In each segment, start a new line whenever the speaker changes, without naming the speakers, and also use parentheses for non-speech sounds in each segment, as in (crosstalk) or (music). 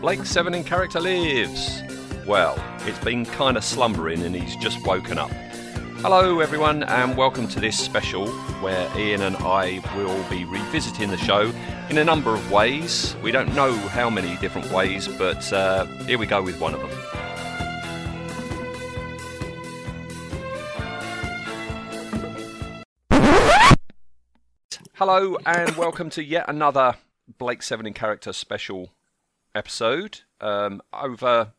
Blake Seven in character lives. Well, it's been kind of slumbering and he's just woken up. Hello, everyone, and welcome to this special where Ian and I will be revisiting the show in a number of ways. We don't know how many different ways, but uh, here we go with one of them. Hello, and welcome to yet another Blake Seven in Character special episode. Um, over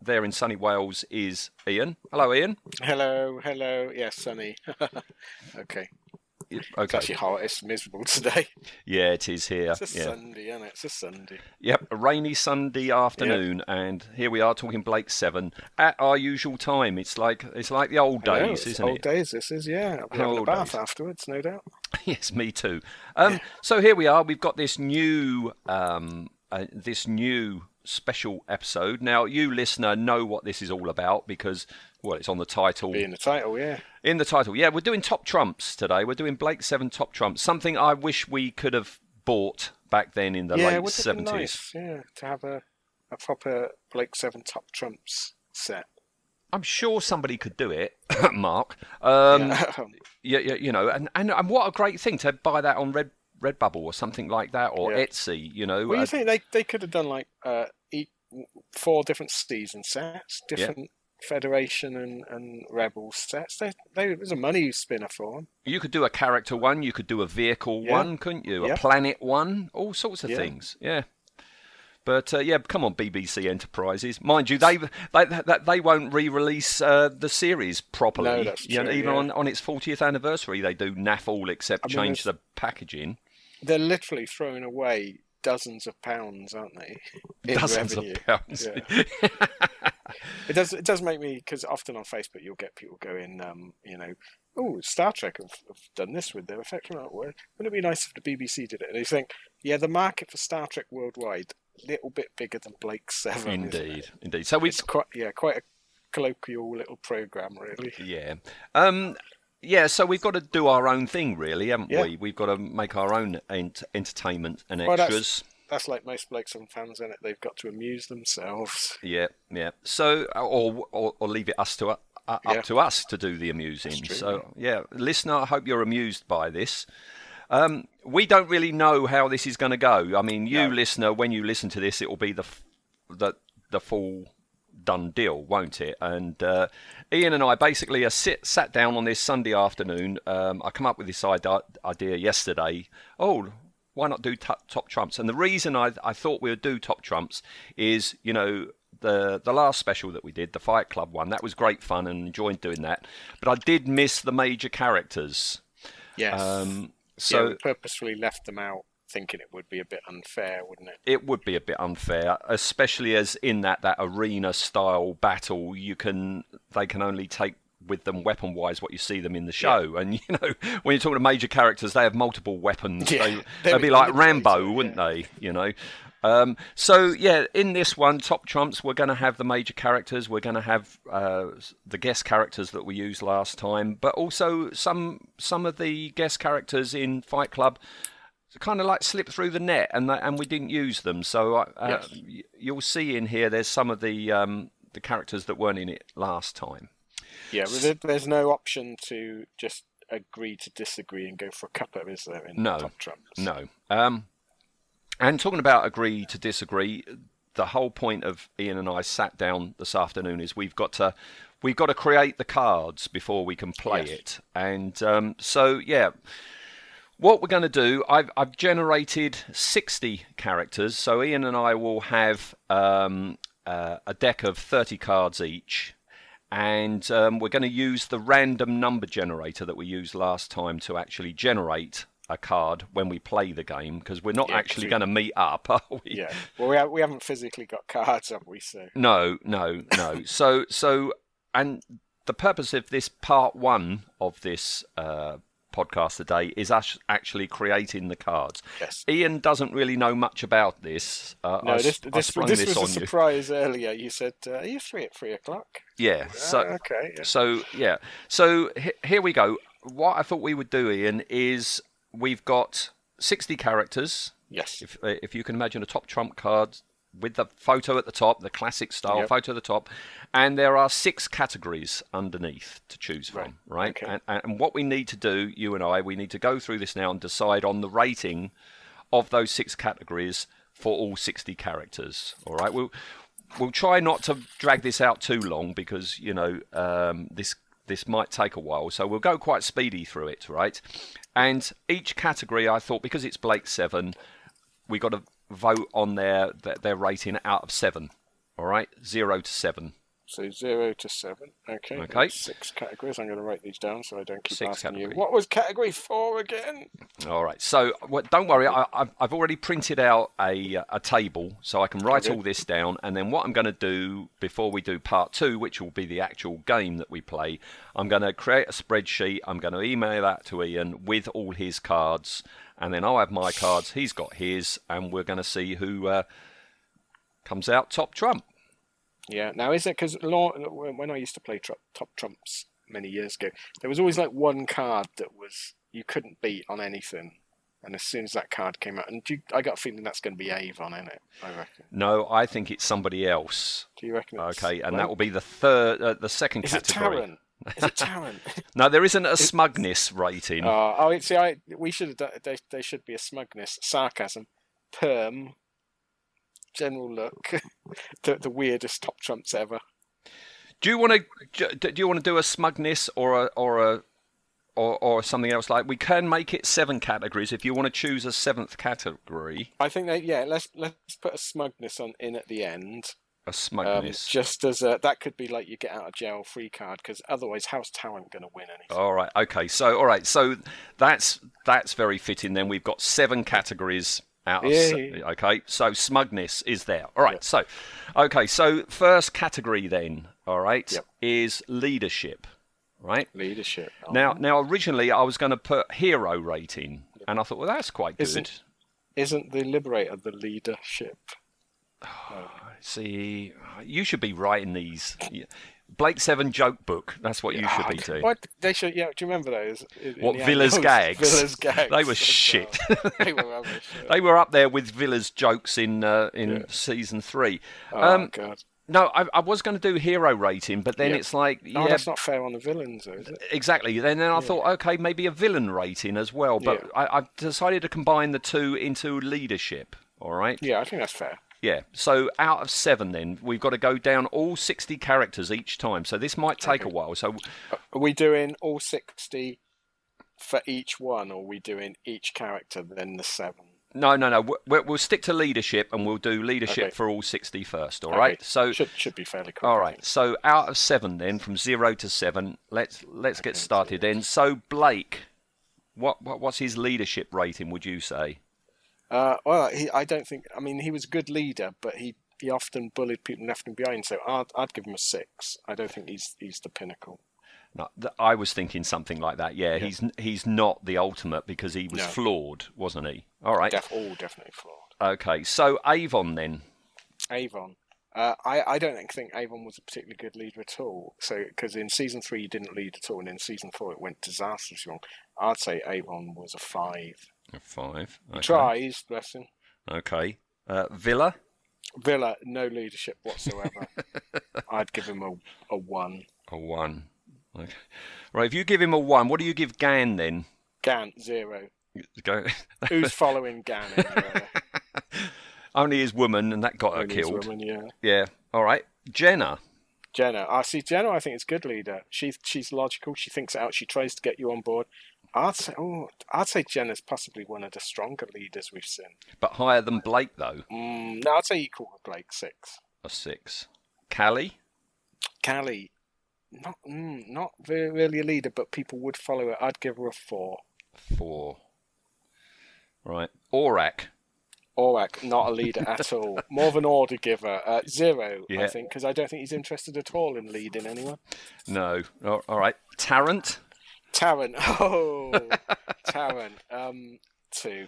there in sunny Wales is Ian. Hello, Ian.
Hello, hello. Yes, sunny. (laughs) okay.
Yep,
It's
Okay.
actually hot. It's miserable today. (laughs)
Yeah, it is here.
It's a
yeah.
Sunday, isn't it? It's a Sunday.
Yep, a rainy Sunday afternoon, and here we are talking Blake Seven at our usual time. It's like it's like the old
I know,
days,
it's
isn't
old
it?
days, this is, yeah. We're having a
Old
bath
days.
afterwards, no doubt.
(laughs) yes, me too. Um, So here we are. We've got this new um, uh, this new special episode. Now, you listener know what this is all about because well, it's on the title.
Be in the title, yeah.
In the title, yeah, we're doing top trumps today. We're doing Blake Seven top trumps. Something I wish we could have bought back then in the
yeah,
late
would have been
seventies.
nice, yeah, to have a, a proper Blake 7 Top Trumps set.
I'm sure somebody could do it, (coughs) Mark. Um, yeah.
Yeah. (laughs)
(laughs) Yeah, you know, and, and and what a great thing to buy that on Red Redbubble or something like that, or
Yeah.
Etsy. You know,
well,
uh,
you think they, they could have done like uh, eight, four different season sets, different Federation and, and Rebel sets. They, they, it was a money spinner for them.
you could do a character one, you could do a vehicle
Yeah.
one, couldn't you?
Yeah.
A planet one, all sorts of
Yeah.
things. Yeah. But uh, yeah, come on, BBC Enterprises, mind you, they they they, they won't re-release uh, the series properly.
No, that's
you know,
true,
even
yeah.
on, on its 40th anniversary, they do naff all except
I mean,
change the
there's-
packaging.
they're literally throwing away dozens of pounds, aren't they? in
Dozens
revenue.
of pounds. (laughs)
It does. It does make me because often on Facebook you'll get people going, um, you know, oh Star Trek have, have done this with their effect artwork. Wouldn't it be nice if the BBC did it? And you think, yeah, the market for Star Trek worldwide little bit bigger than Blake Seven. isn't it?
Indeed, indeed. So we've
it's quite yeah, quite a colloquial little program, really.
yeah, um, yeah. So we've got to do our own thing, really, haven't
Yeah.
we? We've got to make our own ent- entertainment and
Well, that's-
extras.
That's like most Blake Seven fans, in it. They've got to amuse themselves.
yeah, yeah. So or or, or leave it us to. Uh, up
Yeah.
to us to do the amusing.
That's true,
So, yeah, listener, I hope you're amused by this. Um, we don't really know how this is going to go. I mean, you,
No.
listener, when you listen to this, it will be the f- the the full done deal, won't it? And uh, Ian and I basically are sit, sat down on this Sunday afternoon. Um, I come up with this ide- idea yesterday. Oh, why not do top, top trumps? And the reason I, I thought we would do top trumps is, you know, the the last special that we did, the Fight Club one, that was great fun and enjoyed doing that. But I did miss the major characters.
Yes.
Um,
So
so
we purposefully left them out, thinking it would be a bit unfair, wouldn't it?
it would be a bit unfair, especially as in that that arena style battle, you can they can only take with them weapon wise what you see them in the show, and (laughs) you know when you're talking to major characters, they have multiple weapons.
Yeah,
They,
they
they'd be
would
like
manipulate
Rambo,
it,
wouldn't they? You know. Um, so yeah, in this one, top trumps, we're going to have the major characters. We're going to have uh, the guest characters that we used last time, but also some some of the guest characters in Fight Club kind of like slipped through the net, and that, and we didn't use them. So uh, uh,
Yes.
y- you'll see in here there's some of the um, the characters that weren't in it last time.
Yeah, well, there, there's no option to just agree to disagree and go for a cuppa, is there? In
No,
Top Trumps?
No. Um, and talking about agree to disagree, the whole point of Ian and I sat down this afternoon is we've got to we've got to create the cards before we can play
Yes.
it. And um, so yeah, what we're going to do, I've I've generated sixty characters, so Ian and I will have um, uh, a deck of thirty cards each. And um, we're going to use the random number generator that we used last time to actually generate a card when we play the game because we're not
Yeah, 'cause
actually
we-
going to meet up, (laughs) are we?
Yeah. Well, we, ha- we haven't physically got cards, have we? So
No, no, no. so, so, and the purpose of this part one of this uh, podcast today is us actually creating the cards.
yes.
Ian doesn't really know much about this. Uh,
No,
I,
this
I
this,
sprung
this,
this,
was
on
a surprise earlier. You said, uh, "Are you free at three o'clock?"
you. Yeah. So,
Ah, okay. yeah.
So yeah, so he- here we go. What I thought we would do, Ian, is we've got sixty characters.
Yes.
If uh, if you can imagine a top trump card with the photo at the top, the classic style
Yep.
photo at the top, and there are six categories underneath to choose from, right?
okay.
And, and what we need to do, you and I, we need to go through this now and decide on the rating of those six categories for all 60 characters, all right? We'll, we'll try not to drag this out too long because, you know, um, this this might take a while, so we'll go quite speedy through it, right? And each category, I thought, because it's Blake 7, we got to vote on their, their their rating out of seven. All right, zero to seven.
So zero to seven. Okay.
Okay.
that's Six categories. I'm going to write these down so I don't keep
Six
asking
categories.
you. What was category four again?
All right. So well, don't worry. I, I've, I've already printed out a uh, a table, so I can write
Okay.
all this down. And then what I'm going to do before we do part two, which will be the actual game that we play, I'm going to create a spreadsheet. I'm going to email that to Ian with all his cards, and then I'll have my cards. He's got his, and we're going to see who uh, comes out top trump.
Yeah. Now is it because when I used to play tru- Top Trumps many years ago, there was always like one card that was you couldn't beat on anything. And as soon as that card came out, and do you, I got a feeling that's going to be Avon, isn't it? I reckon.
No, I think it's somebody else.
Do you reckon? It's,
Okay, and
Well,
that will be the third, uh, the second
is it
category.
Taran? Is it Taran?
(laughs) No, there isn't a smugness rating.
Uh, (laughs) oh, see, I we should have done. They, they should be a smugness, sarcasm, perm, general look, (laughs) the, the weirdest top trumps ever.
do you want to? Do you want to do a smugness or a or a or, or something else like? We can make it seven categories if you want to choose a seventh category.
I think they, yeah, let's let's put a smugness on in at the end,
A
um,
smugness.
just as a, that could be like you get out of jail free card because otherwise, how's Talent going to win anything?
All right. Okay. So all right. So that's that's very fitting. Then we've got seven categories out. Of
Yeah,
se-
yeah,
Okay. So smugness is there. All right. So okay. So first category then. All right.
Yep.
Is leadership. Right.
Leadership. Oh.
Now, now originally I was going to put hero rating, and I thought, well, that's quite good.
Isn't- isn't the liberator the leadership?
See, you should be writing these. Yeah. Blake Seven joke book. That's what you should be doing.
What Ah, they should? Yeah, do you remember those? in- in
What,
the
Villa's
annals?
gags?
(laughs) Villa's gags.
They were
that's
shit.
right. they were rubbish.
(laughs)
yeah.
They were up there with Villa's jokes in uh, in season three.
Oh
Um,
god.
No, I, I was going to do hero rating, but then
Yeah.
it's like, yeah,
Oh, that's not fair on the villains, though, is it?
exactly. Then, then I thought, okay, maybe a villain rating as well. But
Yeah.
I, I've decided to combine the two into leadership. All right.
Yeah, I think that's fair.
Yeah. So out of seven, then we've got to go down all sixty characters each time. So this might take a while. So
Are we doing all 60 for each one, or are we doing each character, then the seven?
no, no, no. We'll, we'll stick to leadership, and we'll do leadership
Okay.
for all sixty first. All right.
Okay.
So
Should, should be fairly quick.
all right. So out of seven, then from zero to seven, let's let's get started. Then. So Blake, what, what what's his leadership rating? Would you say?
Uh, well, he, I don't think, I mean, he was a good leader, but he, he often bullied people and left them behind, so I'd, I'd give him a six. I don't think he's he's the pinnacle.
No, th- I was thinking something like that. Yeah, he's he's not the ultimate because he was
No.
flawed, wasn't he? All right.
Def, all definitely flawed.
Okay. So Avon then.
Avon. Uh, I, I don't think Avon was a particularly good leader at all. So because in season three he didn't lead at all, and in season four it went disastrously wrong. I'd say Avon was a five.
A Five. Okay.
Tries, bless him.
Okay. Uh, Villa.
Villa, no leadership
(laughs)
whatsoever. I'd give him a, a one.
A one. Okay. Right. If you give him a one, what do you give Gan then?
Gan zero.
Go- (laughs)
Who's following Gan? Anywhere?
Only his woman, and that got her
Only his
killed.
woman, yeah.
Yeah. All right. Jenna.
Jenna. I see. Jenna, I think is a good leader. She's she's logical. She thinks it out. She tries to get you on board. I'd say, oh, I'd say Jenna's possibly one of the stronger leaders we've seen.
But higher than Blake though.
Mm, no, I'd say equal to Blake six.
A six. Callie.
Callie, not mm, not very, really a leader, but people would follow her. I'd give her a four.
Four. Right. Orac.
Orak, not a leader at all. (laughs) More of an order giver. Uh, zero,
Yeah.
I think, because I don't think he's interested at all in leading anyone.
No. All all right. Tarrant.
Taryn, (laughs) oh, Taryn, um, two.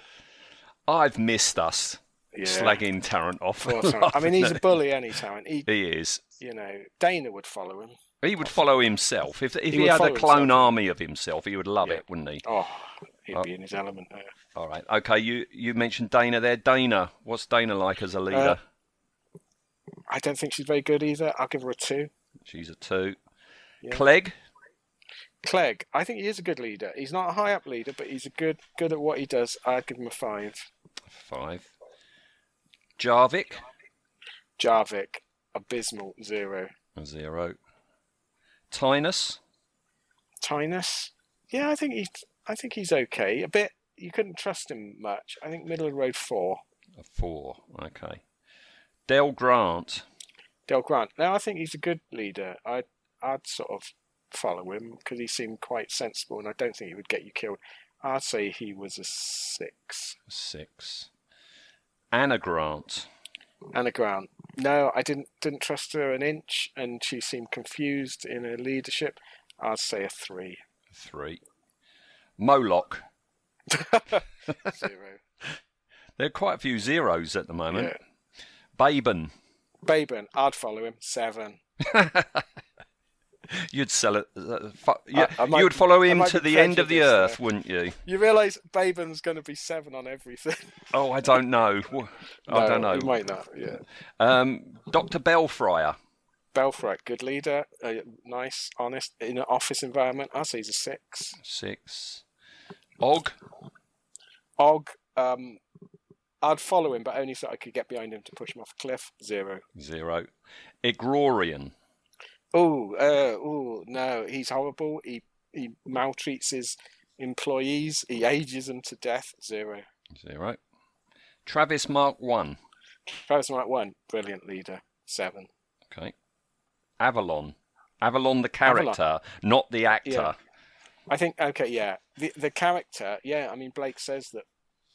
I've missed us
Yeah.
slagging Tarrant off.
Poor
(laughs)
Tarrant. I mean, he's a bully, any Taryn. He,
he is.
you know, Dana would follow him.
He would follow himself if if he,
would
had a
follow
clone
himself.
army of himself. He would love
Yeah.
it, wouldn't he?
Oh, he'd be in his element there. Uh,
All right. Okay. You you mentioned Dana there. Dana, what's Dana like as a leader?
I don't think she's very good either. I'll give her a two.
She's a two.
Yeah.
Clegg,
Clegg, I think he is a good leader. He's not a high up leader, but he's a good good at what he does. I'd give him a five.
five. Jarvik,
Jarvik, abysmal zero.
a zero. Tynus,
Tynus, yeah, I think he's I think he's okay. A bit you couldn't trust him much. I think middle of the road four.
a four. Okay. Del Grant,
Del Grant. Now I think he's a good leader. I'd I'd sort of follow him because he seemed quite sensible, and I don't think he would get you killed. I'd say he was a six.
a six. Anna Grant,
Anna Grant. No, I didn't didn't trust her an inch, and she seemed confused in her leadership. I'd say a three.
a three. Moloch.
Zero.
There are quite a few zeros at the moment.
yeah.
Baben,
Baben, I'd follow him. Seven.
you'd sell it. Uh, fo- yeah,
I might
you would follow
be- I
him
might
to
be
the end of the
prejudiced
earth, wouldn't you?
You realise Baben's going to be seven on everything.
Oh, I don't know. Wha- (laughs) I
No,
don't
You
know.
might not. Yeah.
Um, Dr. Belfryer,
Belfry, good leader, uh, nice, honest, in an office environment. I'd say he's a six.
six. Og,
Og, um, I'd follow him, but only so I could get behind him to push him off a cliff. Zero.
zero. Igrorian,
Oh, uh, oh, no, he's horrible. He he maltreats his employees. He ages them to death. Zero.
zero. Travis Mark 1,
Travis Mark one, brilliant leader. Seven.
okay. Avalon. Avalon the character, not the actor.
Yeah. I think okay, yeah. The the character, yeah. I mean, Blake says that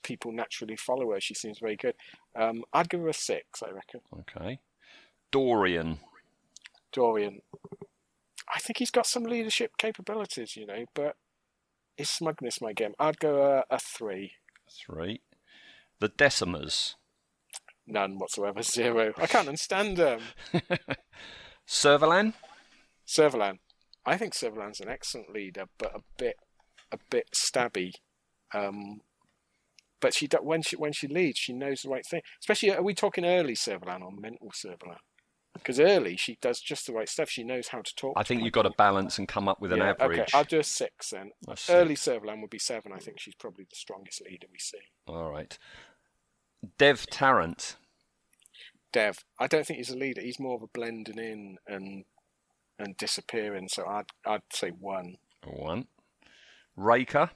people naturally follow her. She seems very good. Um, I'd give her a six. I reckon.
Okay. Dorian,
Dorian. I think he's got some leadership capabilities, you know, but his smugness might get him. I'd go a, a three.
3. The Decimers.
None whatsoever. (laughs) Zero. I can't understand um, him.
Servalan,
Serverland. I think Serverland's an excellent leader, but a bit, a bit stabby. Um, but she do- when she when she leads, she knows the right thing. Especially, are we talking early Serverland or mental Serverland? Because early, she does just the right stuff. She knows how to talk.
I
to
think
people.
you've got to balance and come up with an
Yeah,
average.
Okay, I'll do a six then.
A six.
Early Serverland would be seven. I think she's probably the strongest leader we see.
All right. Dev Tarrant.
Dev, I don't think he's a leader. He's more of a blending in and and disappearing. So I'd I'd say one.
One. Raker.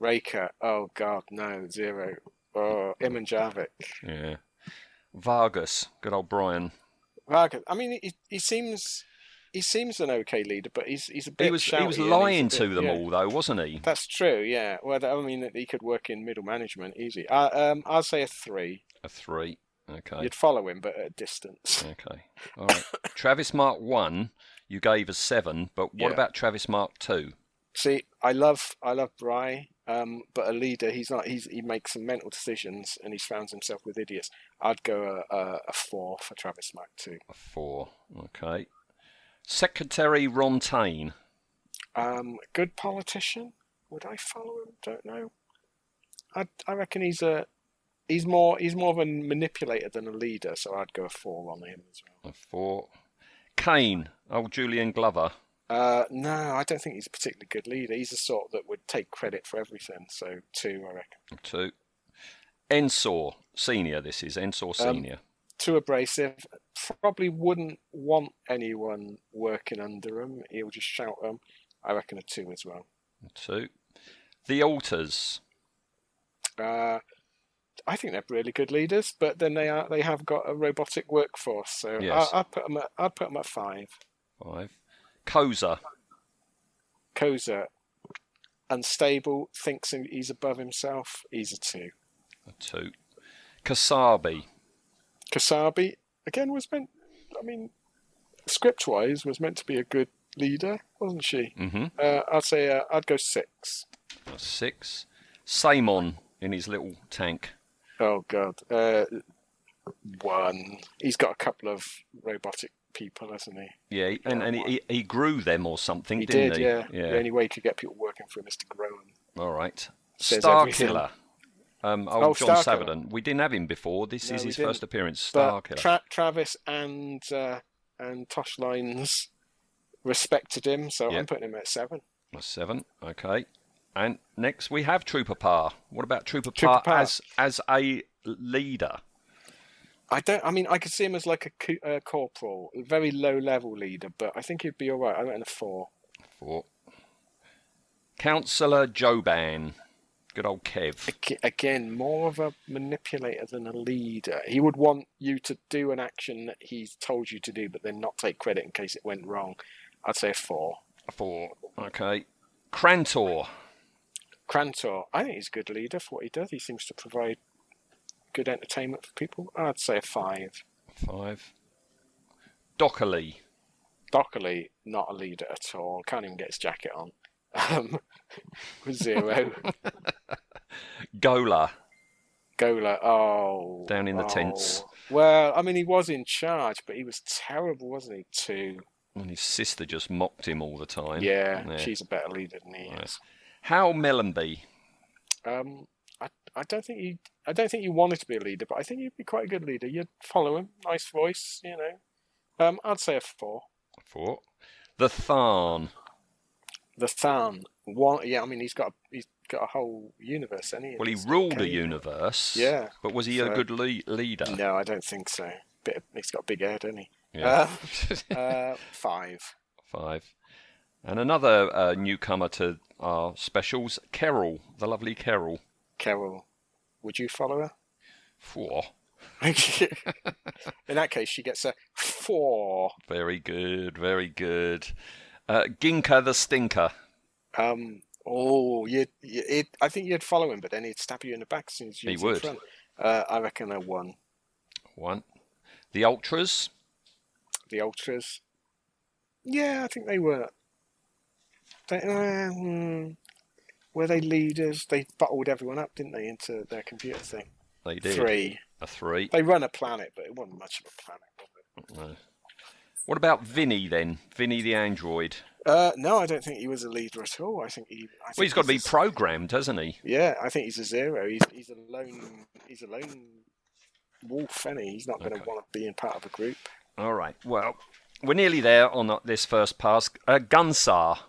Raker. Oh God, no, zero. Oh, him and Javik.
Yeah. Vargas. Good old Brian.
Vargas. I mean, he, he seems he seems an okay leader, but he's he's a bit.
He was he
shouty
was
and
lying
he's a bit-
to them
yeah.
all though, wasn't he?
That's true. Yeah. Well, I mean, he could work in middle management easy. I um, I'll say a three.
A three. Okay.
You'd follow him, but at a distance.
Okay. All
(coughs)
right. Travis Mark one, you gave a seven, but what
Yeah.
about Travis Mark two?
See, I love I love Bry, um, but a leader he's not. He's he makes some mental decisions, and he's found himself with idiots. I'd go a, a, a four for Travis Mack too.
A four. Okay. Secretary Rontaine.
Um, good politician. Would I follow him? Don't know. I I reckon he's a he's more he's more of a manipulator than a leader, so I'd go a four on him as well.
A four. Kane. Old Julian Glover.
Uh, no, I don't think he's a particularly good leader. He's the sort that would take credit for everything. So two, I reckon.
Two. Ensor Senior, this is Ensor
Um,
Senior.
too abrasive. Probably wouldn't want anyone working under him. He'll just shout them. I reckon a two as well.
Two. The altars.
Uh, I think they're really good leaders, but then they are they have got a robotic workforce. So
Yes.
I, I'd put them at I'd put them at five.
Five. Koza.
Koza, unstable, thinks he- he's above himself. He's a two.
A two. Kasabi.
Kasabi again was meant. I mean, script wise was meant to be a good leader, wasn't she?
Mm-hmm.
Uh, I'd say uh, I'd go six.
A six. Samon in his little tank.
Oh god. Uh, one. He's got a couple of robotic people, hasn't he?
Yeah, and, and he, he grew them or something,
He
didn't
did,
he?
yeah. The
Yeah.
only way to get people working for him is to grow them.
All right.
Says
Star
everything.
Killer. Um, old
Oh,
John
Starker.
Saverden. We didn't have him before. This
No,
is
we
his
didn't.
first appearance.
But
Starkiller.
Tra- Travis and uh, and Tosh Lines respected him, so
Yeah.
I'm putting him at seven.
Plus seven. Okay. And next we have Trooper Parr. What about Trooper,
Trooper
Parr,
Parr.
as as a leader?
I don't. I mean, I could see him as like a, co- uh corporal, a very low level leader, but I think he'd be all right. I went a four.
Four. Councillor Joban. Good old Kev.
Ag- Again, more of a manipulator than a leader. He would want you to do an action that he's told you to do, but then not take credit in case it went wrong. I'd say a four.
Four. Okay. Krantor.
Krantor, I think he's a good leader for what he does. He seems to provide good entertainment for people. I'd say a five.
Five. Dockerly.
Dockley, not a leader at all. Can't even get his jacket on. Um, (laughs)
(laughs)
with zero.
Gola.
Gola, oh.
Down in the
oh.
tents.
Well, I mean, he was in charge, but he was terrible, wasn't he? Too.
And his sister just mocked him all the time.
Yeah,
Yeah.
she's a better leader than he is.
Hal Mellenby.
Um, I, I don't think he. I don't think you wanted to be a leader, but I think you'd be quite a good leader. You'd follow him. Nice voice, you know. Um, I'd say a four.
Four. The Tharn.
the Than. One, yeah, I mean he's got a, he's got a whole universe, and he
Well, he
He's
ruled
okay.
a universe.
Yeah.
But was he a
So-
good le- leader?
No, I don't think so. Bit of, he's got a big head, hasn't he?
Yeah.
Uh, five.
(laughs) Five. And another uh, newcomer to our specials, Carol, the lovely Carol.
Carol, would you follow her? (laughs)
Four.
In that case, she gets a four.
Very good, very good. Uh, Ginka the Stinker.
Um, oh, you, you, it, I think you'd follow him, but then he'd stab you in the back since you
He
was in
would.
front. Uh, I reckon a one.
One. The Ultras.
The ultras. Yeah, I think they were. They, uh, hmm, were they leaders? They bottled everyone up, didn't they, into their computer thing?
They did.
Three.
A three.
They run a planet, but it wasn't much of a planet. was it?
No. What about Vinny then? Vinny the android.
Uh, no, I don't think he was a leader at all. I think he. I think
Well, he's got to be
a z-
programmed, hasn't he?
yeah, I think he's a zero. He's he's a lone. He's a lone wolf, and he? he's not going to
Okay.
want to be in part of a group.
All right. Well, we're nearly there on th- this first pass. Uh, Gunsar.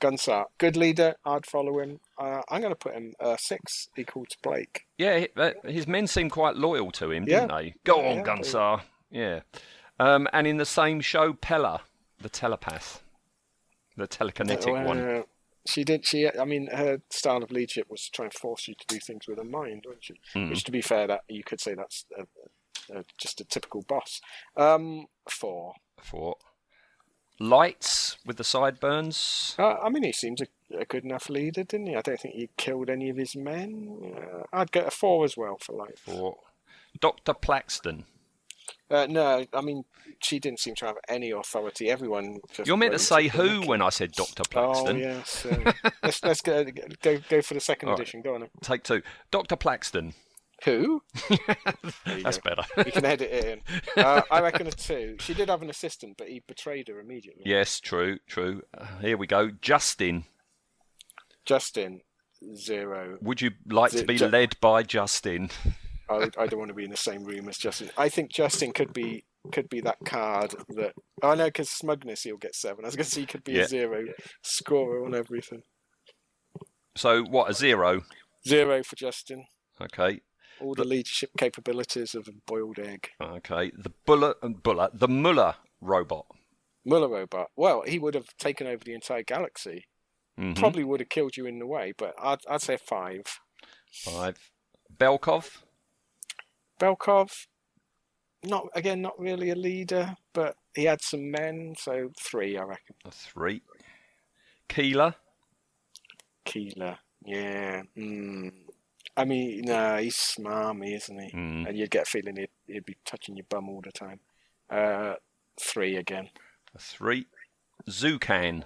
Gunsar, good leader. I'd follow him. Uh, I'm going to put him uh, six, equal to Blake.
Yeah, he- uh, his men seemed quite loyal to him,
Yeah.
didn't they? Go
Yeah,
on,
yeah, they-
Gunsar. Yeah. Um, and in the same show, Pella, the telepath, the telekinetic one.
Uh, She did. She. I mean, her style of leadership was to try and force you to do things with her mind, wasn't she?
Mm.
Which, to be fair, that you could say that's uh uh just a typical boss. Um, four.
Four. Lights with the sideburns.
Uh, I mean, he seems a, a good enough leader, didn't he? I don't think he killed any of his men. Uh, I'd get a four as well for life.
Four. Doctor Plaxton.
Uh, no, I mean, she didn't seem to have any authority. Everyone. Just
You're meant to
rose
say
up and
who
looked-
when I said Doctor Plaxton.
Oh yes. Uh,
(laughs)
let's let's go go go for the second
All right.
edition. Go on. then.
Take two. Doctor Plaxton. (laughs)
Who? There you
That's
go.
better. (laughs)
You can edit it in. Uh, I reckon a two. She did have an assistant, but he betrayed her immediately.
yes, true, true. Uh, here we go. Justin.
Justin, zero.
Would you like
Is
to
it
be
Ju-
led by Justin?
I, would- I don't want to be in the same room as Justin. I think Justin could be could be that card that. I know because smugness he'll get seven. I was going to say he could be
Yeah.
a zero scorer on everything.
So what? A zero.
Zero for Justin.
Okay.
All the leadership capabilities of a boiled egg.
Okay, the bullet and bullet, the Muller robot.
Muller robot. Well, he would have taken over the entire galaxy.
Mhm.
Probably would have killed you in the way, but I'd, I'd say five.
Five. Belkov.
Belkov, not again, not really a leader, but he had some men, so three, I reckon.
A three. Keeler.
Keeler, yeah. Mm. I mean, no, he's smarmy, isn't he?
Mm.
And you'd get a feeling he'd, he'd be touching your bum all the time. Uh, three again.
A three. Zucan.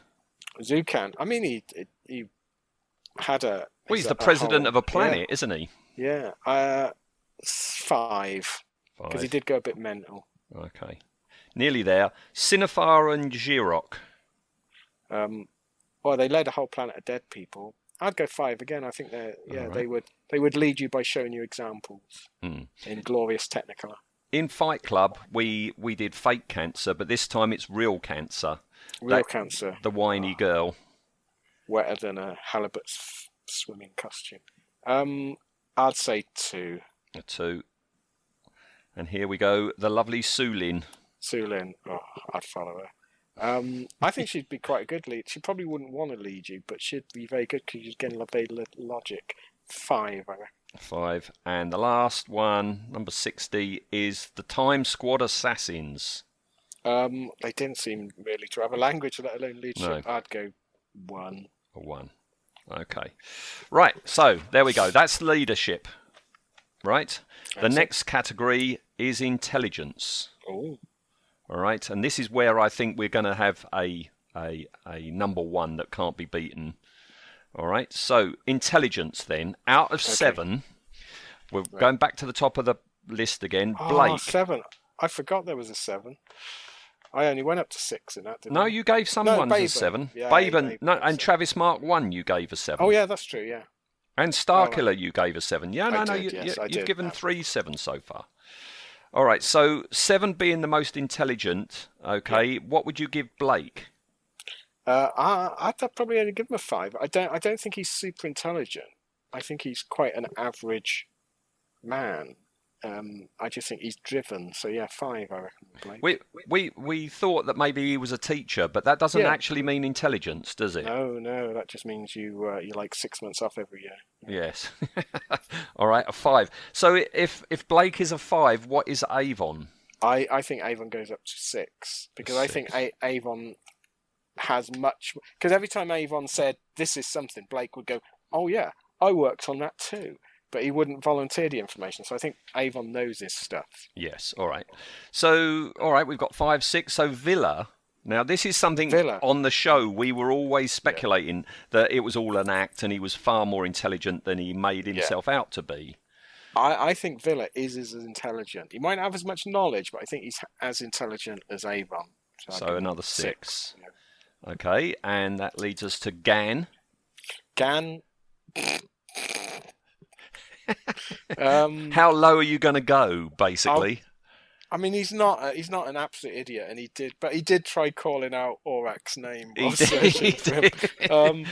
Zukan, I mean, he he- he had a.
Well, he's the president of a planet, isn't he?
Yeah. yeah. Uh, s- five, because
Five.
he did go a bit mental.
Okay. Nearly there. Cinefar and Giroc.
Um, well, they led a whole planet of dead people. I'd go five again. I think they yeah
Alright.
they would they would lead you by showing you examples
Hmm.
in glorious Technicolor.
In Fight Club, we we did fake cancer, but this time it's real cancer.
Real
That-
cancer,
The whiny girl.
wetter than a halibut's f- swimming costume. Um, I'd say two.
A two. And here we go. The lovely Sulin.
Sulin, oh, I'd follow her. Um, I think she'd be quite a good lead. She probably wouldn't want to lead you, but she'd be very good because you'd get a bit of logic. Five, I reckon.
Five. And the last one, number 60, is the Time Squad Assassins.
Um, they didn't seem really to have a language, let alone leadership. I'd go one.
A one. Okay. Right. So there we go. That's leadership. Right. The
Excellent.
next category is intelligence.
Oh,
All right. And this is where I think we're going to have a, a, a number one that can't be beaten. All right. So intelligence then. Out of seven, we're going back to the top of the list again.
Ah,
Blake.
seven. I forgot there was a seven. I only went up to six in that. Didn't
No,
I?
you gave some
No,
ones a
Baben.
seven.
Yeah,
Baben,
Baben,
no,
that's
and
it.
Travis Mark one, you gave a seven.
Oh yeah, that's true. Yeah.
And
Oh,
Starkiller,
right.
you gave a seven. Yeah,
I
no, no,
did,
you,
yes,
you,
I
you've
did,
given
yeah.
three sevens so far. All right, so seven being the most intelligent. Okay, what would you give Blake?
Uh, I, I'd probably only give him a five. I don't. I don't think he's super intelligent. I think he's quite an average man. Um, I just think he's driven. So yeah, five. I reckon. Blake.
We we we thought that maybe he was a teacher, but that doesn't
Yeah.
actually mean intelligence, does it?
No, no, that just means you uh, you like six months off every year.
Yes. (laughs) All right, a five. So i- if if Blake is a five, what is Avon?
I, I think Avon goes up to six because I think a- Avon has much. Because every time Avon said, This is something, Blake would go, Oh, yeah, I worked on that too. But he wouldn't volunteer the information. So I think Avon knows his stuff.
Yes. All right. So all right, we've got five, six. So Villa. Now this is something
Villa.
on the show we were always speculating that it was all an act and he was far more intelligent than he made himself out to be.
I, I think Villa is as intelligent. He might not have as much knowledge, but I think he's as intelligent as Avon. I'd give
So
him
another
six.
six. Okay, and that leads us to Gan.
Gan.
(laughs)
um,
How low are you going to go, basically?
I mean, he's not a, he's not an absolute idiot, and he did, but he did try calling out Orak's name.
He
while
did,
searching
he (laughs)
for him.
did.
Um,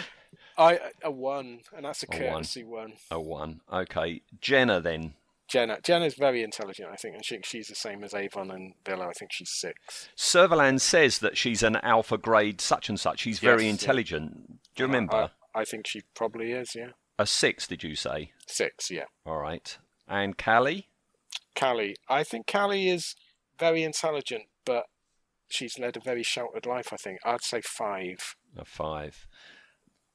I a one, and that's a
A one.
courtesy one.
A Oh, one. Okay, Jenna then.
Jenna Jenna's very intelligent, I think, and she, she's the same as Avon and Villa. I think she's six.
Servalan says that she's an alpha grade such and such. She's very
Yes, yeah. Uh,
intelligent. Do you
And I-
remember?
I, I think she probably is. Yeah,
A six, did you say?
six. Yeah,
All right. And Callie?
Callie. I think Callie is very intelligent, but she's led a very sheltered life. I think I'd say five.
A five.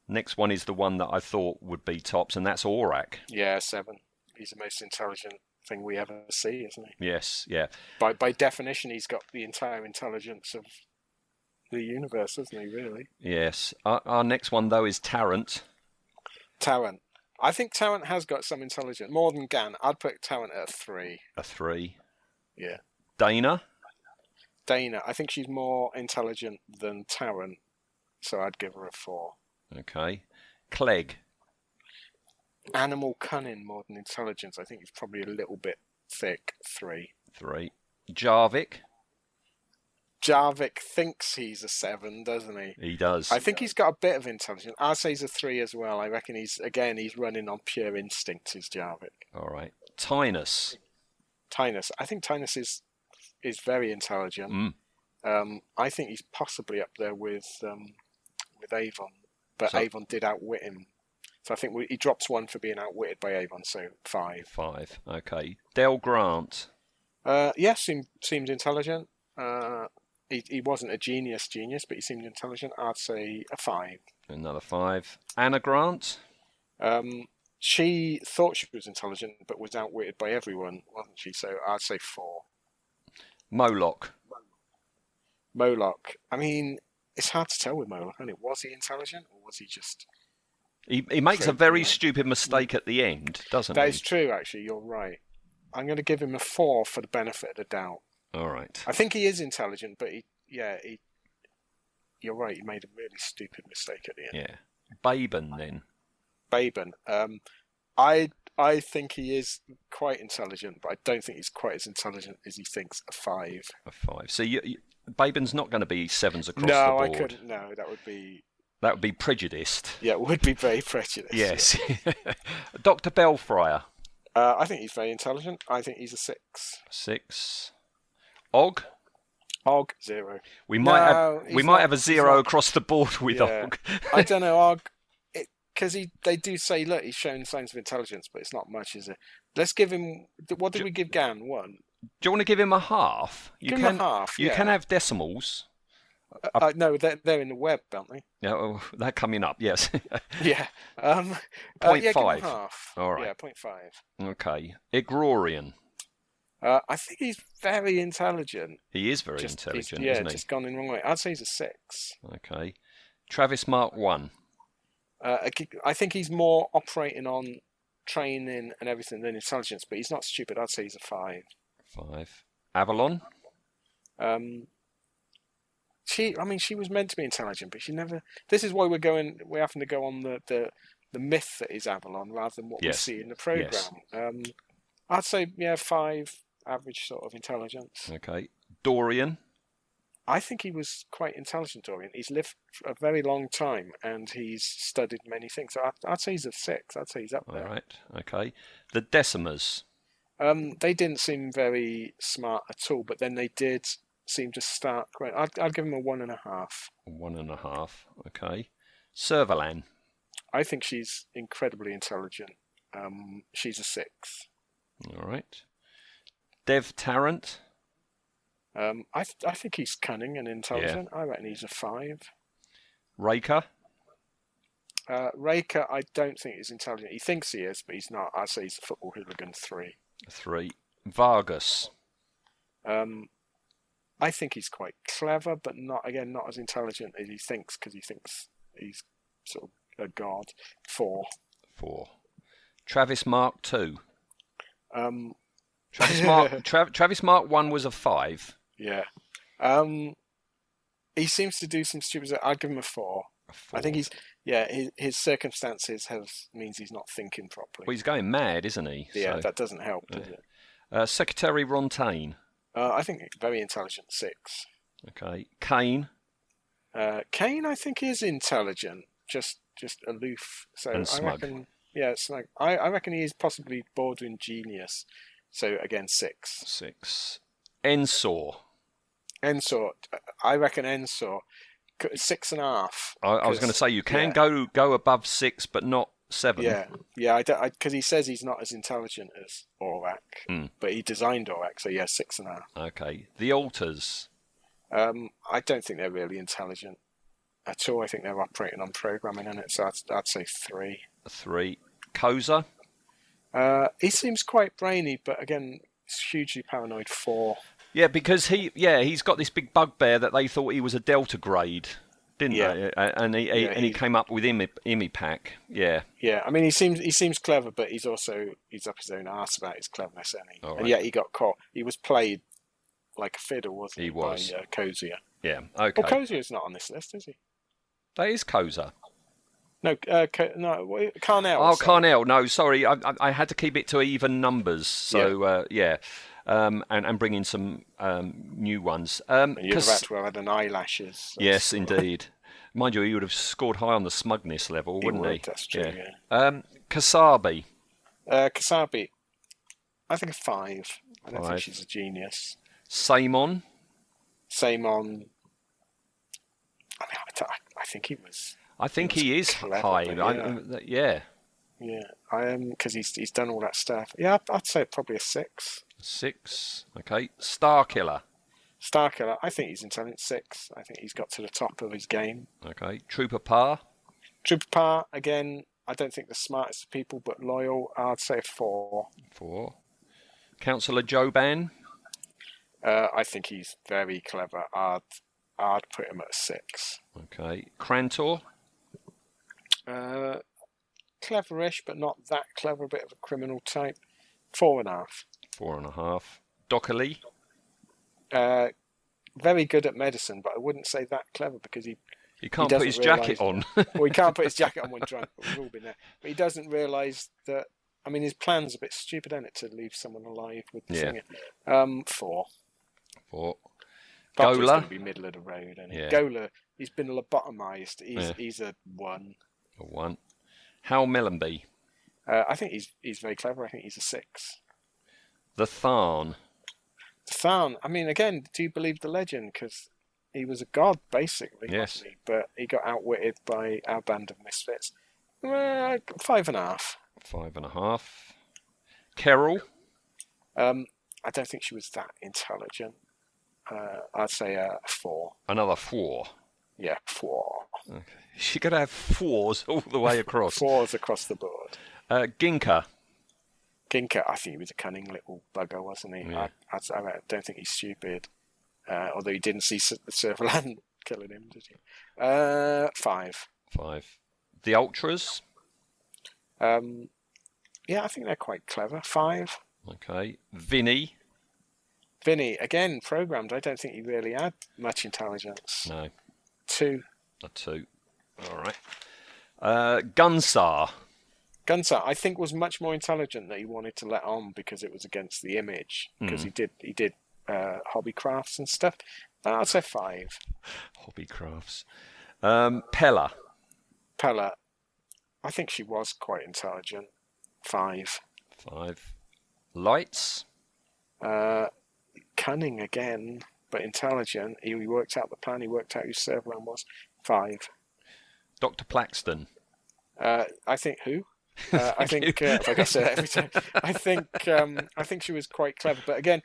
Next one is the one that I thought would be tops, and that's Aurak.
Yeah, seven. He's the most intelligent thing we ever see, isn't he?
Yes, yeah.
by by definition, he's got the entire intelligence of the universe, hasn't he? Really,
Yes. Our, our next one, though, is Tarrant.
Tarrant. I think Tarrant has got some intelligence more than Gan. I'd put Tarrant at three.
A three.
Yeah.
Dana?
Dana, I think she's more intelligent than Tarrant, so I'd give her a four.
Okay. Clegg?
Animal cunning more than intelligence. I think he's probably a little bit thick. Three.
Three. Jarvik?
Jarvik thinks he's a seven, doesn't he?
He does.
I think he's got a bit of intelligence. I'd say he's a three as well. I reckon he's again he's running on pure instinct. Is Jarvik?
All right. Tynus?
Tynus. I think Tynus is is very intelligent.
Mm.
Um, I think he's possibly up there with um, with Avon, but
So-
Avon did outwit him. So I think we, he drops one for being outwitted by Avon. So five.
Five. Okay. Del Grant?
Uh, yeah, seem, seemed intelligent. Uh, he, he wasn't a genius genius, but he seemed intelligent. I'd say a five.
Another five. Anna Grant?
Um, she thought she was intelligent, but was outwitted by everyone, wasn't she? So I'd say four.
Moloch?
Moloch. I mean, it's hard to tell with Moloch, and it was he intelligent or was he just?
He, he makes a
Fruit,
very
yeah.
stupid mistake at the end, doesn't
That
he?
is true. Actually, you're right. I'm going to give him a four for the benefit of the doubt.
All right.
I think he is intelligent, but he, yeah, he. You're right. He made a really stupid mistake at the end.
Yeah. Baben then.
Baban. Um, I I think he is quite intelligent, but I don't think he's quite as intelligent as he thinks. A five.
A five. So you, you, Baban's not going to be sevens across
no,
the
I
board.
couldn't. No, that would be
That would be prejudiced.
yeah, it would be very (laughs) prejudiced.
Yes. (laughs) Dr. Belfryer,
Uh, I think he's very intelligent. I think he's a six.
six. Og,
Og zero.
we might
No,
have we
he's
might
not-
have a
he's
zero
not-
across the board with
Yeah.
Og. (laughs)
I don't know. Og, because he they do say, look, he's shown signs of intelligence, but it's not much, is it? Let's give him. What did we give Gan? One.
Do you want to give him a half? You
Give
can
him a half.
you
yeah.
can have decimals.
Uh, uh, no, they're they're in the web, aren't they?
Yeah, oh, that coming up. Yes. (laughs)
(laughs) Yeah. Um. uh,
Point
yeah, give him
five.
half.
All right.
Yeah, point five.
okay. Igrorian.
Uh, I think he's very intelligent.
He is very
Just- he's-
intelligent,
yeah,
isn't he?
just gone in the wrong way. I'd say he's a six.
Okay. Travis Mark One.
Uh, I g- I think he's more operating on training and everything than intelligence, but he's not stupid. I'd say he's a five.
Five. Avalon.
Um, she, I mean, she was meant to be intelligent, but she never. This is why we're going. We're having to go on the the, the myth that is Avalon rather than what
Yes.
we see in the program.
Yes.
Um, I'd say yeah, five average sort of intelligence.
Okay. Dorian.
I think he was quite intelligent, Dorian. He's lived for a very long time and he's studied many things. So I'd, I'd say he's a six. I'd say he's up
All
there.
right. Okay. The Decimers.
Um, they didn't seem very smart at all, but then they did seem to start. Quite, I'd, I'd give them a one and a half.
One and a half. Okay. Servalan.
I think she's incredibly intelligent. Um, she's a six.
All right. Dev Tarrant.
Um, I th- I think he's cunning and intelligent. I reckon he's a five.
Raker.
Uh, Raker, I don't think is intelligent. He thinks he is, but he's not. I'd say he's a football hooligan three.
Three. Vargas.
Um, I think he's quite clever, but not again not as intelligent as he thinks because he thinks he's sort of a god. Four.
Four. Travis Mark Two.
Um,
Travis
(laughs)
Mark. Tra- Travis Mark One was a five.
yeah. Um, he seems to do some stupid. I'd give him a four.
A four.
I think he's yeah. His, his circumstances have means he's not thinking properly.
Well, he's going mad, isn't he?
yeah,
So,
that doesn't help, does
Yeah.
it?
uh, Secretary Rontaine.
Uh, I think very intelligent six.
Okay. Kane
Uh, Kane, I think, is intelligent, just just aloof. So
And
I
smug.
reckon, yeah, snug. I, I reckon he is possibly bordering genius. So again, six.
six. Ensor.
Ensor, I reckon Ensor, c- six and a half.
I, I was
'cause-
going to say you can
yeah.
go go above six, but not seven.
Yeah, yeah, I don't because he says he's not as intelligent as Aurak,
Hmm.
but he designed Aurak, so yeah, six and a half.
Okay. The altars.
Um, I don't think they're really intelligent at all. I think they're operating on programming in it, so I'd, I'd say three.
Three. Koza.
Uh, he seems quite brainy, but again, it's hugely paranoid. Four.
Yeah, because he yeah he's got this big bugbear that they thought he was a delta grade, didn't
Yeah.
they? Uh, And he, he-
Yeah,
and he
he-
came up with Imi, Imi pack. Yeah.
Yeah, I mean, he seems he seems clever, but he's also he's up his own arse about his cleverness, isn't he?
All
And
right.
yet he got caught. He was played like a fiddle, wasn't he?
He was.
By, uh, Cozier.
Yeah.
Well,
Okay.
Cozier's not on this list, is he?
That is Koza.
No, uh, Co- no, what- Carnell.
Oh,
sorry.
Carnell. No, sorry. I, I, I had to keep it to even numbers. So uh, yeah, um, and and bring in some um, new ones. Um,
And you're
Cas-
about to have had an eyelashes. so-
yes, indeed. Mind you, he would have scored high on the smugness level,
He
wouldn't
would,
he?
that's true, yeah.
Um, Kasabi.
Uh, Kasabi, I think a five. I don't think
Five.
she's a genius.
Samon.
Same on. I mean, I, th- I think he was.
I think
He
he
was
is
clever,
high.
yeah.
I- uh, yeah.
Yeah, I am because he's he's done all that stuff. Yeah, I'd, I'd say probably a six.
Six. Okay. Star Killer.
Starkiller, I think he's intelligent six. I think he's got to the top of his game.
Okay. Trooper Par.
Trooper again, I don't think the smartest of people, but loyal. I'd say a four.
Four. Councillor Joban.
Uh, I think he's very clever. I'd I'd put him at a six.
Okay. Crantor.
Uh, cleverish, but not that clever. A bit of a criminal type. Four and a half.
Four and a half. Dockerly.
Uh, very good at medicine, but I wouldn't say that clever because he
He can't put
doesn't
his
realise-
jacket on.
well, he can't put his jacket on when drunk. But we've all been there. But he doesn't realise that. I mean, his plan's a bit stupid, ain't it, to leave someone alive with the
Yeah.
singer. Um, four.
(laughs) Or-
Buckley's
Gola?
gonna be middle of the road, and
Yeah.
Gola, he's been lobotomised. He's
Yeah.
he's a one.
or one. Hal Mellenby,
Uh, I think he's he's very clever. I think he's a six.
the Tharn.
Than, I mean, again, do you believe the legend? Because he was a god, basically,
Yes.
wasn't he? But he got outwitted by our band of misfits. Uh, five and a half.
Five and a half. Carol.
Um, I don't think she was that intelligent. Uh, I'd say a four.
Another four. (laughs)
Yeah, four.
She could have fours (laughs) all the way
(laughs)
across.
Fours across the board.
Uh, Ginka.
Ginka, I think he was a cunning little bugger, wasn't he?
Yeah.
I, I, I don't think he's stupid. Uh, although he didn't see Sir- the Silver Land (laughs) killing him, did he? Uh, five.
Five. The Ultras.
Um, yeah, I think they're quite clever. Five.
Okay. Vinny.
Vinny, again, programmed. I don't think he really had much intelligence.
No,
Two.
a two. All right. Uh, Gunsar.
Gunsar, I think, was much more intelligent that he wanted to let on because it was against the image. Because he did, he did uh, hobby crafts and stuff. I'd say five.
Hobby crafts. Um, Pella.
Pella, I think she was quite intelligent. Five.
Five. Lights.
Uh, cunning again, but intelligent. He he worked out the plan. He worked out who Servalan was. Five.
Dr. Plaxton.
Uh, I think who? Uh, I think uh, (laughs) like I said every time. I think um, I think she was quite clever, but again,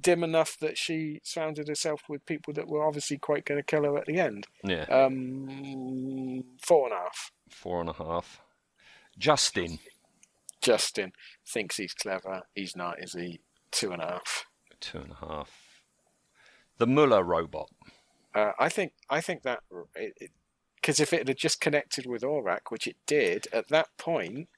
dim enough that she surrounded herself with people that were obviously quite going to kill her at the end.
Yeah.
Um, four and a half.
Four and a half. Justin.
Justin thinks he's clever. He's not, is he? Two and a half.
Two and a half. The Muller robot.
Uh, I think I think that because if it had just connected with Aurak, which it did at that point,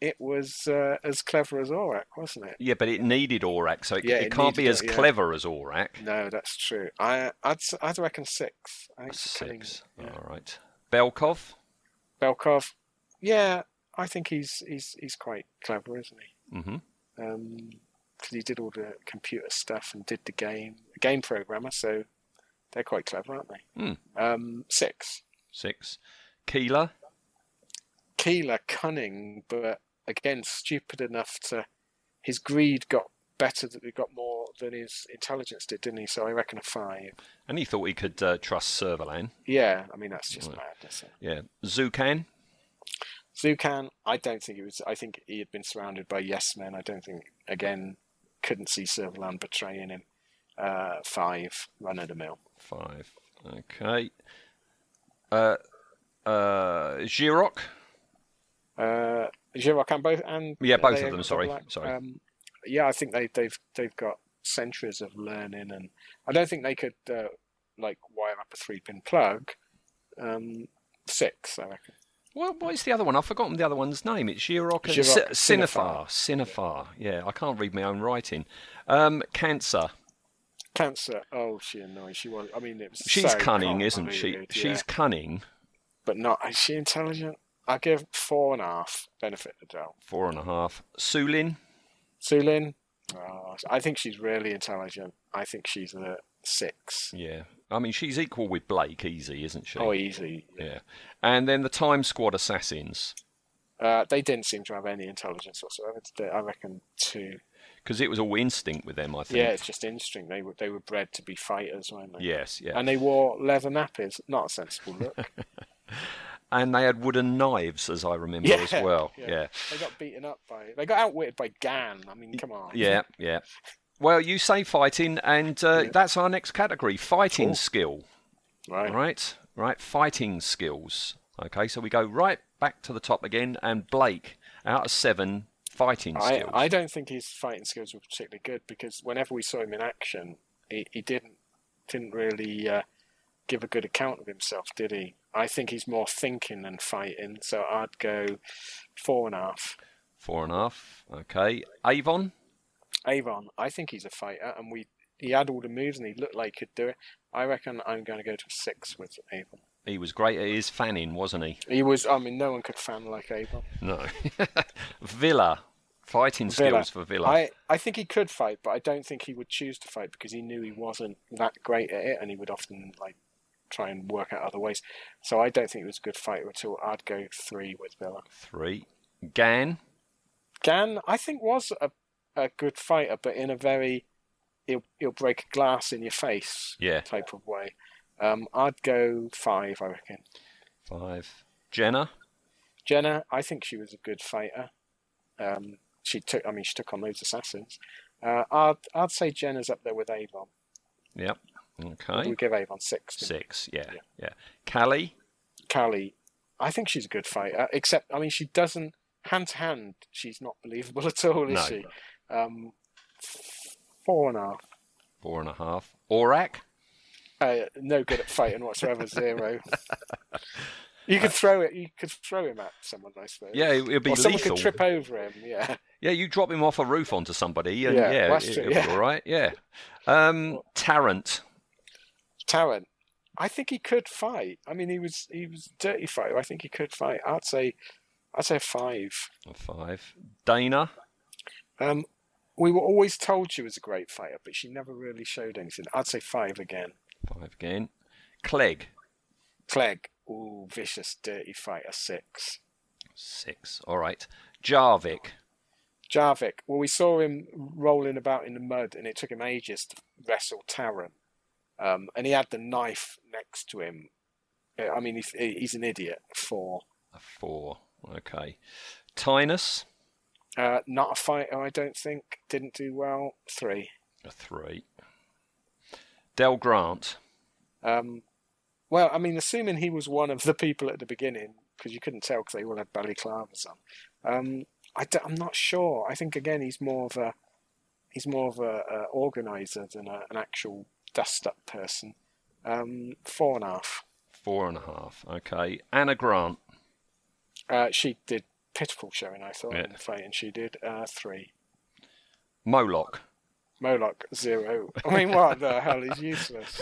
it was uh, as clever as Aurak, wasn't it?
Yeah, but it needed Aurak, so it,
Yeah,
it,
it
can't be
needed
as
it, yeah.
clever as Aurak.
No, that's true. I I'd s- I'd reckon six. I think it's cutting-
Six.
yeah.
All right. Belkov.
Belkov, yeah, I think he's he's he's quite clever, isn't he?
hmm
Because he did all the computer stuff and did the game game programmer, so they're quite clever, aren't they?
Hmm.
Um, six.
Six. Keeler.
Keeler cunning, but again stupid enough to his greed got better that he got more than his intelligence did, didn't he? So I reckon a five.
And he thought he could uh, trust Servalan.
Yeah, I mean that's just
Right.
madness. isn't it?
Yeah. Zucan.
Zucan, I don't think he was. I think he had been surrounded by yes men. I don't think again couldn't see Silverland betraying him. Uh, five run of the mill.
Five. Okay. Uh, uh, Giroc.
Uh, Giroc and both and
Yeah, both
they
of them,
overlap.
sorry, sorry.
Um, yeah, I think they, they've they've got centuries of learning, and I don't think they could uh, like wire up a three pin plug. Um, six, I reckon.
Well, what is the other one? I've forgotten the other one's name. It's Giroc and
Giroc,
C- Cinefar. Cinefar. Yeah, I can't read my own writing. Um, cancer.
Cancer. Oh, she annoyed. She was. I mean, it was.
She's
so
cunning, isn't she?
convoluted, yeah.
She's cunning.
but not is she intelligent? I give four and a half benefit of the doubt.
Four and a half. Sulin.
Sulin, oh, I think she's really intelligent. I think she's a six.
Yeah. I mean, she's equal with Blake, easy, isn't she?
Oh, easy.
Yeah. And then the Time Squad Assassins,
Uh, they didn't seem to have any intelligence whatsoever. did they? I reckon two.
because it was all instinct with them, I think.
Yeah, it's just instinct. They were they were bred to be fighters, weren't they?
Yes, yeah.
And they wore leather nappies. Not a sensible
(laughs)
look.
And they had wooden knives, as I remember
Yeah,
as well.
yeah.
Yeah.
they got beaten up by. They got outwitted by Gan. I mean, come on.
Yeah, yeah. Well, you say fighting, and uh, that's our next category fighting
Cool.
skill.
Right.
Right? Right. Fighting skills. Okay, so we go right back to the top again, and Blake, out of seven, fighting
I,
skills.
I don't think his fighting skills were particularly good because whenever we saw him in action, he, he didn't didn't really uh, give a good account of himself, did he? I think he's more thinking than fighting, so I'd go four and a half.
Four and a half. Okay. Avon.
Avon, I think he's a fighter, and we he had all the moves and he looked like he could do it. I reckon I'm going to go to a six with Avon.
He was great at his fanning, wasn't he?
He was. I mean, no one could fan like Abel.
No. (laughs) Villa. Fighting
Villa.
skills for Villa.
I, I think he could fight, but I don't think he would choose to fight because he knew he wasn't that great at it, and he would often like try and work out other ways. So I don't think he was a good fighter at all. I'd go three with Villa.
Three. Gan.
Gan, I think, was a, a good fighter, but in a very he'll, he'll break a glass in your face
Yeah.
type of way. Um, I'd go five, I reckon.
Five. Jenna.
Jenna, I think she was a good fighter. Um, she took, I mean, she took on loads of assassins. Uh, I'd, I'd say Jenna's up there with Avon.
Yep.
We
Okay.
give Avon six. didn't we?
Six. Yeah.
Yeah.
Yeah. Callie.
Callie, I think she's a good fighter. uh, Except, I mean, she doesn't hand to hand. She's not believable (laughs) at all, is
No.
she? Um, four and a half.
Four and a half. Aurak.
Uh, no good at
(laughs)
fighting whatsoever. Zero. You could throw it. You could throw him at someone, I suppose.
Yeah, it would be
or someone
lethal.
could trip over him. Yeah.
Yeah, you drop him off a roof onto somebody, and yeah,
Yeah, that's
it,
true,
will
yeah.
be all right. Yeah. Um, Tarrant.
Tarrant, I think he could fight. I mean, he was he was a dirty fighter. I think he could fight. I'd say, I'd say five.
A Five. Dana.
Um, we were always told she was a great fighter, but she never really showed anything. I'd say five again.
Five again. Clegg.
Clegg, ooh, vicious, dirty fighter, six.
Six. All right. Jarvik.
Jarvik, well, we saw him rolling about in the mud, and it took him ages to wrestle Taran. Um, and he had the knife next to him. Uh, I mean, he's, he's an idiot for
A four. Okay. Tinus.
uh, not a fighter, I don't think. Didn't do well. Three.
A three. Del Grant.
Um, well, I mean, assuming he was one of the people at the beginning, because you couldn't tell because they all had balaclavas on. Um, I am not sure. I think again, he's more of a he's more of a, a organizer than a, an actual dust up person. Um, four and a half.
Four and a half. Okay. Anna Grant.
Uh, she did pitiful showing, I thought,
Yeah.
in the fight, and she did uh, three.
Moloch. (laughs)
Moloch zero. I mean, what the hell? He's useless.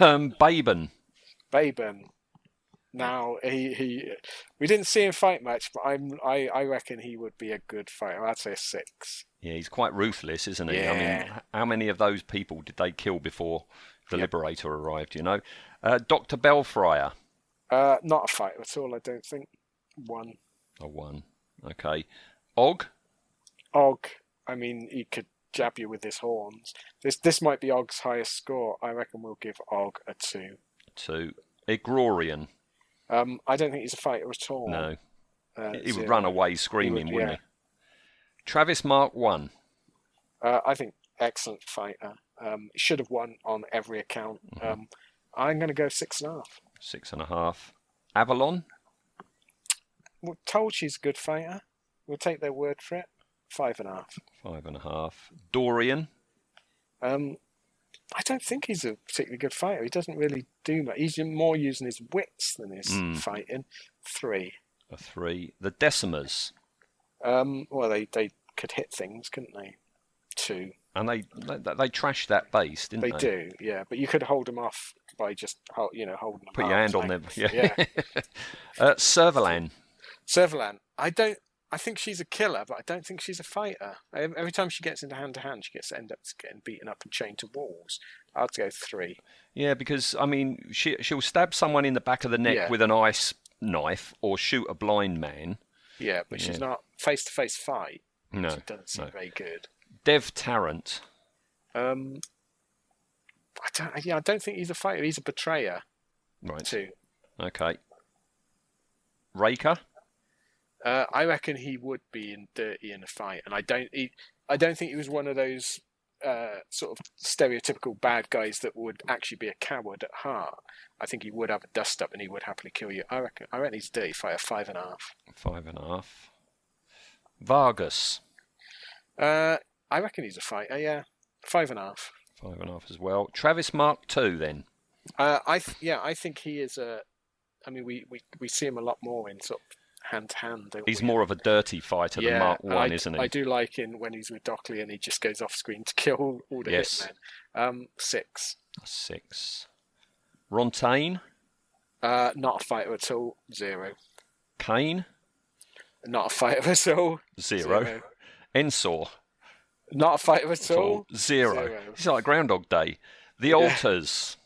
um, Baben.
Baben. Now he, he we didn't see him fight much, but I'm I, I reckon he would be a good fighter. I'd say a six.
Yeah, he's quite ruthless, isn't he? I mean,
Yeah.
h- how many of those people did they kill before the
Yep.
Liberator arrived, you know? Uh, Dr. Belfriar.
Uh, not a fighter at all, I don't think. One.
A one. Okay. Og.
Og, I mean he could jab you with his horns. This this might be Og's highest score. I reckon we'll give Og a two.
Two. Igrorian.
Um, I don't think he's a fighter at all.
No.
Uh,
He would
zero.
run away screaming,
He would,
would, not
yeah.
he? Travis Mark one.
Uh, I think excellent fighter. Um, should have won on every account.
Mm-hmm.
Um, I'm going to go six and a half.
Six and a half. Avalon.
we're told she's a good fighter. We'll take their word for it. Five and a half.
Five and a half. Dorian.
Um, I don't think he's a particularly good fighter. He doesn't really do much. He's more using his wits than his
Mm.
fighting. Three.
A three. The Decimers.
Um, well, they, they could hit things, couldn't they? Two.
And they they, they trashed that base, didn't
They
they?
do, yeah. But you could hold them off by just, hol- you know, holding them
Put your hand
arms
on them. (laughs)
length.
Yeah.
Ah, yeah.
uh, Servalan.
Servalan, I don't. I think she's a killer, but I don't think she's a fighter. Ev- Every time she gets into hand to hand, she gets end up getting beaten up and chained to walls. I'd go three.
Yeah, because I mean, she she'll stab someone in the back of the neck
Yeah.
with an ice knife or shoot a blind man.
Yeah, but she's not face to face fight.
No.
She doesn't seem
no.
very good.
Dev Tarrant.
Um, I don't. Yeah, I don't think he's a fighter. He's a betrayer
Right.
too.
Okay. Raker.
Uh, I reckon he would be in dirty in a fight, and I don't. He, I don't think he was one of those uh, sort of stereotypical bad guys that would actually be a coward at heart. I think he would have a dust up, and he would happily kill you. I reckon. I reckon he's a dirty fighter, five and a half.
Five and a half. Vargas.
Uh, I reckon he's a fighter. Yeah, five and a half.
Five and a half as well. Travis Mark two then.
Uh, I th- yeah, I think he is a. I mean, we, we, we see him a lot more in sort of hand to hand. don't
He's
we?
more of a dirty fighter
yeah,
than Mark
and
one,
I,
isn't he?
I do like him when he's with Dockley and he just goes off screen to kill all, all the
Yes.
hitmen. Um, six.
Six. Rontaine.
Uh, not a fighter at all. Zero.
Kane,
Not a fighter at all.
zero. Ensor,
Not a fighter at all.
zero.
Zero.
It's like Groundhog Day. The altars,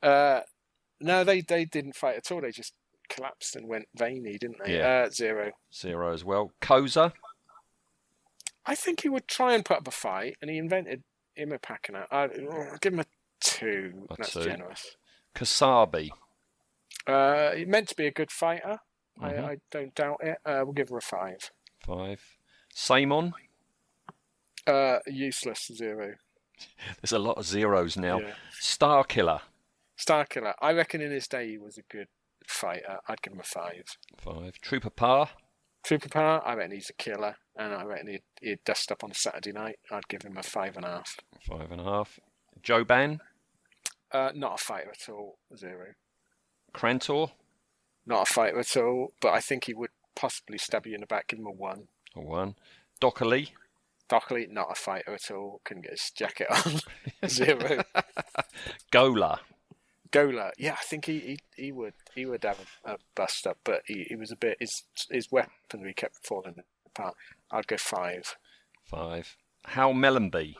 Uh, no, they they didn't fight at all. They just collapsed and went veiny, didn't they?
Yeah.
Uh, zero.
zero as well. Koza,
I think he would try and put up a fight, and he invented Imipakana. I I'll give him a two.
A
That's
two.
generous.
Kasabi,
Uh, he meant to be a good fighter.
Mhm.
I, I don't doubt it. Uh, we'll give him a five.
five. Samon,
Uh, useless zero.
there's a lot of zeros now.
Yeah.
Star Killer,
Star Killer. I reckon in his day he was a good fighter. I'd give him a five.
five. Trooper Par,
Trooper Power, I reckon he's a killer, and I reckon he'd, he'd dust up on a Saturday night. I'd give him a five and a half.
five and a half. Joban,
Uh, not a fighter at all, zero.
Krantor,
Not a fighter at all, but I think he would possibly stab you in the back. Give him a one.
a one. Dockerly,
Dockley, not a fighter at all. Couldn't get his jacket on, zero.
Gola,
Gola, yeah, I think he, he, he would he would have a, a bust up, but he, he was a bit his his weaponry kept falling apart. I'd go five.
five. Hal Mellenby,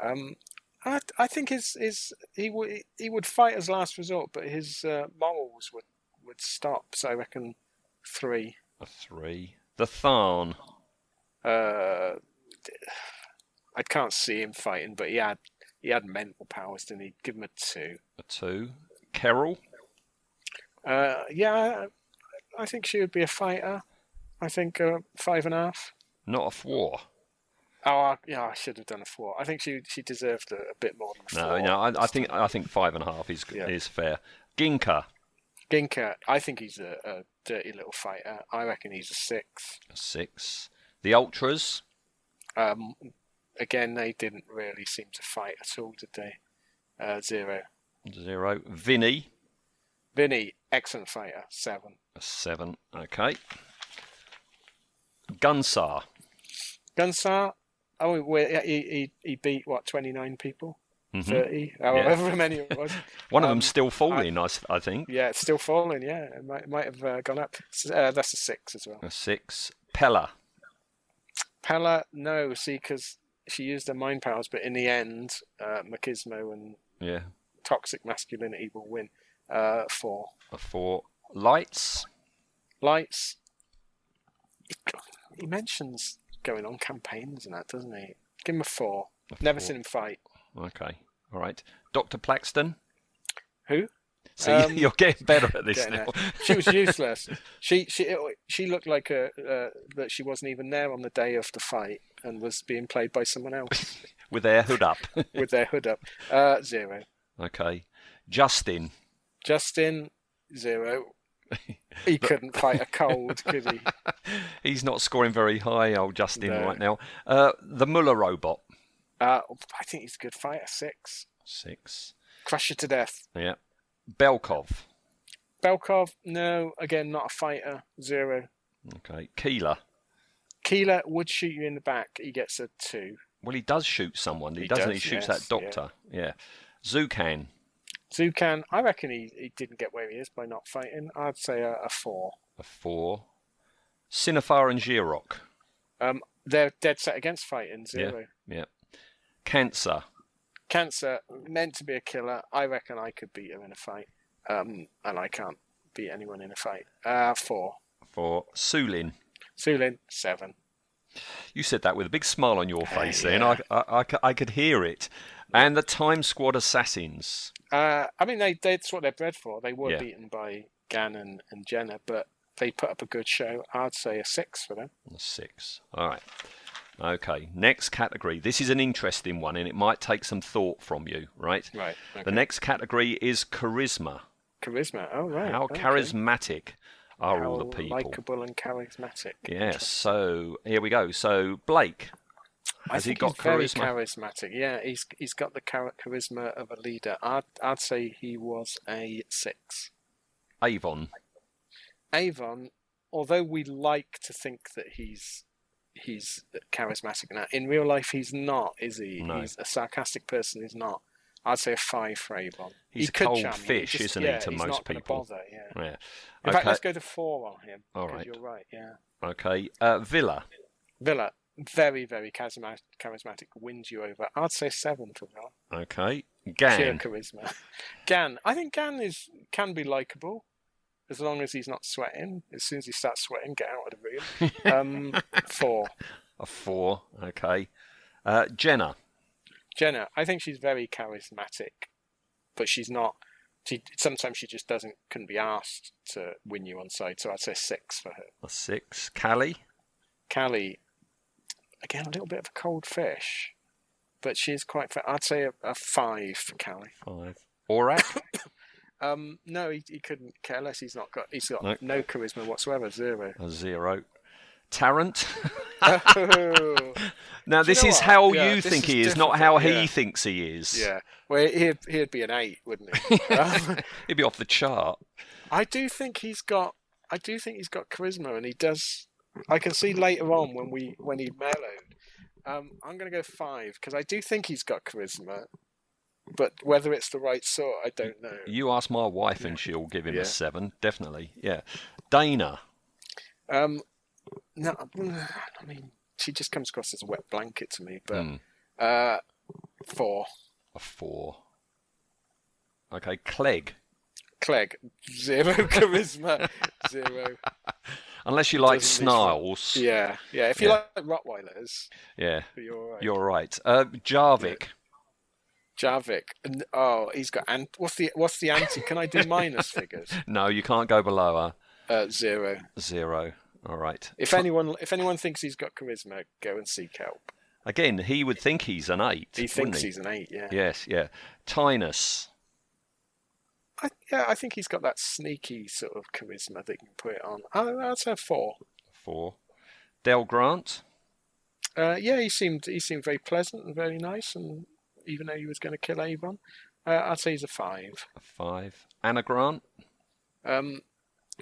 Um, I, I think his, his he would he would fight as last resort, but his uh, morals would would stop. So I reckon three.
a three. The Tharn,
Uh, I can't see him fighting, but he had he had mental powers, didn't he? Give him a two.
a two. Kerrol,
Uh, yeah, I I think she would be a fighter. I think uh, five and a half.
not a four.
Oh I, yeah, I should have done a four. I think she she deserved a, a bit more than
No,
four.
no, I, I think I think five and a half is
Yeah.
is fair. Ginka,
Ginka, I think he's a, a dirty little fighter. I reckon he's a six.
a six. The Ultras,
Um, again, they didn't really seem to fight at all, did they? Uh, zero.
zero. Vinny,
Vinny, excellent fighter, seven.
a seven. Okay. Gunsar,
Gunsar, oh, well, yeah, he, he, he beat, what, 29 people?
Mhm.
30, however many it was.
one of
Um,
them's still falling. I, s- I think
yeah, it's still falling, yeah. It might, might have uh, gone up. S- Uh, that's a six as well.
a six. Pella,
Pella, no, see, because she used her mind powers, but in the end, uh, machismo and
yeah,
toxic masculinity will win. Uh, four.
a four. Lights,
lights. He mentions going on campaigns and that, doesn't he? Give him a four.
a
Never
four.
seen him fight.
Okay, all right. Doctor Plaxton.
Who?
See, (laughs)
Um,
you're getting better
(laughs)
at this
getting
now.
She was useless. she she she looked like a uh, that she wasn't even there on the day of the fight and was being played by someone else
With their hood up. (laughs)
with their hood up. Uh, zero.
okay. Justin,
Justin zero. He couldn't fight a cold, could he?
He's not scoring very high, old Justin,
No.
right now. Uh, the Muller robot.
Uh, I think he's a good fighter. Six.
Six.
Crush her to death.
Yeah. Belkov.
Belkov, no. Again, not a fighter. Zero.
Okay. Keeler.
Keeler would shoot you in the back. He gets a two.
Well, he does shoot someone, he,
He
doesn't.
does,
he shoots
yes,
that doctor. Yeah. Zucan.
Zukan, I reckon he, he didn't get where he is by not fighting. I'd say a, a four.
A four. Cinefar and Girok.
Um, they're dead set against fighting zero.
Yeah. Cancer.
Cancer meant to be a killer. I reckon I could beat her in a fight, um, and I can't beat anyone in a fight. Uh, four.
For Sulin.
Sulin seven.
You said that with a big smile on your face, then.
yeah.
I, I, I c- I could hear it. And the Time Squad Assassins.
Uh, I mean, they that's what they're bred for. They were
Yeah.
beaten by Gannon and Jenna, but they put up a good show. I'd say a six for them.
Six. All right. Okay. Next category. This is an interesting one, and it might take some thought from you, right?
Right.
The next category is charisma.
charisma. Oh right.
How
okay.
charismatic are all the
How
people?
Likeable and charismatic.
Yes. So here we go. So Blake,
I
has he
think
got
he's very
charisma?
charismatic. Yeah, he's he's got the char- charisma of a leader. I'd I'd say he was a six.
Avon,
Avon, although we like to think that he's he's charismatic now, in real life he's not, is he?
No.
He's a sarcastic person. He's not. I'd say a five for Avon.
He's
he
a
could
cold
jam you,
fish,
just-
isn't
yeah,
he, to
he's
most
not gonna
people?
Bother, yeah.
Yeah.
In
okay.
fact, let's go to four on him.
All
'cause
right.
You're right, yeah.
okay. Uh, Villa.
Villa, very, very charismatic, charismatic, wins you over. I'd say seven for Villa.
Okay. Gan.
Pure charisma. Gan, I think Gan is can be likable as long as he's not sweating. As soon as he starts sweating, get out of the room. Um, four.
A four. Okay. Uh, Jenna.
Jenna, I think she's very charismatic, but she's not. She sometimes she just doesn't couldn't be asked to win you on side. So I'd say six for her.
A six. Callie.
Callie, again, a little bit of a cold fish, but she's quite. fa- I'd say a, a five for Callie.
Five. Orak.
Um, no, he, he couldn't care less. He's not got. He's got
No.
no charisma whatsoever. Zero.
a zero. Tarrant. (laughs)
Oh,
now
Do you
this
know
is
what?
how
Yeah,
you
this
think
is
he is, not
different,
how
yeah.
he thinks he is.
yeah. Well, he'd he'd be an eight, wouldn't he? Um,
He'd be off the chart.
I do think he's got. I do think he's got charisma, and he does. I can see later on when we when he mellowed. Um, I'm going to go five because I do think he's got charisma, but whether it's the right sort, I don't know.
You ask my wife and she'll give him
Yeah.
a seven, definitely. Yeah. Dana.
Um, no, I mean she just comes across as a wet blanket to me, but
Mm,
uh, four.
a four. Okay. Clegg.
Clegg, zero (laughs) charisma, zero.
Unless you like
Doesn't mean-
snarls. Yeah.
Yeah, yeah. If you
Yeah.
like Rottweilers, you're right.
You're right. Uh, Jarvik.
Javik. n- Oh, he's got ant. What's the what's the anti? Can
(laughs)
I do minus figures?
No, you can't go below a
Uh, zero.
zero. All right.
If anyone if anyone thinks he's got charisma, go and seek help.
Again, he would think he's an eight.
He
wouldn't
thinks
he?
he's an eight. Yeah.
Yes, yeah. Tinus.
I, yeah. I think he's got that sneaky sort of charisma that you can put it on. I, I'd say a four.
Four. Del Grant.
Uh, yeah, he seemed he seemed very pleasant and very nice, and even though he was going to kill Avon, uh, I'd say he's a five.
A five. Anna Grant.
Um,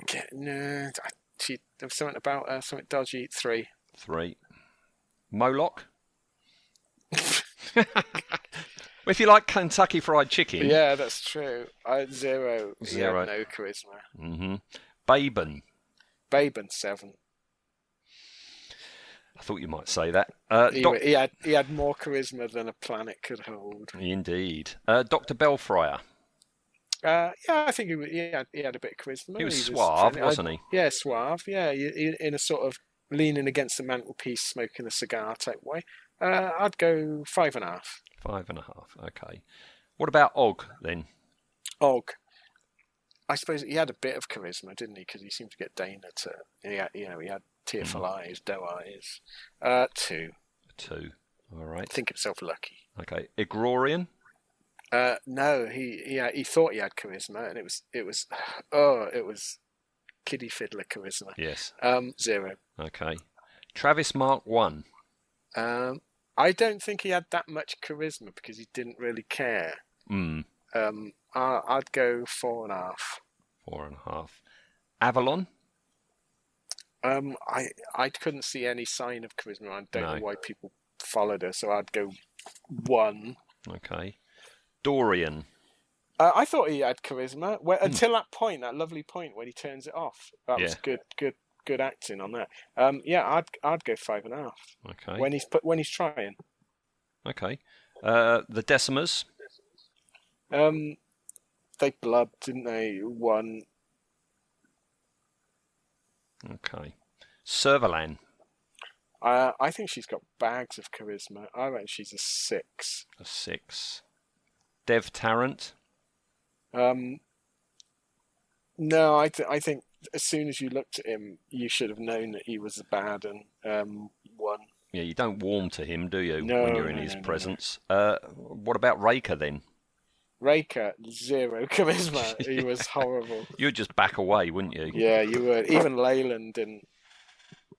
get, no, I, she there was something about her, something dodgy. Three.
Three. (laughs) Moloch. if you like Kentucky Fried Chicken.
Yeah, that's true. I, zero. He had
Zero.
No charisma.
Mm-hmm. Baben.
Baben seven.
I thought you might say that. Uh,
He,
doc-
wa- he had he had more charisma than a planet could hold.
Indeed. Uh, Dr. Belfryer.
Uh, yeah, I think he, wa- he had he had a bit of charisma.
He was suave, wasn't he?
Yeah, suave. Yeah, he- he- in a sort of leaning against the mantelpiece, smoking a cigar type way. Uh, I'd go five and a half.
Five and a half. Okay. What about Og then?
Og. I suppose he had a bit of charisma, didn't he? Because he seemed to get Dana to, he had, you know, he had tearful
Mm.
eyes, doe eyes. Uh, two.
Two. All right.
Think himself lucky.
Okay. Igrorian.
Uh, no, he he he thought he had charisma, and it was it was, (sighs) oh, it was, kiddie fiddler charisma.
Yes.
Um, zero.
Okay. Travis Mark One.
Um, I don't think he had that much charisma because he didn't really care.
Mm.
Um, I, I'd go four and a half.
Four and a half. Avalon.
Um, I I couldn't see any sign of charisma. I don't
No.
know why people followed her, so I'd go one.
Okay. Dorian.
Uh, I thought he had charisma well, until that point, that lovely point when he turns it off. That was
Yeah.
good, good, good acting on that. Um, yeah, I'd I'd go five and a half
Okay.
when he's put when he's trying.
Okay. Uh, the Decimers.
Um, they blubbed, didn't they? One.
Okay. Servalan.
Uh, I think she's got bags of charisma. I reckon she's a six.
A six. Dev Tarrant.
Um, no, I, th- I think as soon as you looked at him, you should have known that he was a bad and um, one.
Yeah, you don't warm to him, do you,
No,
when you're in
no,
his
no, no, no.
presence? Uh, what about Raker then?
Raker, zero (laughs) charisma. He was horrible.
You'd just back away, wouldn't you?
Yeah, you were. Even Leyland didn't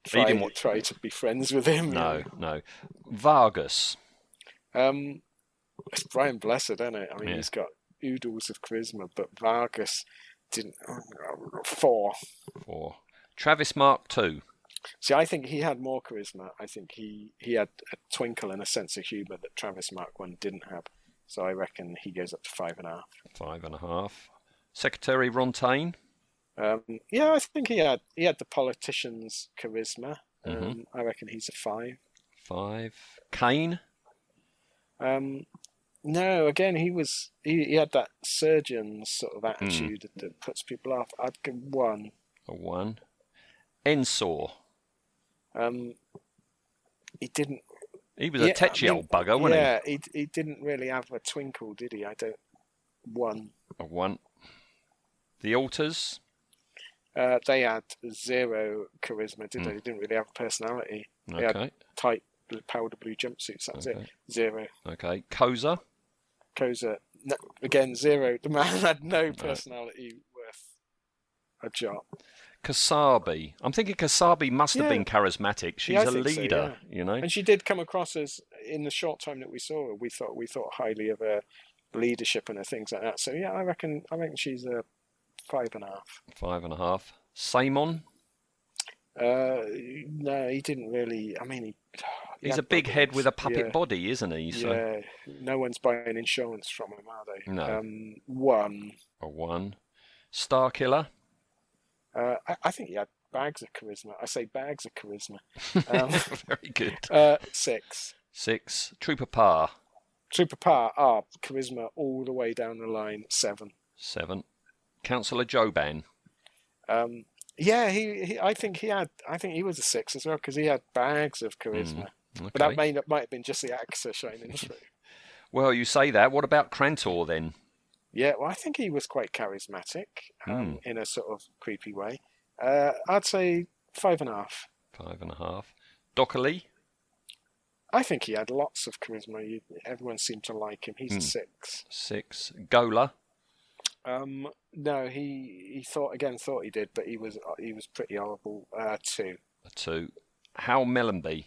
try,
didn't want-
try to be friends with him. you
No, no. Vargas.
know. Um, it's Brian Blessed, isn't it? I mean,
Yeah.
he's got oodles of charisma, but Vargas didn't. Four.
Four. Travis Mark Two.
See, I think he had more charisma. I think he, he had a twinkle and a sense of humour that Travis Mark One didn't have. So I reckon he goes up to five and a half.
Five and a half. Secretary Rontaine.
Um, yeah, I think he had he had the politician's charisma.
Mm-hmm.
Um, I reckon he's a five.
Five. Kane.
Um, no, again he was he, he had that surgeon's sort of attitude that, that puts people off. I'd give one.
A one. Ensor.
Um, he didn't.
He was
Yeah,
a tetchy
I mean,
old bugger, wasn't
yeah, he? he didn't really have a twinkle, did he? I don't. One.
he? A one. The altars.
Uh, they had zero charisma, did they? They didn't really have a personality. They had
Okay.
tight blue- powder blue jumpsuits. That's
Okay.
it. Zero.
Okay. Koza.
Koza, no, again, zero. The man (laughs) had no personality worth a job.
Kasabi. I'm thinking Kasabi must have
Yeah.
been charismatic. She's
Yeah, I
a
think so,
leader, you know.
And she did come across as, in the short time that we saw her, we thought we thought highly of her leadership and her things like that. So yeah, I reckon I reckon she's a five and a half.
Five and a half. Samon.
Uh, no, he didn't really. I mean, he, he
He's
had
a big head
problems.
with a puppet
Yeah.
body, isn't he? So
Yeah, no one's buying insurance from him, are they?
No.
Um, one,
a one. Star Killer.
uh, I, I think he had bags of charisma. I say bags of charisma. Um,
(laughs) Very good.
uh, six.
Six. Trooper Par.
Trooper Parr, ah, charisma all the way down the line. Seven.
Seven. Councillor Joban.
Um, yeah, he, he. I think he had. I think he was a six as well because he had bags of charisma.
Mm, Okay.
But that may not, might have been just the actor
(laughs)
shining through.
Well, you say that. What about Krantor then?
Yeah, well, I think he was quite charismatic
Mm.
um, in a sort of creepy way. Uh, I'd say five and a half.
Five and a half. Dockerly.
I think he had lots of charisma. You, everyone seemed to like him. He's
Hmm.
a six.
Six. Gola.
Um, no, he he thought again, thought he did, but he was he was pretty horrible. Uh, two.
A two. Hal Mellenby.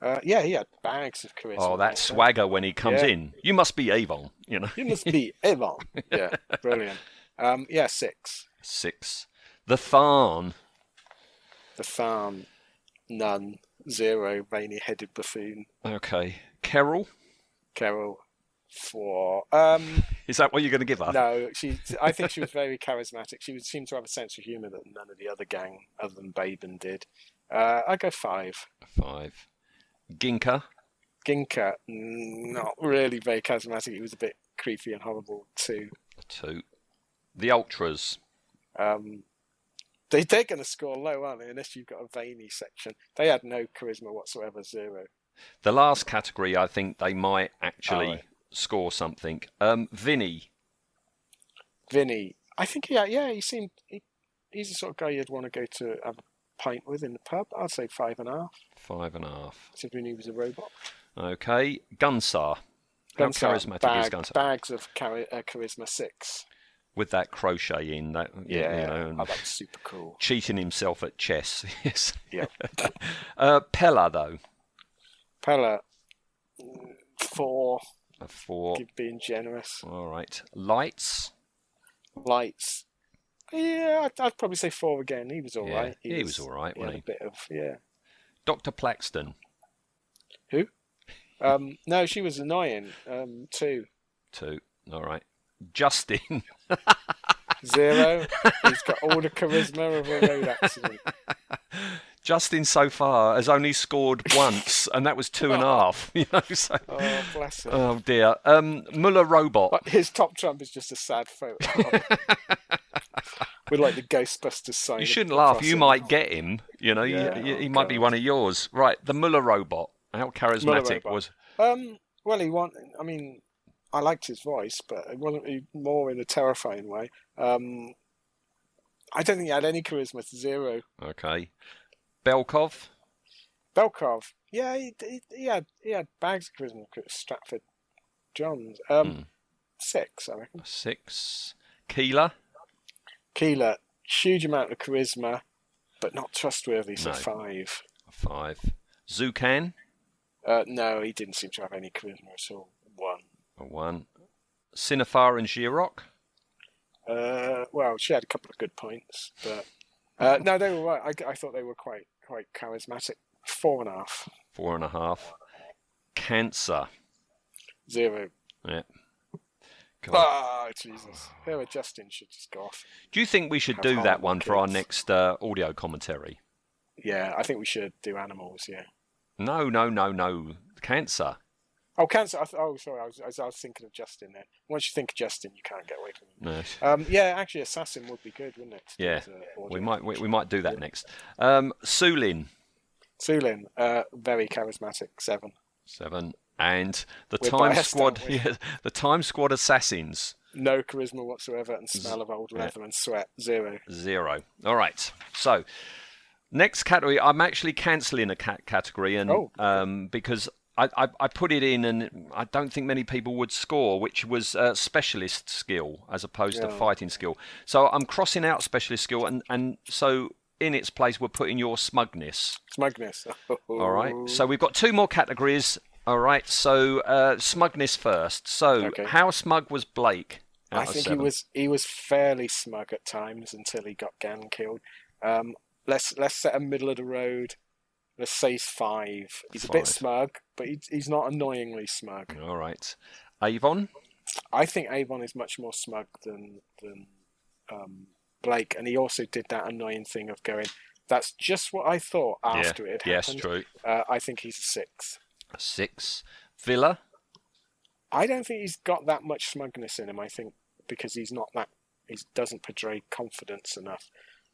Uh, yeah, he had bags of charisma.
Oh, that
So-
swagger when he comes
Yeah.
in. You must be Avon, you know.
You must be Evan. Yeah, brilliant. Um, yeah, six.
Six. The Tharn.
The farm, none, zero, rainy-headed buffoon.
Okay. Carol.
Carol, four. Um,
Is that what you're going to give us?
no, she. I think she was very charismatic. She would seem to have a sense of humour that none of the other gang, other than Baben, did. Uh, I go five.
Five. Ginka.
Ginka, mm, not really very charismatic. He was a bit creepy and horrible too.
A two. The Ultras.
Um, they, they're going to score low, aren't they? Unless you've got a veiny section. They had no charisma whatsoever, zero.
The last category, I think they might actually
Alright.
score something. Um, Vinny.
Vinny, I think yeah, yeah, he seemed he, he's the sort of guy you'd want to go to have a pint with in the pub. I'd say five and a half,
Five and a half.
considering he was a robot.
Okay. Gunsar. How
Gunsar,
charismatic is
bag-
Gunsar?
Bags of chari- uh, charisma six.
With that crochet in, that you know, and
oh, that's super cool.
cheating himself at chess. (laughs) yes.
Yeah,
Uh, Pella though,
Pella, mm, four.
a four.
Give being generous.
All right. Lights.
Lights. Yeah, I'd, I'd probably say four again. He was all
Yeah,
right.
he was all right,
he had
wasn't
a bit of yeah.
Doctor Plaxton.
Who? Um, no, she was annoying. Um, two
Two. All right. Justin. (laughs)
zero. He's got all the charisma of a road accident.
Justin so far has only
(laughs)
scored once, and that was two and a half. (laughs) You know. So.
Oh, bless him.
Oh dear. Um, Muller robot.
But his top trump is just a sad photo
(laughs)
with like the Ghostbusters sign.
You shouldn't laugh.
across
You
it.
might get him. You know, you-
Yeah.
you-
Oh,
he might be
God.
one of yours. Right. The Muller robot. How charismatic
robot.
was?
Um, well, he want. I mean, I liked his voice, but it wasn't he- more in a terrifying way. Um, I don't think he had any charisma. Zero.
Okay. Belkov.
Belkov. Yeah, he, he, he had he had bags of charisma. Stratford Johns.
Hmm.
Um, six, I reckon.
Six. Keeler.
Keeler, huge amount of charisma, but not trustworthy, so
No.
five.
Five. Zucan.
Uh, no, he didn't seem to have any charisma at all. One.
A one. Cinefar and Giroc.
Uh, well, she had a couple of good points, but uh, no, they were right. I, I thought they were quite quite charismatic. Four and a half,
Four and a half. Cancer.
zero.
Yeah. God.
Ah, Jesus. Here, where Justin should just go off.
Do you think we should
Have
do that
horrible
one for our
kids.
next uh, audio commentary?
Yeah, I think we should do animals. Yeah.
No, no, no, no. Cancer.
Oh, cancer. I th- oh, sorry. I was, I was- I was thinking of Justin there. Once you think of Justin, you can't get away from him.
No.
Um, yeah, actually, assassin would be good, wouldn't it? uh, to do
Yeah.
as a audio
We might we, we might do that next. Um, Sulin
Sulin, uh, very charismatic. Seven.
seven and the
We're
time
biased,
squad.
aren't we?
(laughs) Yeah, the time squad assassins
No charisma whatsoever, and smell of old leather and sweat. Zero.
zero. All right. So next category, I'm actually cancelling a cat category, and
Oh.
um, because. I, I, I put it in, and I don't think many people would score, which was uh, specialist skill as opposed to
Yeah.
fighting skill. So I'm crossing out specialist skill, and, and so in its place, we're putting your smugness.
(laughs) Smugness.
All right. So we've got two more categories. All right. So uh, smugness first. So
Okay.
how smug was Blake? out
I
of
think
seven?
he was he was fairly smug at times until he got Gan killed. Um, let's let's set a middle of the road. Let's say he's five. He's a bit
Five.
smug, but he, he's not annoyingly smug.
All right. Avon.
I think Avon is much more smug than than um, Blake, and he also did that annoying thing of going, "That's just what I thought." After it had
Yes,
happened,
true.
Uh, I think he's a six.
Six. Villa.
I don't think he's got that much smugness in him. I think because he's not that he doesn't portray confidence enough.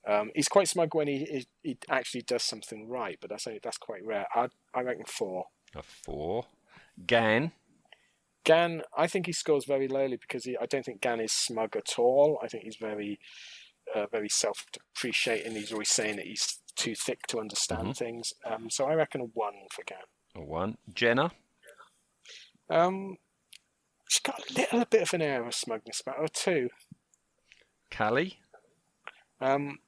Um, he's quite smug when he, he he actually does something right, but that's only, that's quite rare. I I reckon four.
A four. Gan.
Gan, I think he scores very lowly because he, I don't think Gan is smug at all. I think he's very uh, very self depreciating. He's always saying that he's too thick to understand things. Um, so I reckon a one for Gan.
A one. Jenna.
Um, she's got a little bit of an air of smugness about her too.
Callie.
Um,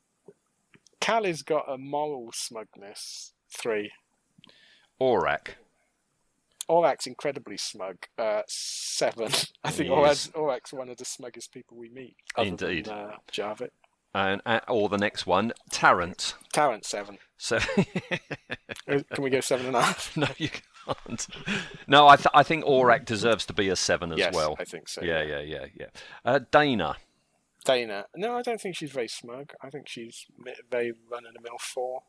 Callie's got a moral smugness. Three.
Aurak.
Orak's incredibly smug. Uh, seven. (laughs) I think
He is.
Orak's, Orak's one of the smuggest people we meet. other than,
Indeed.
uh, Jarvik.
And uh, or the next one. Tarrant.
Tarrant, seven.
So (laughs)
Uh, Can we go seven and a half?
no, you can't. No, I th- I think Aurak deserves to be a seven (laughs) as
yes,
well.
I think so.
yeah, yeah, yeah, yeah. Uh, Dana.
Dana. No, I don't think she's very smug. I think she's mi- very run of the mill four.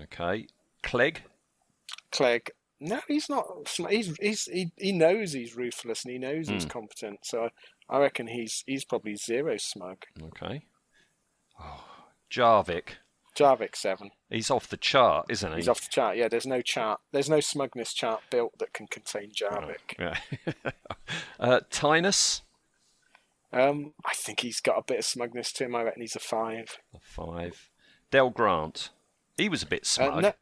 Okay. Clegg.
Clegg. No, he's not. sm- He's, he's he, he knows he's ruthless and he knows he's
Hmm.
competent. So I, I reckon he's he's probably zero smug.
Okay. Oh, Jarvik.
Jarvik seven.
He's off the chart, isn't he?
He's off the chart. Yeah, there's no chart. There's no smugness chart built that can contain Jarvik.
Yeah. (laughs) uh, Tinus.
Um, I think he's got a bit of smugness to him. I reckon he's a five.
A five. Del Grant. He was a bit
Uh,
smug.
no,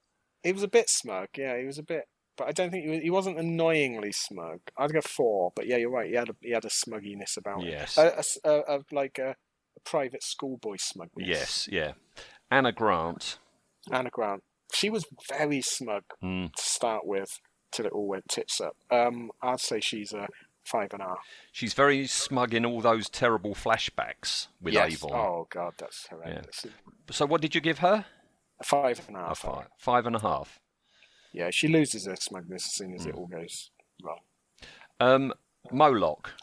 he was a bit smug. Yeah, he was a bit, but I don't think he was. He wasn't annoyingly smug. I'd go four. But yeah, you're right. He had a, he had a smugginess about him.
Yes.
A, a s- a- a- like a, a private schoolboy smugness.
yes, yeah. Anna Grant.
Anna Grant. She was very smug
Hmm.
to start with, till it all went tits up. Um, I'd say she's a five and a half.
She's very smug in all those terrible flashbacks with
yes.
Avon.
Oh God, that's horrendous.
So what did you give her?
A Oh, five and a half.
A five. Five and a half.
Yeah, she loses her smugness as soon as
Mm.
it all goes wrong.
Um, Moloch.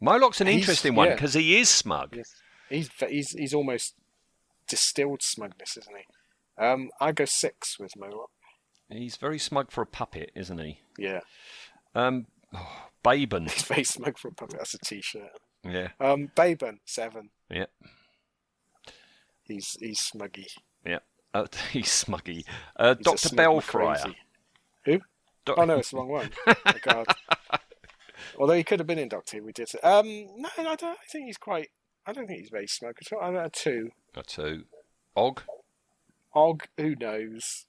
Moloch's an
He's-
interesting one
yeah.
because he is smug.
Yes. He's ve- he's he's almost distilled smugness, isn't he? Um, I go six with Moloch.
He's very smug for a puppet, isn't he?
Yeah, (laughs)
Um, oh, Baben.
he's very smug for a puppet. That's a t-shirt.
Yeah,
Um, Baben seven.
yeah.
He's he's smuggy.
Yeah, uh, (laughs) he's smuggy. Uh,
He's a
Doctor
smug
Belfrier.
McCrazy. Who?
Doc-
Oh no, it's the
(laughs)
wrong one. Oh, God. Although he could have been in Doctor Who, we did. Um, no, I don't. I think he's quite. I don't think he's very smug at all. I'm at a two.
A Uh, two. Og.
Og, who knows?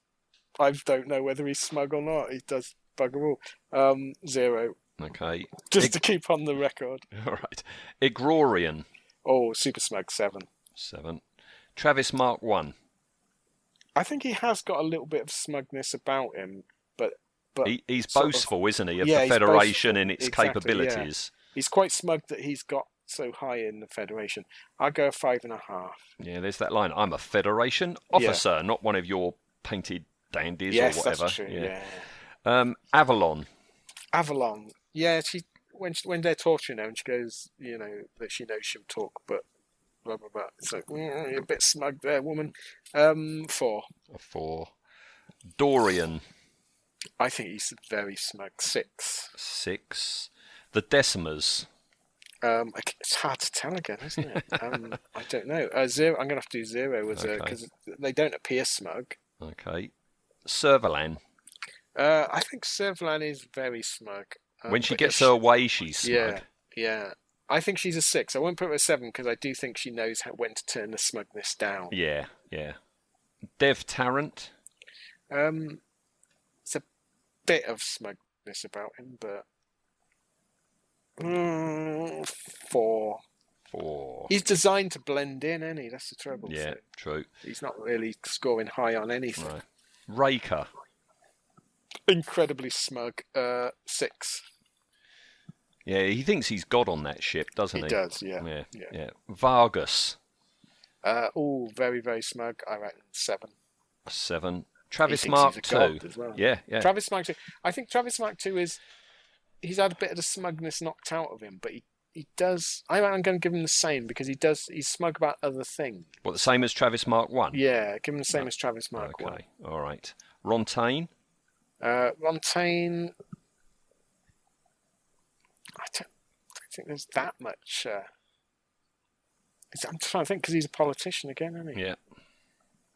I don't know whether he's smug or not. He does bugger all. Um, zero. (laughs)
Okay.
Just
Ig-
to keep on the record.
(laughs) All right. Igrorian.
Oh, super smug seven.
Seven. Travis Mark One.
I think he has got a little bit of smugness about him, but but
He, he's
sort of-
boastful, isn't he, of
Yeah,
the
he's
Federation
boastful.
and its
Exactly, yeah.
capabilities?
he's quite smug that he's got so high in the Federation. I go five and a half.
Yeah, there's that line. I'm a Federation
Yeah.
officer, not one of your painted dandies
yes,
or whatever.
that's true. Yeah.
Um, Avalon.
Avalon. Yeah, she. when she, when they're torturing her and she goes, you know, that she knows she'll talk, but blah blah blah. It's like mm, you're a bit smug there, woman. Um, four.
Four. Dorian.
I think he's very smug. Six.
Six. The Decimers.
Um, I c- it's hard to tell again, isn't it? um, I don't know. Uh, zero. I'm gonna have to do zero as
Okay.
because they don't appear smug.
Okay. Servalan.
Uh, I think Servalan is very smug. Um,
when she
but
gets
if
her away, she's smug.
Yeah, yeah. I think she's a six. I won't put her a seven because I do think she knows how, when to turn the smugness down.
Yeah, yeah. Dev Tarrant.
Um, it's a bit of smugness about him, but mm, four.
Four.
He's designed to blend in, any. he? That's the trouble.
Yeah,
so
true.
he's not really scoring high on anything.
Right. Raker.
Incredibly smug. Uh, six.
Yeah, he thinks he's God on that ship, doesn't
He
he?
does, yeah.
Yeah,
yeah.
yeah. Vargas.
Uh, oh, very, very smug. I reckon seven.
Seven.
He
Travis
thinks
Mark
he's a
Two.
god as well.
Yeah, yeah.
Travis Mark II. I think Travis Mark II is he's had a bit of the smugness knocked out of him, but he, he does. I, I'm going to give him the same because he does. He's smug about other things.
what, the same as Travis Mark One?
Yeah, give him the same as Travis Mark
Okay,
One.
all right. Rontaine.
Uh, Montaigne. I don't, don't think there's that much. Uh, it's- I'm trying to think because he's a politician again, isn't he?
Yeah,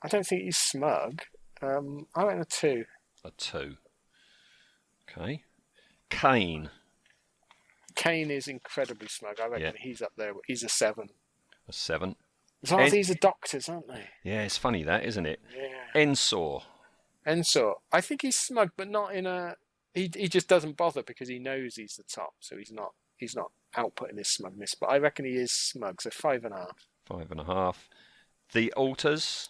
I don't think he's smug. Um, I reckon a two.
a two. Okay. Kane.
Kane is incredibly smug. I reckon he's up there. He's a seven.
A seven.
It's like
And-
these are doctors, aren't they?
Yeah, it's funny that, isn't it?
Yeah.
Ensor.
Enso, I think he's smug, but not in a. He he just doesn't bother because he knows he's the top, so he's not he's not outputting his smugness. But I reckon he is smug, so five and a half.
Five and a half. The altars.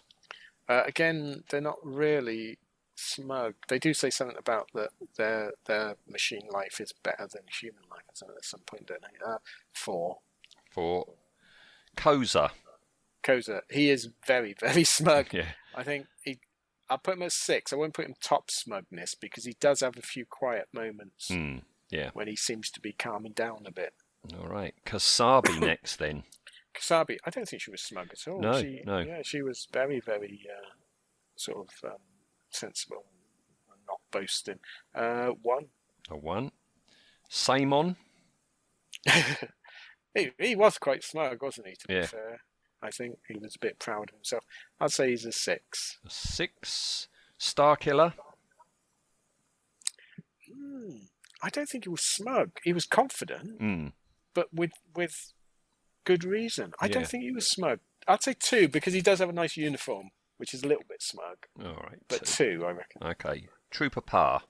Uh, again, they're not really smug. They do say something about that their their machine life is better than human life or something at some point, don't they? Uh, four.
Four. Koza.
Koza, he is very (laughs) very smug.
(laughs) Yeah.
I think he. I'll put him at six. I won't put him top smugness because he does have a few quiet moments
Hmm. Yeah.
when he seems to be calming down a bit.
All right.
(coughs)
Kasabi next then.
Kasabi, I don't think she was smug at all.
No,
she,
no.
Yeah, she was very, very uh, sort of um, sensible and not boasting. Uh, one.
A one. Samon.
he, he was quite smug, wasn't he, to
Yeah.
be fair? I think he was a bit proud of himself. I'd say he's a six.
A six. Starkiller.
Hmm. I don't think he was smug. He was confident,
Hmm.
but with with good reason. I
Yeah.
don't think he was smug. I'd say two because he does have a nice uniform, which is a little bit smug,
All right.
but two, I reckon.
Okay. Trooper Par.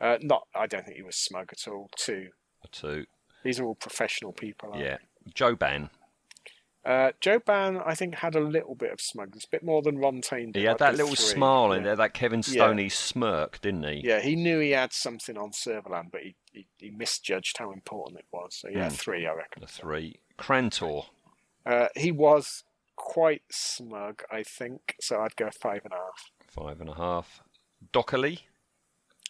Uh, not, I don't think he was smug at all. Two.
A two.
These are all professional people. aren't
Yeah. Joban.
they? Uh, Joe Ban, I think, had a little bit of smugness, a bit more than Ron Tain did.
He had
I'd
that
give
little
three.
smile
yeah.
in there, that Kevin
Yeah.
Stoney smirk, didn't he?
Yeah, he knew he had something on Serverland, but he, he, he misjudged how important it was. So, yeah,
Hmm.
three, I reckon.
A three. Krantor.
Uh, he was quite smug, I think, so I'd go five and a half.
Five and a half. Dockerly.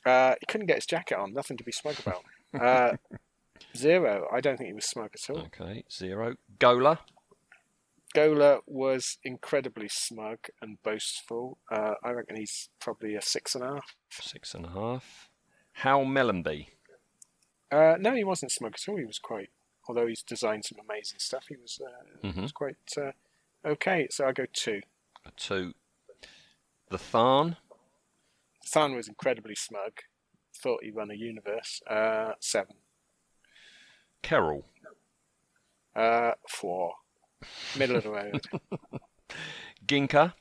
Uh, he couldn't get his jacket on, nothing to be smug
(laughs)
about. Uh, zero, I don't think he was smug at all.
Okay. Zero. Gola.
Gola was incredibly smug and boastful. Uh, I reckon he's probably a six and a half.
Six and a half. Hal Mellenby.
Uh, no, he wasn't smug at all. He was quite, although he's designed some amazing stuff. He was, uh, he
Mhm.
was quite uh, okay. So I go two.
A two. The Tharn.
Than was incredibly smug. Thought he run a universe. Uh, seven.
Kerrol.
Uh, four. Middle of
(laughs)
the road.
Ginka.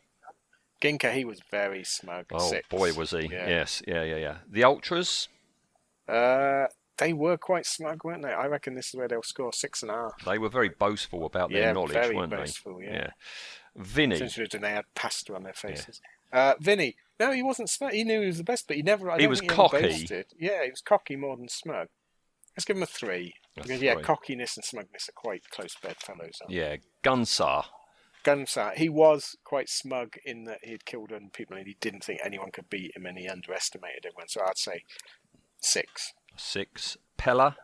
Ginka, he was very smug.
Oh
six.
boy, was he!
Yeah.
Yes, yeah, yeah, yeah. The ultras,
Uh, they were quite smug, weren't they? I reckon this is where they'll score six and a half.
they were very boastful about their
Yeah,
knowledge,
very
weren't
boastful,
they?
yeah.
Vinny.
Since we were doing, they had pasta on their faces. Uh, Vinny, no, he wasn't smug. He knew he was the best, but he never. I
He
don't
was
think
cocky.
He ever boasted. yeah, he was cocky more than smug. Let's give him a three
A
because yeah,
three.
cockiness and smugness are quite close bedfellows. aren't they?
Yeah, Gunsar.
Gunsat, he was quite smug in that he had killed un people and he didn't think anyone could beat him, and he underestimated everyone. So I'd say six.
Six. Pella.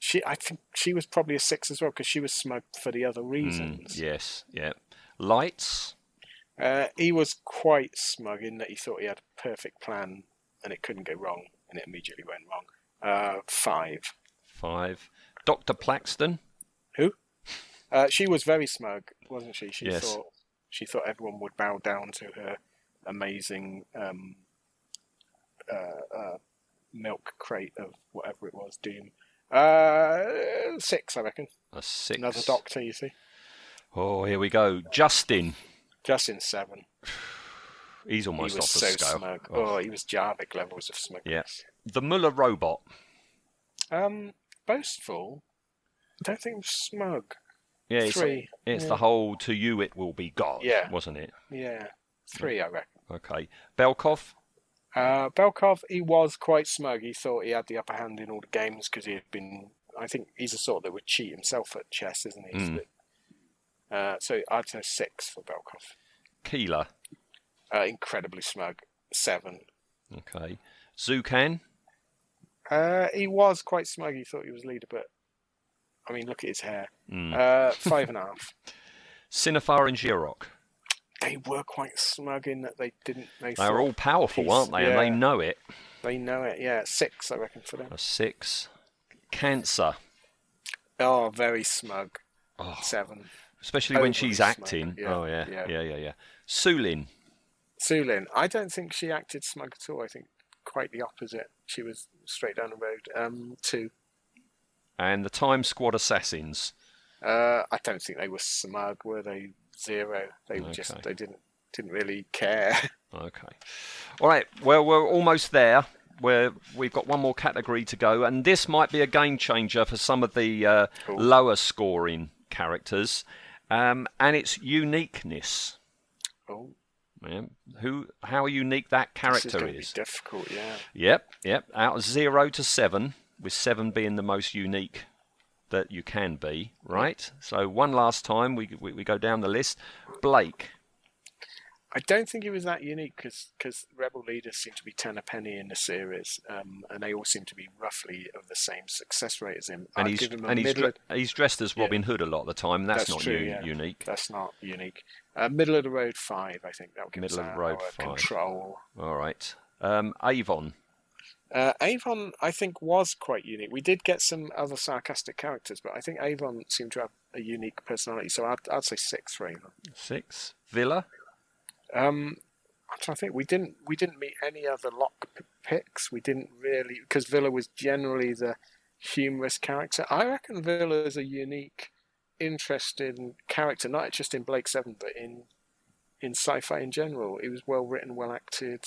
she, I think she was probably a six as well because she was smoked for the other reasons.
mm, Yes, yeah. Lights.
Uh, he was quite smug in that he thought he had a perfect plan and it couldn't go wrong, and it immediately went wrong. Uh, five.
Five. Doctor Plaxton.
Who? Uh, she was very smug, wasn't she? She
Yes.
thought she thought everyone would bow down to her amazing um, uh, uh, milk crate of whatever it was, doom. Uh, six, I reckon.
A six.
Another doctor, you see.
Oh, here we go. Justin.
Justin seven.
He's
He
almost
was
off the
so
scale.
smug.
Oh.
Oh. he was Jarvik levels of smug.
Yeah. The Muller robot.
Um, boastful. Don't think he was smug.
Yeah, it's,
Three.
it's
Yeah.
the whole "to you it will be God,"
Yeah.
wasn't it?
Yeah, three, I reckon.
Okay. Belkov.
Uh, Belkov, he was quite smug. He thought he had the upper hand in all the games because he had been. I think he's the sort that would cheat himself at chess, isn't he?
Mm.
Uh, so I'd say six for Belkov.
Keeler.
Uh, incredibly smug. Seven.
Okay. Zucan.
Uh, he was quite smug. He thought he was leader, but I mean, look at his hair.
Mm. (laughs)
Uh, five and a half.
Cinefar and Giroc.
They were quite smug in that they didn't. They,
They are
thought-
all powerful,
He's-
aren't they? And
yeah.
they know it.
They know it. Yeah, six, I reckon, for them.
A six. Cancer.
Oh, very smug.
Oh,
Seven.
especially when
overly
she's
smug,
acting.
Oh, yeah,
Oh yeah.
yeah.
Yeah, yeah, yeah. Sulin.
Sulin, I don't think she acted smug at all. I think quite the opposite. She was straight down the road. Um, two.
And the Time Squad assassins.
Uh, I don't think they were smug, were they? Zero. They were just
Okay.
they didn't didn't really care. (laughs)
Okay. All right. Well, we're almost there. Where we've got one more category to go, and this might be a game changer for some of the uh,
Cool.
lower scoring characters, um, and it's uniqueness.
Oh,
Yeah. Who, how unique that
this is
character
going to be
is.
difficult. Yeah.
Yep, yep. Out of zero to seven, with seven being the most unique that you can be, right? So one last time, we we, we go down the list. Blake.
I don't think it was that unique because rebel leaders seem to be ten a penny in the series, um, and they all seem to be roughly of the same success rate as him.
And
I'd
he's
give him a
and he's,
middle.
dre- he's dressed as
Yeah.
Robin Hood a lot of the time. That's,
That's
not
true,
u-
yeah.
unique.
That's not unique. Uh, middle of the road five, I think that would give
Middle
us
of the
our-
road
our
five.
control.
All right. Um, Avon.
Uh, Avon, I think, was quite unique. We did get some other sarcastic characters, but I think Avon seemed to have a unique personality. So I'd, I'd say six for Avon.
Six. Villa.
Um, I'm trying to think. We didn't we didn't meet any other lock p- picks. We didn't really because Villa was generally the humorous character. I reckon Villa is a unique, interesting character, not just in Blake Seven, but in in sci-fi in general. It was well written, well acted,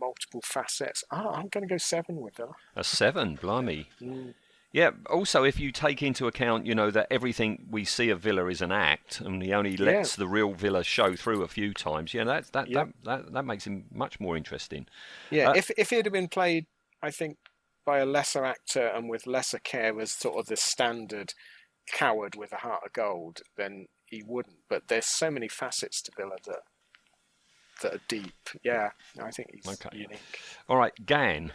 multiple facets. Ah, I'm going to go seven with Villa.
A seven. Blimey.
Mm.
Yeah. Also, if you take into account, you know, that everything we see of Villa is an act, and he only lets the real Villa show through a few times. Yeah, that that,
Yeah.
that, that that makes him much more interesting.
Yeah,
Uh,
if if it had been played, I think, by a lesser actor and with lesser care as sort of the standard coward with a heart of gold, then he wouldn't. But there's so many facets to Villa that that are deep. Yeah, I think he's
Okay.
unique.
All right, Gan.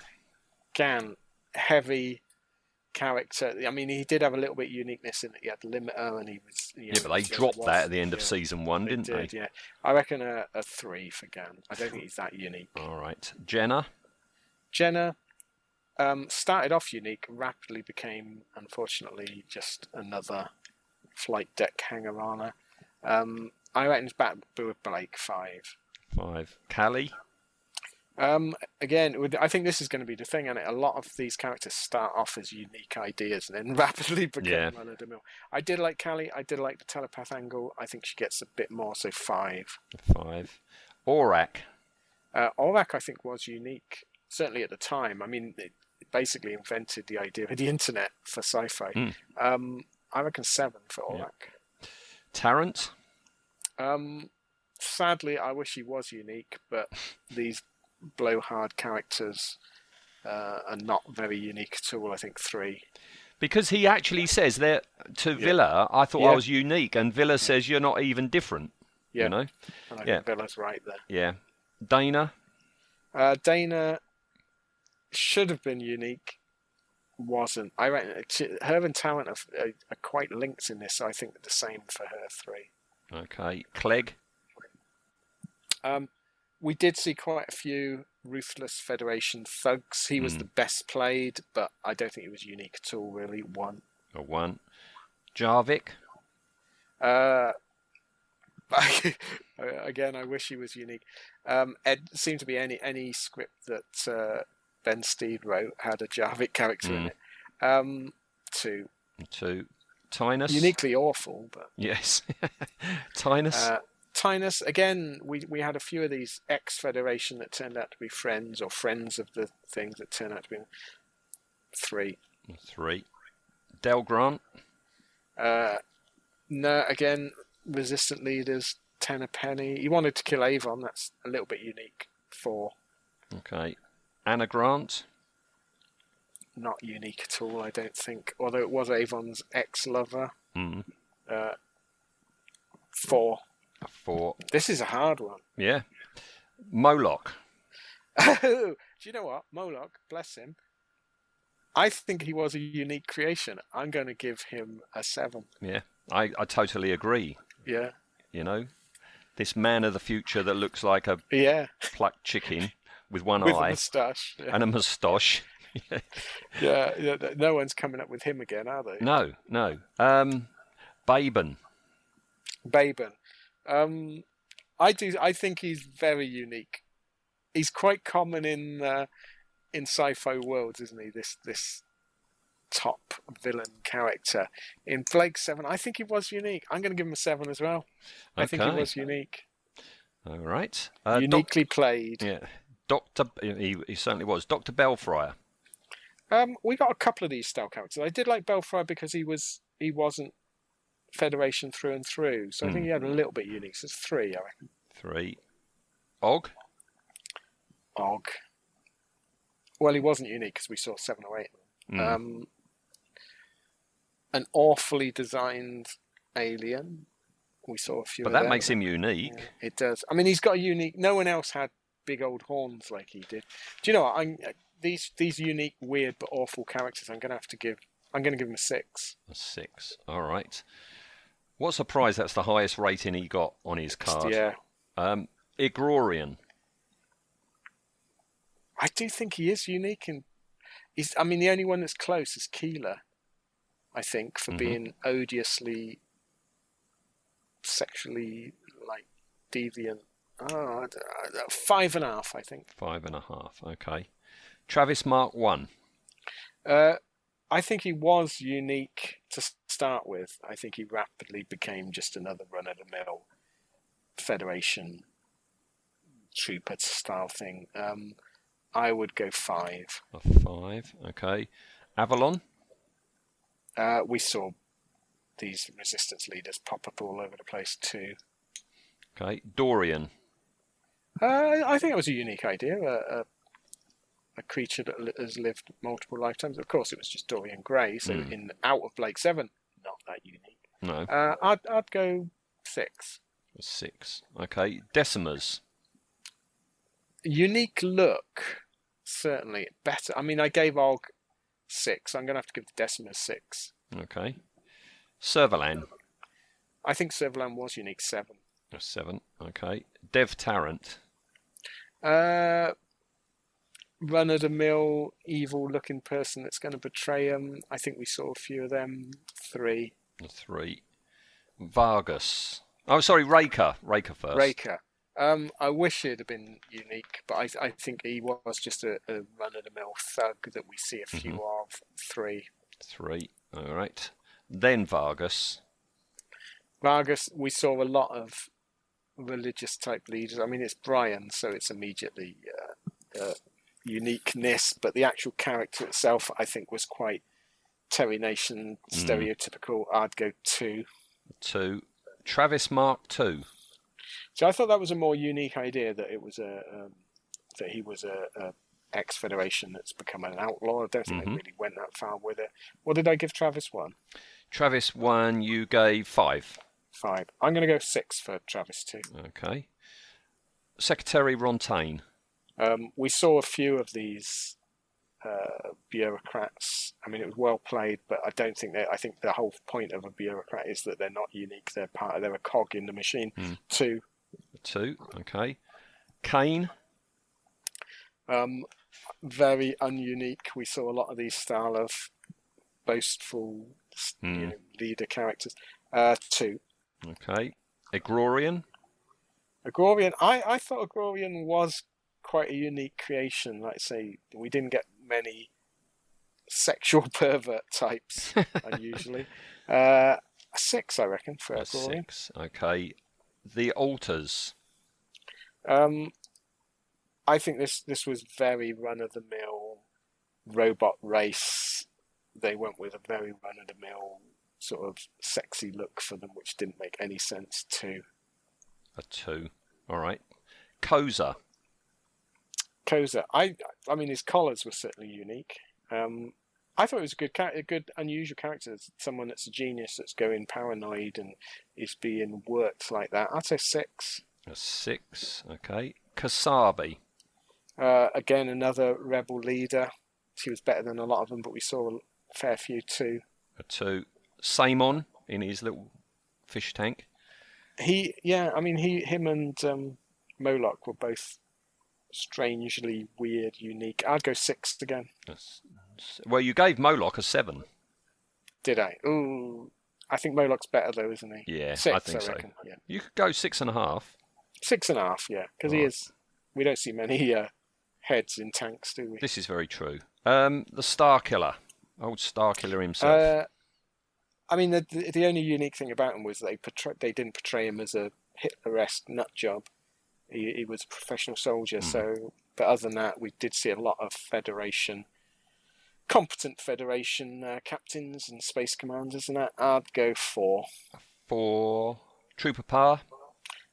Gan, heavy character. I mean, he did have a little bit of uniqueness in that he had limiter and he was. You
Yeah,
know,
but they
he
dropped
was-
that at the end of
yeah,
season one,
they
didn't they?
did, Yeah, I reckon a, a three for Gan. I don't think he's that unique.
All right, Jenna.
Jenna um, started off unique, rapidly became, unfortunately, just another flight deck hanger on Um, I reckon it's back with Blake five.
Five. Callie.
Um, again, with, I think this is going to be the thing, and a lot of these characters start off as unique ideas and then (laughs) rapidly become
Yeah.
run of the mill. I did like Callie. I did like the telepath angle. I think she gets a bit more, so five.
Five. Aurak.
Uh, Orac, I think, was unique, certainly at the time. I mean, it basically invented the idea of the internet for sci fi.
Mm.
Um, I reckon seven for
Yeah.
Orac.
Tarrant.
Um, sadly, I wish he was unique, but these blowhard characters uh, are not very unique at all. I think three.
Because he actually says that to Villa, I thought I
Yeah.
was unique, and Villa says you're not even different.
Yeah.
You know?
And I
Yeah.
think Villa's right there.
Yeah. Dana.
Uh, Dana should have been unique. wasn't. I reckon uh, t- her and Talent are, are, are quite linked in this. So I think the same for her three.
Okay, Clegg.
Um, we did see quite a few ruthless Federation thugs. He was
Mm.
the best played, but I don't think he was unique at all. Really, one.
A one. Jarvik.
Uh, (laughs) again, I wish he was unique. Um, Ed seemed to be any any script that uh, Ben Steed wrote had a Javik character in
Mm.
it. Um, two
Two. Tinus.
uniquely awful, but
Yes. (laughs) Tinus.
uh, Tinus again. We we had a few of these ex Federation that turned out to be friends or friends of the things that turned out to be three.
Three. Del Grant.
Uh, no, again, resistant leaders, ten a penny. He wanted to kill Avon. That's a little bit unique. Four,
Okay. Anna Grant.
not unique at all, I don't think. Although it was Avon's ex-lover.
Mm.
Uh, four.
A four.
This is a hard one.
Yeah. Moloch.
(laughs) Do you know what? Moloch, bless him. I think he was a unique creation. I'm going to give him a seven.
I, I totally agree.
Yeah.
You know, this man of the future that looks like a
Yeah.
plucked chicken with one
With a
eye
moustache. Yeah.
and a moustache.
(laughs) yeah. yeah, th- No one's coming up with him again, are they?
No, no. Um, Baben.
Baben. Um, I do. I think he's very unique. He's quite common in uh, in sci-fi worlds, isn't he? This this top villain character in Blake Seven. I think he was unique. I'm going to give him a seven as well. I think he
Okay.
was unique,
All right. Uh, doc-
uniquely played.
yeah. Doctor. He, he certainly was. Doctor Belfriar.
Um, we got a couple of these style characters. I did like Belfry because he was he wasn't Federation through and through, so I think he
Hmm.
had a little bit unique. So it's three, I reckon.
Three. Og.
Og. Well, he wasn't unique because we saw seven or eight.
Mm.
um, an awfully designed alien. We saw a few.
but
of
that
them.
makes him unique.
Yeah, It does. I mean, he's got a unique. No one else had big old horns like he did. Do you know what? I'm, uh, these these unique, weird but awful characters. I'm going to have to give. I'm going to give him a six.
A six. All right. What surprise that's the highest rating he got on his card.
Yeah,
Um, Igrorian.
I do think he is unique, and he's. I mean, the only one that's close is Keeler. I think for
Mhm.
being odiously sexually like deviant. Oh, I d- I d- five and a half, I think.
Five and a half. Okay. Travis Mark One.
Uh, I think he was unique to s- start with. I think he rapidly became just another run-of-the-mill Federation trooper style thing. Um, I would go five.
A five. Okay. Avalon.
Uh, we saw these resistance leaders pop up all over the place too.
Okay. Dorian.
Uh, I think it was a unique idea. A, a, a creature that li- has lived multiple lifetimes. Of course, it was just Dorian Gray. So
Mm.
in out of Blake Seven, not that unique.
No.
Uh, I'd I'd go six.
A six. Okay. Decimers.
Unique look, certainly better. I mean, I gave Og six. I'm going to have to give the Decimus six.
Okay. Servalan.
I think Servalan was unique seven.
A seven. Okay. Dev Tarrant.
Uh, run of the mill, evil looking person that's going to betray him. I think we saw a few of them. Three.
A three. Vargas. Oh, sorry. Raker. Raker first.
Raker. Um, I wish it had been unique, but I, I think he was just a, a run of the mill thug that we see a few of. Three.
Three. All right. Then Vargas.
Vargas, we saw a lot of religious type leaders. I mean, it's Brian, so it's immediately uh, uh, uniqueness, but the actual character itself, I think, was quite Terry Nation
Mm.
stereotypical. I'd go two.
Two. Travis Mark Two.
So I thought that was a more unique idea that it was a um, that he was a, a ex Federation that's become an outlaw. I don't think they
Mhm.
really went that far with it. What did I give Travis one?
Travis one. You gave five.
Five. I'm going to go six for Travis two.
Okay. Secretary Rontaine.
Um, we saw a few of these uh, bureaucrats. I mean, it was well played, but I don't think that. I think the whole point of a bureaucrat is that they're not unique. They're part. Of, they're a cog in the machine.
Mm.
Two.
Two. Okay. Kane.
Um, very ununique. We saw a lot of these style of boastful you
Mm.
know, leader characters. Uh, two.
Okay. Agrorian.
Agrorian. I, I thought Agrorian was quite a unique creation. Like I say, we didn't get many sexual (laughs) pervert types unusually. Uh, a six, I reckon, for
A
Agrorian.
six. Okay. The altars.
Um, I think this this was very run of the mill robot race. They went with a very run of the mill sort of sexy look for them, which didn't make any sense to
A two. All right. Koza.
Koza. I I mean, his collars were certainly unique. Um, I thought it was a good, char- a good, unusual character. Someone that's a genius that's going paranoid and is being worked like that. I'd say six.
A six. Okay. Kasabi.
Uh, again, another rebel leader. She was better than a lot of them, but we saw a fair few too.
A two. Samon in his little fish tank.
he yeah i mean he him and um moloch were both strangely weird unique i'd go sixth again
A s- s- Well, you gave Moloch a seven.
did i Ooh, i think moloch's better though isn't he
Yeah,
six
I think so.
reckon yeah
You could go six and a half.
six and a half yeah because he
Right.
is we don't see many uh heads in tanks do we
This is very true. Um, the Star Killer, old Star Killer himself.
uh i mean the, the the only unique thing about him was they portray they didn't portray him as a hitlerist nut job he, he was a professional soldier.
Hmm.
So, but other than that, we did see a lot of Federation, competent Federation uh, captains and space commanders, and that. I'd go for
For Trooper Parr,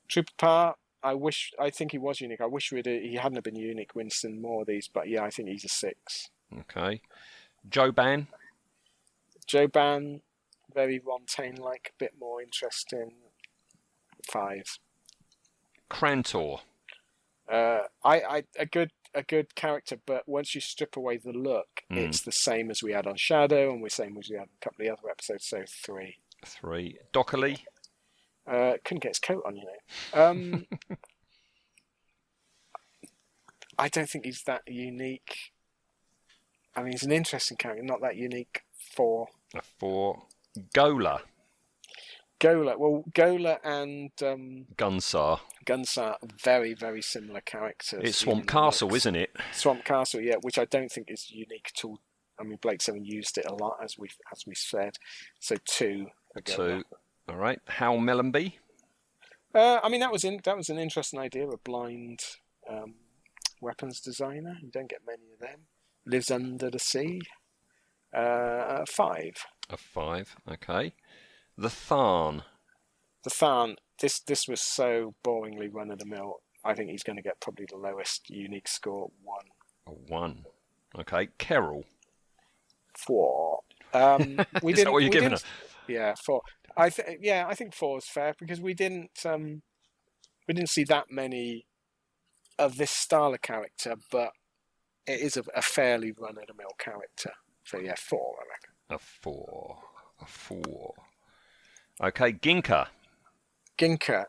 Trooper Parr. I wish. I think he was unique. I wish we'd, he hadn't have been unique, Winston. More of these, but yeah, I think he's a six.
okay. Joe Ban,
Joe Ban, very Montaigne like, a bit more interesting. Five.
Crantor.
Uh, I, I a good a good character, but once you strip away the look,
Mm.
it's the same as we had on Shadow, and we're same as we had on a couple of the other episodes. So three.
Three. Dockerly,
Uh, couldn't get his coat on, you know. Um, I don't think he's that unique. I mean, he's an interesting character, not that unique. Four.
a four. Gola,
Gola, well, Gola and um,
Gunsar.
Gunsar, are very, very similar characters.
It's Swamp
even
Castle,
looks.
isn't it?
Swamp Castle, yeah, which I don't think is unique at all. I mean, Blake Seven used it a lot, as we as we said. So two. ago
Two. All right. Hal Mellenby,
now. Uh, I mean, that was in, that was an interesting idea. A blind um, weapons designer. You don't get many of them. Lives under the sea. Uh, five.
a five. Okay. The Tharn.
The Tharn. This this was so boringly run of the mill. I think he's going to get probably the lowest unique score. One.
a one. Okay. Carol.
four. Um,
(laughs)
we
Is
didn't,
that what you're
we
giving
didn't- Yeah, four. I th- yeah, I think four is fair because we didn't um, we didn't see that many of this style of character, but it is a, a fairly run of the mill character. So yeah, four, I reckon.
A four. A four. Okay. Ginka.
Ginka,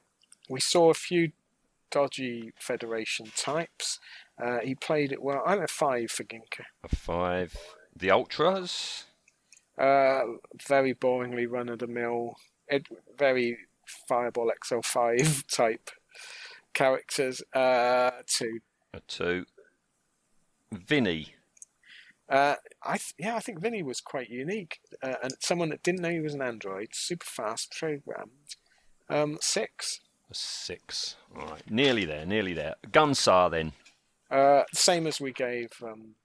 we saw a few dodgy Federation types. Uh, he played it well. I'm a five for Ginka.
A five. The Ultras.
Uh, very boringly run of the mill, Ed, very Fireball XL5 (laughs) type characters. Uh, to
A two. Vinny.
uh, I th- yeah, I think Vinny was quite unique uh, and someone that didn't know he was an android, super fast programmed. Um, six,
A six. All right. Nearly there. Nearly there. Gunsar then.
uh, same as we gave. Um,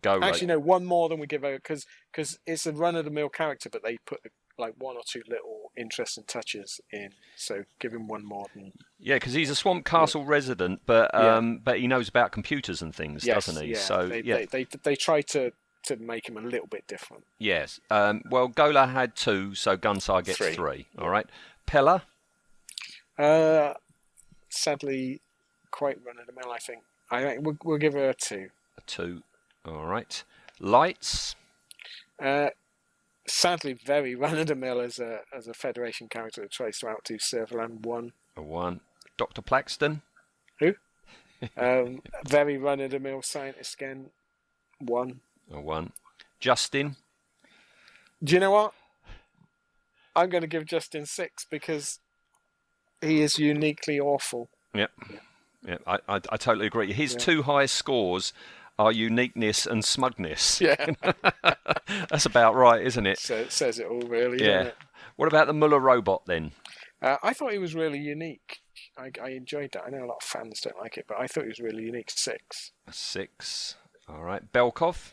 Go. Oh, right.
actually, no, one more than we give because because it's a run of the mill character, but they put like one or two little interesting touches in. So give him one more than
Yeah, because he's a Swamp Castle resident, but
Yeah.
um, but he knows about computers and things, doesn't he?
Yeah.
So
they,
yeah.
they, they they try to to make him a little bit different.
Yes. Um, well, Gola had two, so Gunsar gets
Three.
three. All right. Pella.
Uh, sadly, quite run of the mill. I think I think we'll, we'll give her a two.
A two. All right. Lights.
Uh, sadly, very (laughs) run of the mill as a as a Federation character that tries to outdo Serverland One.
A one. Doctor Plaxton. (laughs)
Um, very run of the mill scientist again. One.
A one. Justin.
Do you know what? I'm going to give Justin six because he is uniquely awful.
Yep. Yeah, I, I, I totally agree. His
Yeah.
two highest scores are uniqueness and smugness.
Yeah,
(laughs) That's about right, isn't it?
(laughs) so it says it all really.
Yeah.
doesn't it?
What about the Muller robot then?
Uh, I thought he was really unique. I, I enjoyed that. I know a lot of fans don't like it, but I thought he was really unique. Six.
A six. All right. Belkov.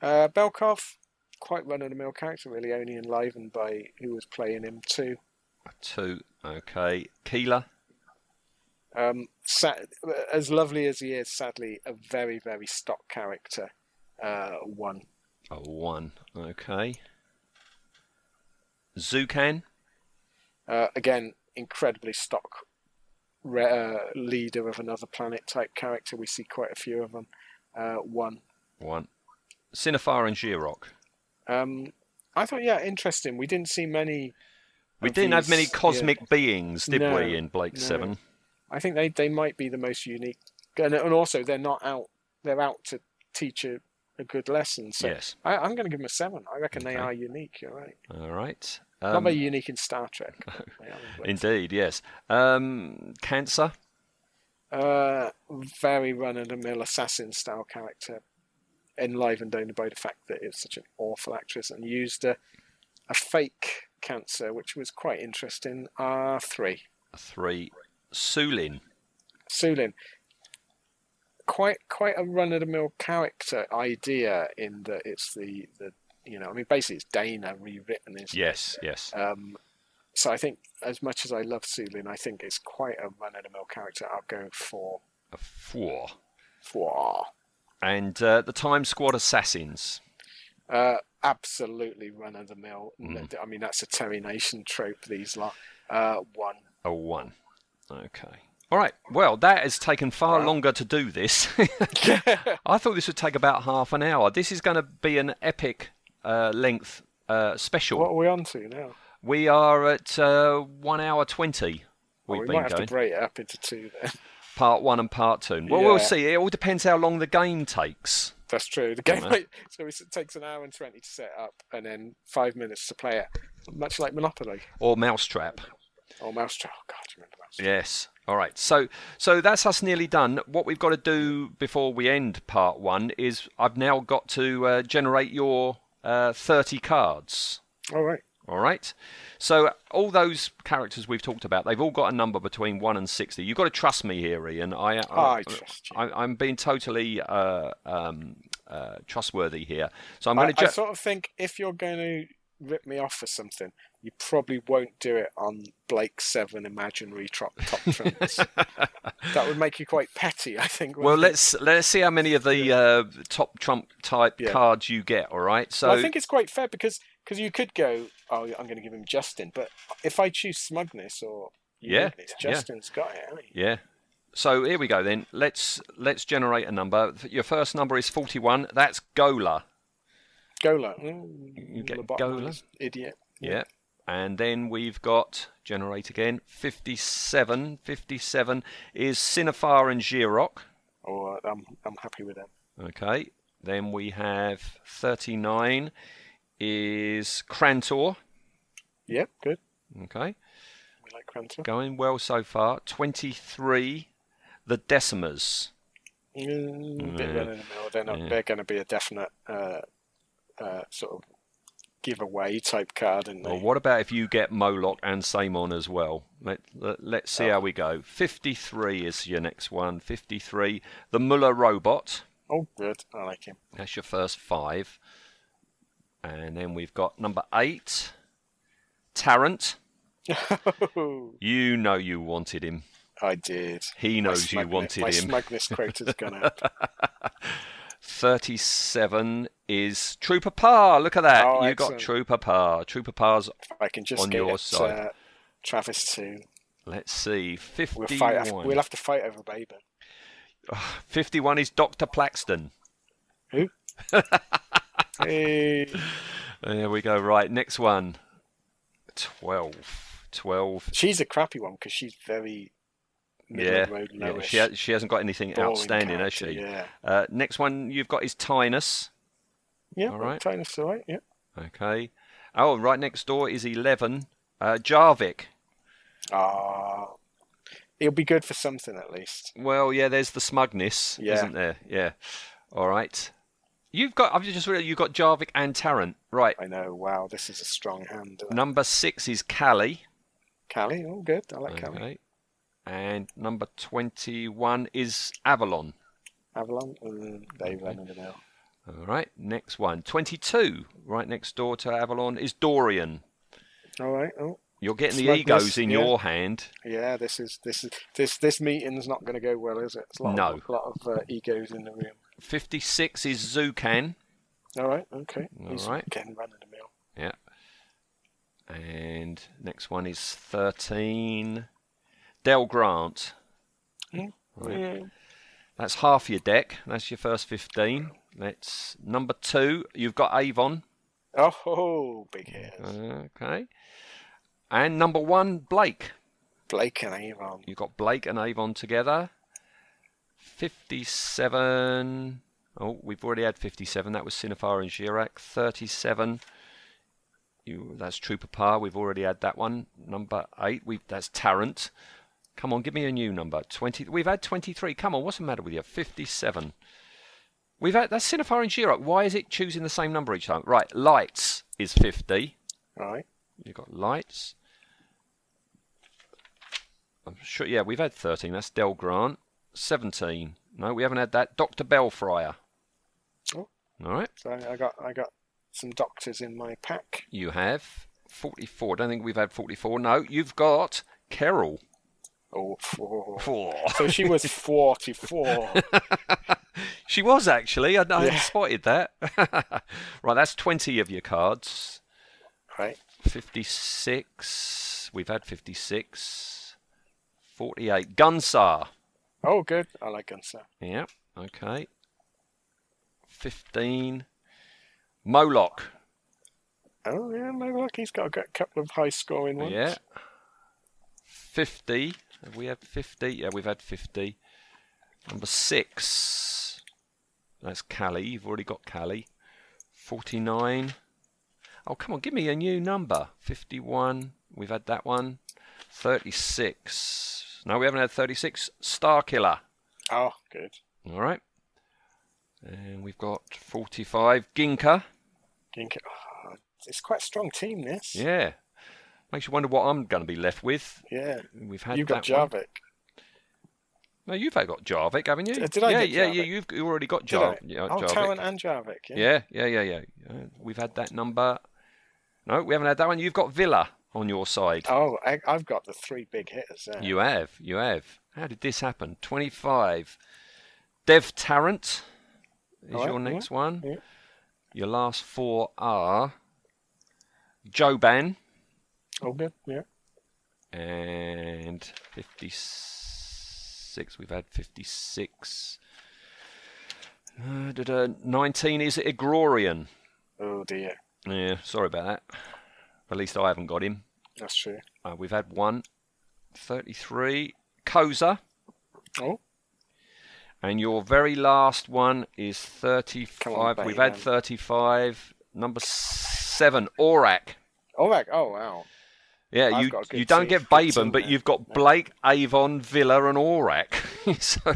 Uh, Belkov, quite run of the mill character, really, only enlivened by who was playing him too.
A two. Okay. Keeler.
Um, sa as lovely as he is, sadly, a very, very stock character. Uh, one.
A Oh, one. Okay. Zucan.
Uh, again, incredibly stock re- uh, leader of another planet type character. We see quite a few of them. Uh, one.
One. Cinefar and Giroc.
Um, I thought, yeah, interesting. We didn't see many.
We
of
didn't have
these-
many
yeah.
cosmic beings, did
No,
we, in Blake
no.
Seven?
I think they, they might be the most unique, and, and also they're not out. They're out to teach a, a good lesson. So
Yes.
I, I'm going to give them a seven. I reckon they
Okay.
are unique. You're right.
All right.
not
Um,
very unique in Star
(laughs)
Trek. but they are in Blade.
indeed, yes. Um, cancer.
uh, very run-of-the-mill assassin-style character, enlivened only by the fact that it's such an awful actress, and used a, a fake cancer, which was quite interesting. R three.
A three. Sulin.
Sulin. Quite quite a run of the mill character idea in that it's the, the you know I mean basically it's Dana rewritten is
Yes, yes.
um, so I think as much as I love Sulin I think it's quite a run of the mill character I'll go for
A four.
for
And uh, the Time Squad Assassins.
uh, absolutely run of the mill
Mm.
I mean that's a Terry Nation trope these lot uh, one
A one. Okay. All right. Well, that has taken far
Wow.
longer to do
(laughs)
this. (laughs) I thought this would take about half an hour. This is going to be an epic uh, length uh, special.
what are we on to now
We are at uh, one hour twenty.
well,
We've
we
been
might have
going
to break it up into two then
part one and part two. Well, we'll
Yeah.
see. It all depends how long the game takes.
That's true. The game
man.
might, (laughs) so it takes an hour and twenty to set up, and then five minutes to play it, much like Monopoly
Or mousetrap.
or Mousetrap. Oh God, I remember Mousetrap.
Yes. All right. So so that's us nearly done. What we've got to do before we end part one is I've now got to uh, generate your uh, thirty cards.
All right.
All right. So all those characters we've talked about, they've all got a number between one and sixty. You've got to trust me here, Ian. I
I trust you.
I, I'm being totally uh, um, uh, trustworthy here. So I'm
I,
going to.
I sort of think if you're going to rip me off for something, you probably won't do it on Blake Seven imaginary top
(laughs)
top trumps. that would make you quite petty, I think.
well,
wouldn't it?
let's let's see how many of the uh, top Trump type
Yeah.
cards you get. All right. So
Well, I think it's quite fair because because you could go, oh, I'm going to give him Justin, but if I choose smugness or
Yeah,
uniqueness,
yeah.
Justin's got it. Hasn't he?
yeah. So here we go then. Let's let's generate a number. Your first number is 41. That's Gola.
Gola. Mm,
You get
lobotomized
Gola.
Idiot.
Yeah. And then we've got generate again 57. 57 is Cinefar and Giroc.
Or Oh, I'm, I'm happy with them.
Okay. Then we have 39 is Krantor.
Yep, good.
Okay.
We like Quantum.
Going well so far. 23 the Decimers.
Mm,
Yeah.
bit run in the mill. They're, not,
Yeah.
they're going to be a definite uh, uh, sort of giveaway type card, aren't they?
Well, what about if you get Moloch and Samon as well? Let, let, let's
Oh.
see how we go. 53 is your next one. 53 the Muller robot.
Oh, good. I like him. (laughs)
That's your first five. And then we've got number eight, Tarrant. You know you wanted him.
I did.
He
My
knows you
smugness-
wanted
my
him.
smugness quota's gone
(laughs)
up.
37 is Trooper Par. Look at that.
Oh,
you got
excellent.
Trooper Par. Trooper Par's,
If I can just
On
get
your
it,
side.
Uh, Travis soon.
let's see, 51.
We'll fight. We'll have to fight over Baby.
51 is Dr. Plaxton.
Who? hey.
There we go. Right, next one. 12. 12.
She's a crappy one because she's very middle
Yeah.
of the road,
yeah,
lowish,
She, ha- she hasn't got anything
boring
outstanding, has
character,
she?
Yeah.
Uh, next one you've got is Tynus.
Yeah.
All
All
right.
right. Tynus, all right. Yeah.
Okay. Oh, right next door is 11. Uh, Jarvik.
Ah. It'll be good for something at least.
Well, yeah, there's the smugness,
Yeah.
isn't there? Yeah. All right. You've got, I've just realized you've got Jarvik and Tarrant. Right.
I know. Wow, this is a strong hand. isn't it?
Number six is Callie.
Callie, all good. I like Callie.
Okay. And number 21 is Avalon.
Avalon, mm, they run in the mill.
All right. Next one. 22, right next door to Avalon, is Dorian.
All right. Oh,
You're getting the
Smugness,
egos in
yeah.
your hand.
yeah. This is this is this this meeting's not going to go well, is it? It's a lot
No.
Of, a lot of uh, egos in the room.
56 is Zucan.
All right. Okay.
All
He's
right.
Again, run in the mill.
Yeah. And next one is 13. Del Grant.
Yeah.
Right.
Yeah.
That's half your deck. That's your first 15. That's number two. You've got Avon.
Oh, ho, ho, big hairs.
Okay. And number one, Blake.
Blake and Avon.
You've got Blake and Avon together. 57. Oh, we've already had 57. That was Cinefar and Girac. 37. You, that's Trooper Par. We've already had that one. Number 8. We, that's Tarrant. Come on, give me a new number. 20. We've had 23. Come on, what's the matter with you? 57. We've had that's Cinefar and Girac. Why is it choosing the same number each time? Right, Lights is 50.
All right.
You've got lights. I'm sure, yeah, we've had 13. That's Del Grant. 17. No, we haven't had that. Dr. Belfriar.
Oh.
All right.
So I got I got some doctors in my pack.
You have 44. Don't think we've had 44. No, you've got Carol.
Oh, four.
Four.
so
(laughs)
she was forty-four.
she was actually. I, I
Yeah.
spotted that. (laughs) right, that's 20 of your cards.
right.
56. We've had 56. 48. Gunsar.
Oh, good. I like Gunsar.
Yeah. Okay. 15. Moloch.
Oh yeah, no, look, he's got a good couple of high-scoring ones.
Yeah. 50. Have we had 50? Yeah, we've had 50. Number 6. That's Callie. You've already got Callie. 49. Oh, come on, give me a new number. 51. We've had that one. 36. No, we haven't had 36. Star Killer.
Oh, good.
All right. And we've got 45. Ginka.
Ginka. Oh, it's quite a strong team, this.
Yeah. Makes you wonder what I'm going to be left with.
Yeah.
We've had
You've
that
got
one.
Jarvik.
No, you've got Jarvik, haven't you?
Did- did I
yeah,
get
yeah,
Jarvik?
yeah. You've you already got
Did I?
Jarvik. Yeah,
Oh,
Jarvik.
Tarrant and Jarvik. Yeah.
yeah, yeah, yeah, yeah. Uh, We've had that number. No, we haven't had that one. You've got Villa on your side.
Oh, I, I've got the three big hitters there.
You have, you have. How did this happen? Twenty-five. Dev Tarrant is
All right,
your
yeah,
next one.
yeah.
Your last four are Joban
Oh, good. Yeah.
and fifty-six. We've had fifty-six. Uh, da, da, Nineteen is Igrorian.
Oh dear,
Yeah, sorry about that. At least I haven't got him.
that's true.
Uh, we've had one. 33. Koza.
Oh.
And your very last one is 35.
Come on, um,
we've
Bayman.
had 35. Number 7, Aurak.
Oh, right. Oh, wow.
Yeah,
I've
you
got a good
you don't
team.
get
Good team
Baban, but
there.
you've got
Yeah.
Blake, Avon, Villa, and Aurak. (laughs) so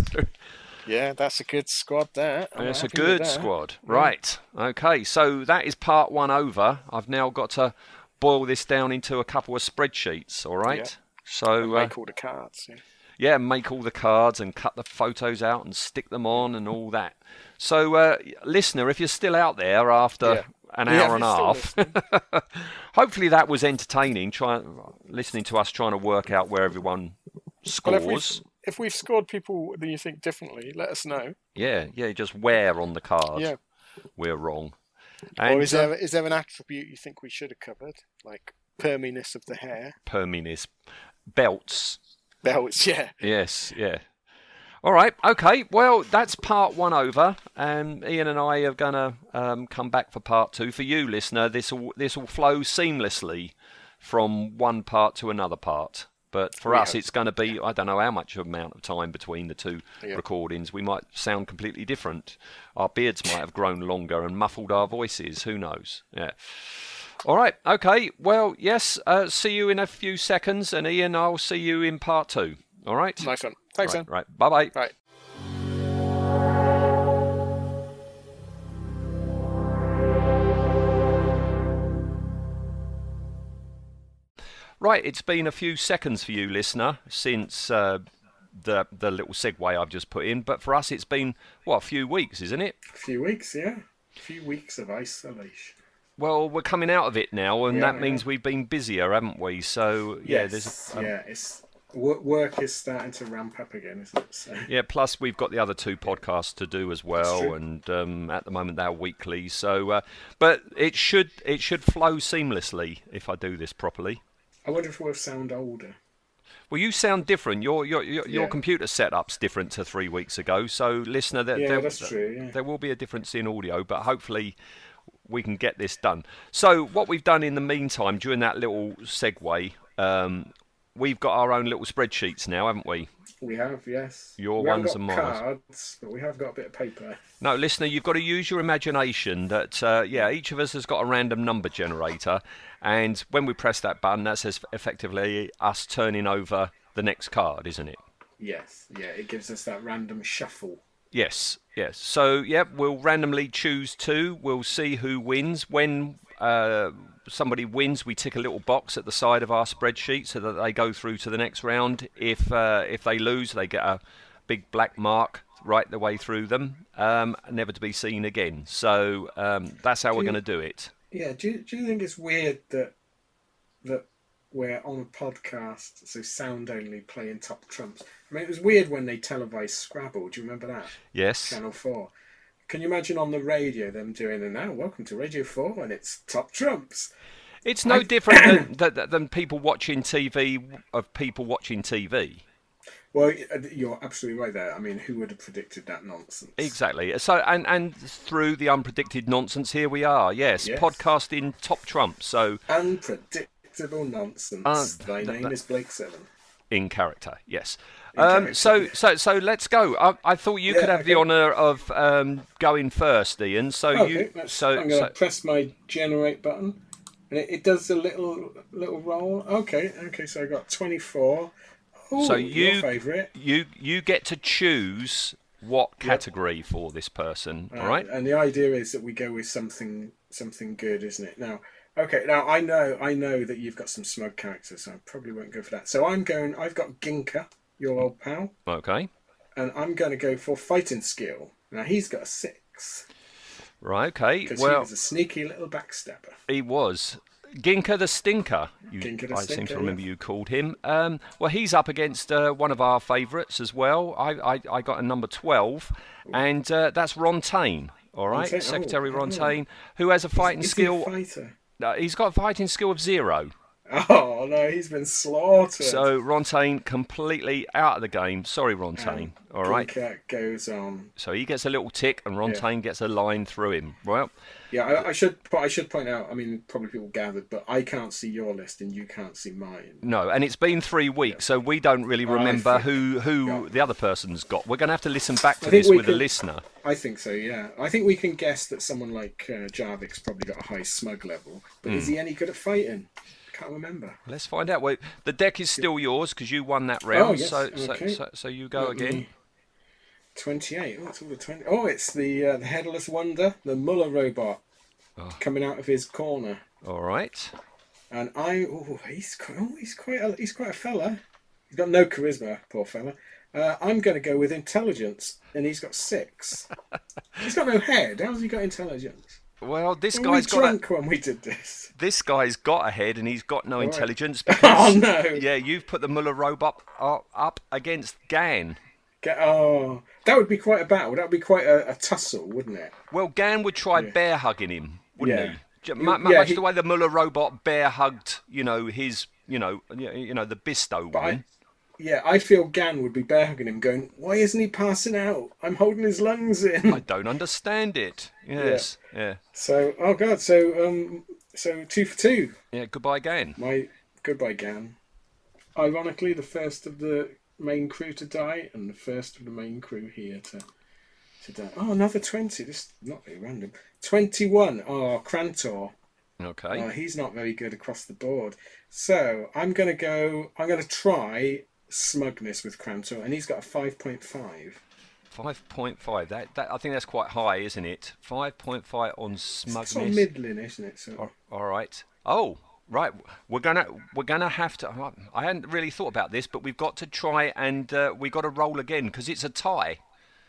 Yeah, that's a good squad there. I'm
That's a
happy with
good
that.
squad.
Yeah.
Right. Okay. So that is part one over. I've now got to boil this down into a couple of spreadsheets. All right. So uh,
Make all the cards. Yeah.
yeah, make all the cards and cut the photos out and stick them on and all that. So uh, listener, if you're still out there after
Yeah.
an
(laughs) Yeah,
hour and
you're still
a half, (laughs) hopefully that was entertaining. Trying listening to us trying to work out where everyone
Well, if we've,
scores.
if we've scored people that you think differently, let us know.
Yeah, yeah. Just where on the card
Yeah.
we're wrong.
or
And,
is there is there an attribute you think we should have covered, like perminess of the hair?
Perminis belts.
Belts. Yeah.
Yes, yeah. All right. Okay. Well, that's part one over, and Ian and I are gonna um, come back for part two. For you, listener, this will this will flow seamlessly from one part to another part. But for
We
us,
hope.
it's going to be I don't know how much amount of time between the two
Yeah.
recordings. We might sound completely different. Our beards might have grown longer and muffled our voices. Who knows? Yeah. All right. Okay. Well, yes. Uh, see you in a few seconds, and Ian, I'll see you in part two. All right.
Nice one. Thanks,
Right.
Anne.
right. Bye bye.
Right.
Right, it's been a few seconds for you, listener, since uh, the the little segue I've just put in. But for us, it's been what a few weeks, isn't it?
A few weeks, yeah. A few weeks of isolation.
Well, we're coming out of it now, and
We
that
are,
means
yeah.
we've been busier, haven't we? So yeah, there's
Yes, yeah, it's wo- work is starting to ramp up again, isn't it? So
yeah. Plus, we've got the other two podcasts to do as well,
true.
and um, at the moment they're weekly. So, uh, but it should it should flow seamlessly if I do this properly.
I wonder if we'll sound older.
Well, you sound different. Your your your, your
Yeah.
computer setup's different to three weeks ago. So, listener, that
Yeah,
there,
that's true. Yeah.
there will be a difference in audio, but hopefully we can get this done. So, what we've done in the meantime during that little segue, um, we've got our own little spreadsheets now, haven't we?
We have, yes.
Your
we haven't
ones
got
and mine.
cards, but we have got a bit of paper.
No, listener, you've got to use your imagination. That uh, yeah, each of us has got a random number generator, and when we press that button, that's es- effectively us turning over the next card, isn't it?
Yes, yeah, it gives us that random shuffle.
Yes, yes. So, yeah, we'll randomly choose two. We'll see who wins. When uh, somebody wins, we tick a little box at the side of our spreadsheet so that they go through to the next round. If uh, if they lose, they get a big black mark right the way through them, um, never to be seen again. So um, that's how we're
you-
going to do it.
Yeah, do you, do you think it's weird that that we're on a podcast, so sound only playing top trumps? I mean, it was weird when they televised Scrabble. Do you remember that?
Yes.
Channel 4. Can you imagine on the radio them doing an now? Welcome to Radio 4 and it's Top Trumps.
It's no different than, than, than people watching TV, of people watching TV.
Well, uh, you're absolutely right there. I mean, who would have predicted that nonsense?
Exactly. So and and through the unpredicted nonsense, here we are. Yes,
Yes.
podcasting top trump. So
Unpredictable nonsense.
Uh,
Thy
th-
name
th-
is Blake Seven.
in character, yes.
In
Um,
character.
so so so let's go. I, I thought you could
Yeah,
have the
okay. Oh,
honour of um, going first, Ian. So
Okay,
you
let's-
so,
I'm going to
so
press my generate button, and it, it does a little little roll. Okay, okay, so I got 24. Ooh,
So
your
you-
favourite.
you you get to choose what category for this person.
Uh,
all right.
And the idea is that we go with something something good, isn't it? Now, okay. Now I know I know that you've got some smug characters, so I probably won't go for that. So I'm going. I've got Ginka, your old pal,
Okay.
and I'm going to go for fighting skill. Now he's got a six
Right. Okay.
because he
Well,
was a sneaky little backstabber.
he was. Ginka the Stinker. You,
Ginka the
I seem
Stinker,
to
yeah.
remember you called him. Um, well, he's up against uh, one of our favourites as well. I, I, I got a number 12, and uh, that's Ron Tain. All right,
Tain, oh,
Secretary Ron
oh.
Tain, who has a fighting
Is he a
skill.
fighter.
uh, he's got a fighting skill of zero.
Oh no, he's been slaughtered.
So Ron Tain completely out of the game. Sorry, Ron Tain. All right.
Ginka goes on.
So he gets a little tick, and Ron
Yeah.
Tain gets a line through him. Well,
Yeah, I, I should. I should point out. I mean, probably people gathered, but I can't see your list and you can't see mine.
No, and it's been three weeks, so we don't really remember
think-
who who
Oh, yeah.
the other person's got. We're going to have to listen back to
I think
this
we
with a
could-
listener.
I think so, yeah. I think we can guess that someone like uh, Jarvik's probably got a high smug level, but is
Hmm.
he any good at fighting? Can't remember.
Let's find out. Well, the deck is still yours because you won that round,
Oh, yes,
so, so,
okay.
so so you go
Let me-
again.
28. Oh, it's all the 20. Oh, it's the, uh, the Headless Wonder, the Muller robot,
Oh.
coming out of his corner.
All right.
And I, oh, he's quite, oh, he's quite, a, he's quite a fella. He's got no charisma, poor fella. Uh, I'm going to go with intelligence, and he's
(laughs)
got six. he's got no head. How's he got intelligence?
Well, this
we
guy's got a,
drunk when we did this.
(laughs) this guy's got a head, and he's got no
(laughs)
intelligence because
Oh no!
yeah, you've put the Muller robot up, up against Gan.
Get, oh, that would be quite a battle. That would be quite a, a tussle, wouldn't it?
Well, Gan would try bear hugging him, wouldn't
Yeah.
he? J- mu- mu-
yeah,
much
he-
the way the Muller robot bear hugged, you know, his, you know, you know, the Bisto
But
woman.
I, yeah, I feel Gan would be bear hugging him, going, "Why isn't he passing out? I'm holding his lungs
I
in."
don't understand it. Yes. Yeah.
so, oh god, so um, so two for two.
Yeah. goodbye again.
My goodbye, Gan. Ironically, the first of the main crew to die, and the first of the main crew here to to die. Oh, another twenty. This is not very random. Twenty-one. Oh, Krantor.
Okay.
Uh, he's not very good across the board. So I'm going to go. I'm going to try smugness with Krantor, and he's got a 5.5.
Five point five. That that I think that's quite high, isn't it? Five point five on
It's sort of
smugness.
middling, isn't it? So,
All right. Oh, right. We're gonna we're gonna have to. oh, I hadn't really thought about this, but we've got to try and uh, we got to roll again because it's a tie.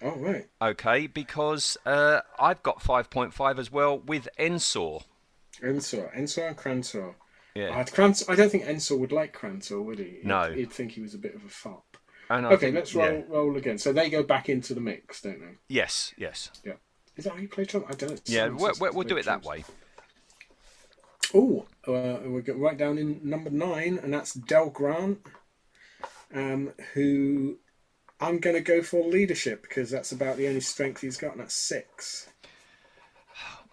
oh right.
Okay, because uh, I've got five point five as well with Ensor.
Ensor, Ensor, and Krantor.
Yeah.
Uh, Krantor. I don't think Ensor would like Krantor, would he? He'd-
No.
He'd think he was a bit of a fop.
And I
Okay,
think-
let's
yeah.
roll roll again. So they go back into the mix, don't they?
Yes. Yes.
Yeah. Is that how you play Trump? I don't know.
Yeah.
Someone
we
says
we
to
we'll
play
do it that
Trump.
way.
Oh, uh, we're go- right down in number nine, and that's Del Grant, um, who I'm going to go for leadership because that's about the only strength he's got, and that's six.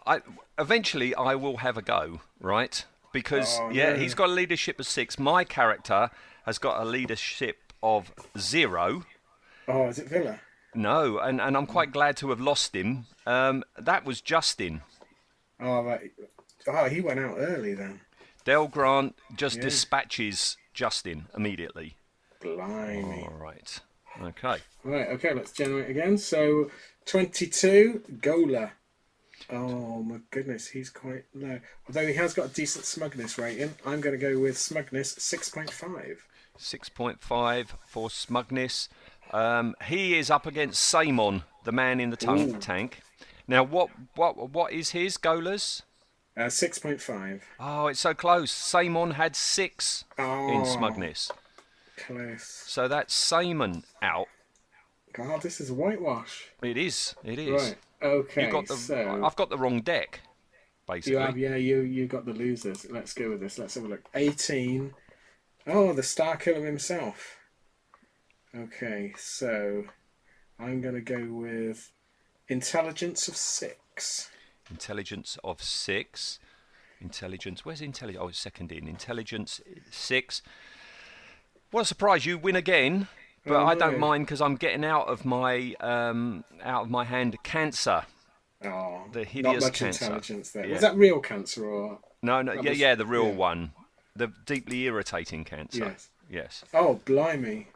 I eventually I will have a go, right? Because
Oh,
yeah,
no.
he's got a leadership of six. My character has got a leadership of zero.
Oh, is it Villa?
No, and, and I'm quite glad to have lost him. Um, that was Justin.
Oh, right. Oh, he went out early then.
Del Grant just
Yeah.
dispatches Justin immediately.
Blimey.
All right. Okay.
Right, okay, let's generate again. So, 22, Gola. Oh my goodness, he's quite low. Although he has got a decent smugness rating, I'm going to go with smugness 6.5.
6.5 for smugness. Um, he is up against Samon, the man in the tongue
Ooh.
tank. Now, what what what is his goalers?
Uh, 6.5.
Oh, it's so close. Samon had six in
Oh,
smugness,
Close.
so that's Samon out.
God, this is a whitewash.
It is. It is.
Right. Okay.
You got the.
so
I've got the wrong deck,
you
basically.
have yeah you you got the losers. Let's go with this. Let's have a look. Eighteen. Oh, the Star Killer himself. Okay, so I'm gonna go with intelligence of six.
Intelligence of six. Intelligence. Where's intelligence? Oh, it's second in. Intelligence six. What a surprise! You win again, but
Oh,
I don't
no.
mind because I'm getting out of my um, out of my hand cancer.
Oh,
The
not
hideous
much
cancer.
intelligence there.
Yeah.
Was that real cancer or?
No, no,
That
yeah,
was-
yeah, the real
yeah.
one, the deeply irritating cancer.
Yes.
Yes.
Oh, blimey,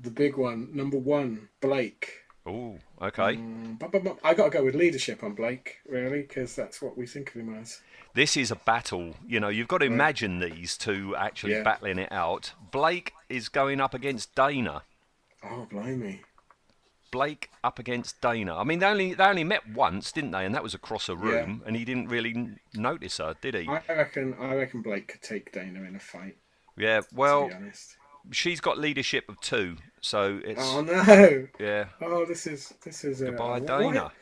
the big one, number one, Blake.
Oh, okay.
Mm, but, but, but I got to go with leadership on Blake, really, because that's what we think of him as.
This is a battle. You know, you've got to imagine these two actually
Yeah.
battling it out. Blake is going up against Dana.
Oh, blimey.
Blake up against Dana. I mean, they only they only met once, didn't they? And that was across a room, and he didn't really n- notice her, did he?
I reckon I reckon Blake could take Dana in a fight,
yeah.
to
Well,
be honest.
she's got leadership of two, so it's
Oh no. (laughs)
yeah.
Oh this is this is a
By
what-
Dana.
What,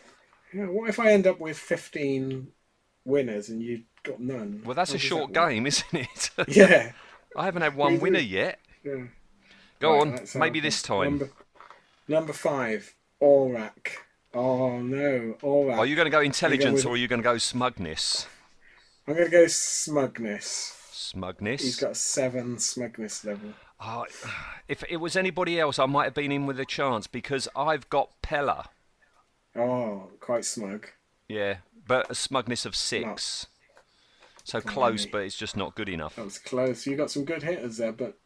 yeah, what if I end up with fifteen winners and you got none?
Well, that's
How
a
does
short
that work?
game, isn't it? (laughs)
(laughs) Yeah.
I haven't had one
Really?
winner yet.
yeah.
Go
Right,
on,
let's have
maybe this time.
Number, number five, Aurak. Oh no, Aurak.
Are you going to go intelligence
with-
or are you going to go smugness?
I'm gonna go smugness.
Smugness.
He's got a seven smugness level.
Ah, if it was anybody else, I might have been in with a chance because I've got Pella.
Oh, quite smug.
Yeah, but a smugness of six. So close,
Blimey.
but it's just not good enough.
That was close. You got some good hitters there, but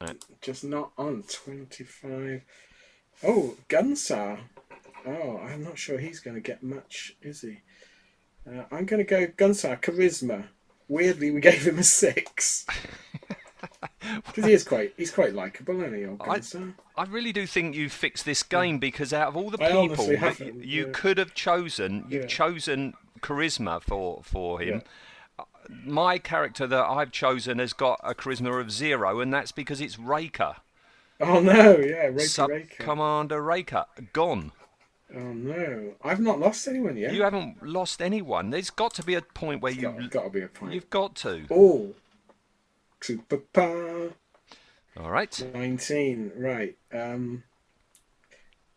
Right.
just not on 25. Oh, Gunsar. Oh, I'm not sure he's going to get much, is he? Uh, I'm going to go Gunsar, Charisma. Weirdly, we (laughs) gave him
(laughs)
a six. Because he is quite, he's quite likable, isn't he, old
I-
Gunsar?
I really do think you fixed this game because out of all the
I honestly
people that y-
haven't,
you
yeah.
could have chosen, you've
Yeah.
chosen charisma for for him. Uh, My character that I've chosen has got a charisma of zero, and that's because it's Raker,
Oh no, yeah, Raker
Sub
Raker.
Commander Raker, gone.
Oh no, I've not lost anyone yet.
You haven't lost anyone. There's got to be a point where you
got, got to be a point.
you've got to.
Oh, Trooper Oh. Pa.
All right.
19, right. Um,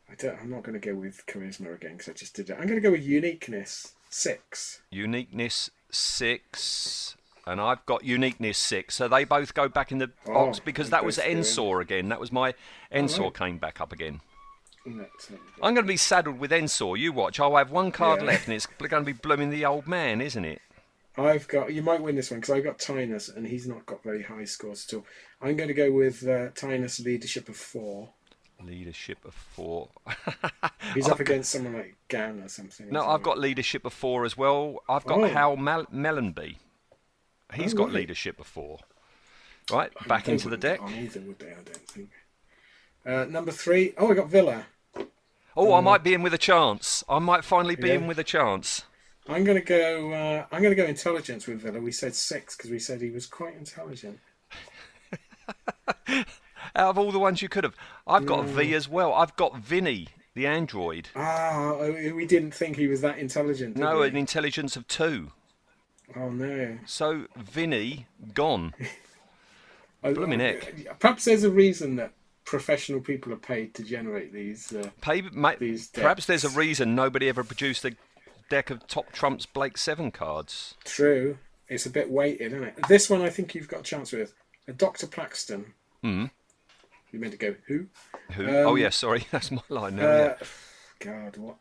I don't, I'm not going to go with charisma again because I just did it. I'm going to go with uniqueness. Six.
Uniqueness six, and I've got uniqueness six. So they both go back in the
Oh,
box because
they
that was
both go in.
Ensor again. That was my Ensor
Alright.
came back up again.
And that's not good.
I'm going to be saddled with Ensor. You watch. I'll have one card
Yeah.
left, and it's going to be blooming the old man, isn't it?
I've got. You might win this one because I've got Tynus and he's not got very high scores at all. I'm going to go with uh, Tynus leadership of four.
Leadership of four. (laughs)
He's
I've
up against someone like Gan or something.
No,
isn't
I've
he?
got leadership of four as well. I've got
Oh.
Hal Mel- Mellenby. He's
Oh,
got
right.
leadership of four. Right,
I mean,
back
they
into the
wouldn't get
deck.
On either would they? I don't think. Uh, number three. Oh, I got Villa.
Oh, I might be in with a chance. I might finally be
Mm. Yeah.
in with a chance.
I'm going to go. Uh, I'm going to go intelligence with Villa. We said six because we said he was quite intelligent.
Out of all the ones you could have, I've got
Mm.
V as well. I've got Vinny, the android.
Ah, oh, we didn't think he was that intelligent. Did
No,
we?
an intelligence of two.
oh no.
So Vinny gone.
I-
Blooming heck.
I- Perhaps there's a reason that professional people are paid to generate these. Uh,
Pay, mate,
These
perhaps there's a
decks.
reason nobody ever produced a deck of top trumps Blake Seven cards.
true. It's a bit weighted, isn't it? This one I think you've got a chance with. Uh, Dr. Plaxton.
Mhm.
You meant to go who?
Who?
Um,
oh yeah, sorry, (laughs) that's my line. now. yeah.
Uh, God, what?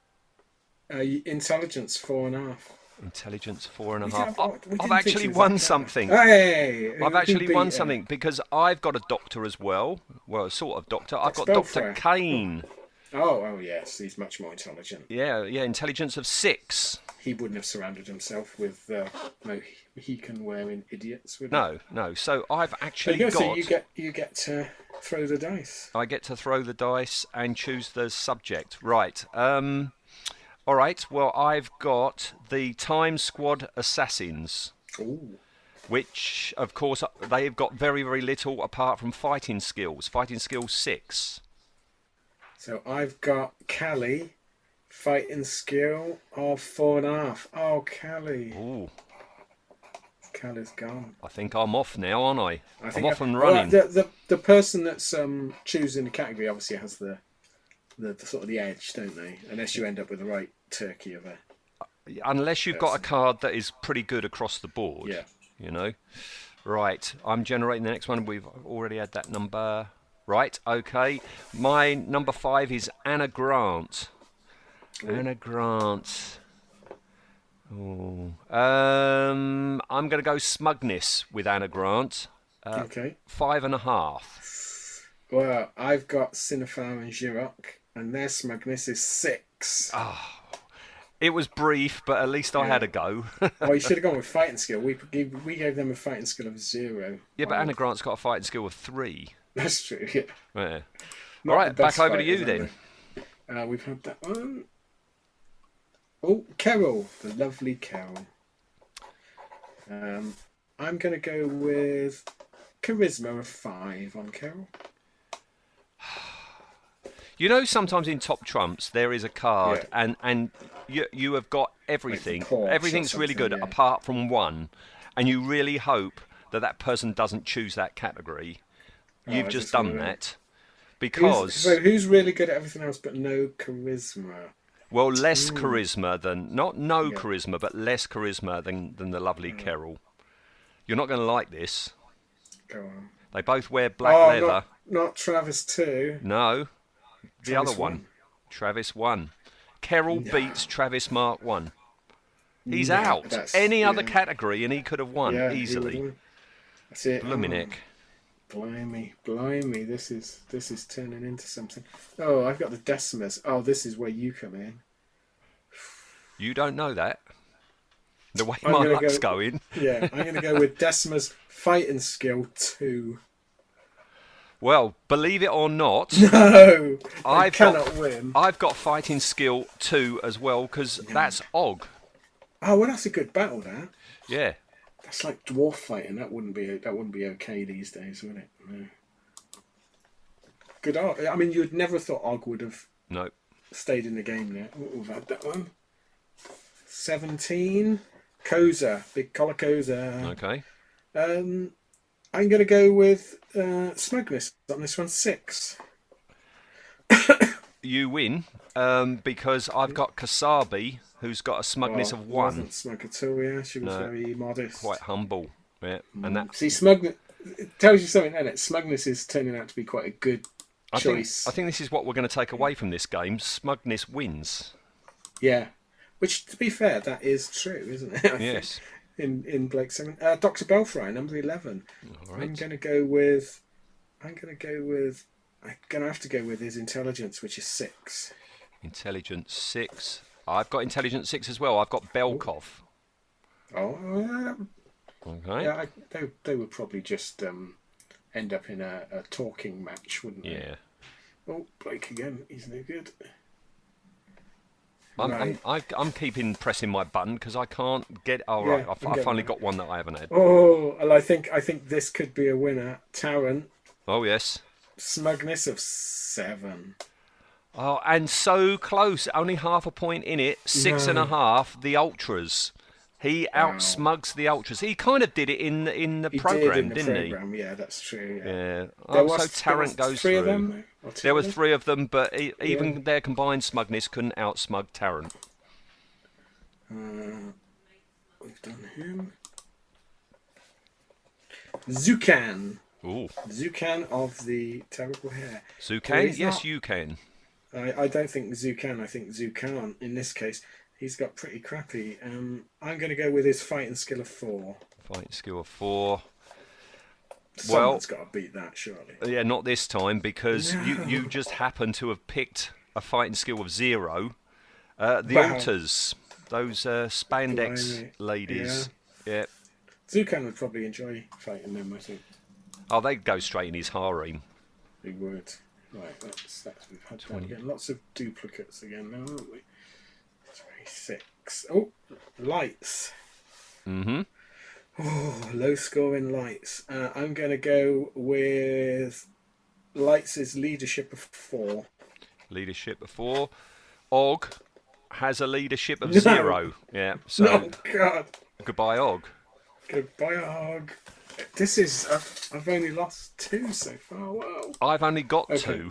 Uh, intelligence four and a half.
Intelligence four and a
We
half.
didn't-
I-
we didn't
I've
think
actually
she was
won
that clever.
something.
Hey, who
I've
did
actually
we
won
beat, uh,
something because I've got a doctor as well. Well, sort of doctor. I've got
That's
Doctor
Belfry.
Kane.
Oh, oh yes, he's much more intelligent.
Yeah, yeah. Intelligence of six.
He wouldn't have surrounded himself with uh, Mohican wearing idiots, would he?
No, no. So I've
There
actually
you go.
got.
So you get you get to throw the dice.
I get to throw the dice and choose the subject. Right. Um. All right. Well, I've got the Time Squad assassins.
Ooh.
Which, of course, they've got very, very little apart from fighting skills. Fighting skill six.
So I've got Callie, fighting skill of four and a half. Oh, Callie.
Ooh,
Callie's gone. I
I think I'm off now, aren't I? I am
think
off
I-
and
well,
running.
the, the the person that's um choosing the category obviously has the, the the sort of the edge, don't they? Unless you end up with the right turkey of a
Unless you've got a card that is pretty good across the board.
Yeah.
You know? Right. I'm generating the next one. We've already had that number. Right. Okay. My number five is Anna Grant. Anna Grant. Oh. Um, I'm going to go smugness with Anna Grant.
okay.
Five and a half.
Well, I've got Cinefar and Giroc, and their smugness is six.
Ah. It was brief, but at least I had a go. (laughs)
Oh, you should have gone with fighting skill. We gave, we gave them a fighting skill of zero.
yeah, but
Wow.
Anna Grant's got a fighting skill of three.
That's true. Yeah.
Yeah.
Not
All right,
the best
back over to
fighters,
you
are
then.
they? Uh, we've had that one. Oh, Carol, the lovely Carol. Um, I'm going to go with charisma of five on Carol.
You know, sometimes in top trumps there is a card,
Yeah.
and and you you have got everything.
corpse or
Everything's really good
something, yeah.
apart from one, and you really hope that that person doesn't choose that category. You've
Oh, I
just
just
done
wonder.
that
Who's,
because
so who's really good at everything else but no charisma?
well, less charisma than not no
mm. Yeah. Mm.
charisma, but less charisma than than the lovely Carol. You're not going to like this.
Go on.
They both wear black
oh,
leather.
Not, not Travis too.
No, the
Travis
other one,
won.
Travis one. Carol beats Travis Mark one. He's
Yeah,
out.
that's-
Any other
yeah.
category, and he could have won
Yeah, he
easily.
would've won. That's it.
Blooming
Oh.
heck.
Blimey, blimey, this is this is turning into something. Oh, I've got the Decimus. Oh, this is where you come in.
You don't know that. The way
I'm
my
gonna
luck's
go-
going.
Yeah, I'm gonna go with Decimus fighting skill two.
Well, believe it or
(laughs)
not,
No, I
I've
cannot
got-
win.
I've got fighting skill two as well because that's Og.
Oh, well, that's a good battle. That
Yeah.
that's like dwarf fighting. That wouldn't be that wouldn't be okay these days, would it? No. Good Og. I mean, you'd never thought Og would have
No.
stayed in the game there. Oh, we've had that one. Seventeen. Koza, big collar Koza.
Okay.
Um, I'm going to go with uh, smugness on this one. Six.
You win um, because I've got Kasabi, who's got a smugness
Well,
of
Oh, Wasn't
one,
smug at all. Yeah, she was
No.
very modest.
quite humble. Yeah, and that's
See, smugness it tells you something, and it smugness is turning out to be quite a good
I think,
choice.
I think this is what we're going to take away from this game. Smugness wins.
Yeah. Which, to be fair, that is true, isn't it? (laughs) I think,
Yes.
In in Blake Seven, uh, Doctor Belfry, number eleven.
All
I'm
right.
going to go with. I'm going to go with. I'm going to have to go with his intelligence, which is six.
Intelligence six. I've got intelligence six as well. I've got Belkov.
Oh, uh,
Okay.
yeah. I, they they would probably just um, end up in a, a talking match, wouldn't they?
Yeah.
Oh, Blake again. He's no good.
I'm,
Right.
I'm, I, I'm keeping pressing my button because I can't get. All right,
Yeah,
I've,
I'm
I've
getting
finally
there.
got one that I haven't had.
Oh, well, I think I think this could be a winner. Taran,
Oh yes.
smugness of seven.
Oh, and so close. Only half a point in it. Six and a half. The ultras. He outsmugs the ultras. He kind of did it in the- in the
He
program,
did in the
not
program. Yeah, that's true.
he?
Yeah.
Yeah.
There
Oh,
was-
so
there
Tarrant
was
goes
three
through.
of them. though, or two
There
of
were
them?
three of them, but e- even their combined smugness couldn't outsmug Tarrant.
Uh, we've done him. Zukan,
Ooh,
Zukan of the terrible hair.
Zucan?
he's
yes,
not-
you can.
I, I don't think Zukan. I think Zukan in this case. He's got pretty crappy. Um, I'm going to go with his fighting skill of four.
Fight skill of four. Well-
Someone's got to beat that, surely.
Yeah, not this time because
(laughs)
you,
No.
you just happen to have picked a fighting skill of zero. Uh, the
Wow.
altars, those uh, spandex
Blimey.
ladies. Yeah.
Zukan would probably enjoy fighting them. I think
Oh, they go straight in his harem.
he would. Right, that's that's we've had that again. Lots of duplicates again now, aren't we? Twenty-six. Oh, lights.
Mm-hmm.
Oh, low scoring lights. Uh, I'm going to go with lights' leadership of four.
Leadership of four. Og has a leadership of
No.
zero. Yeah. So
No, Oh, God.
goodbye, Og.
Goodbye, Arg. This is. I've, I've only lost two so far. Wow.
I've only got
Okay.
two.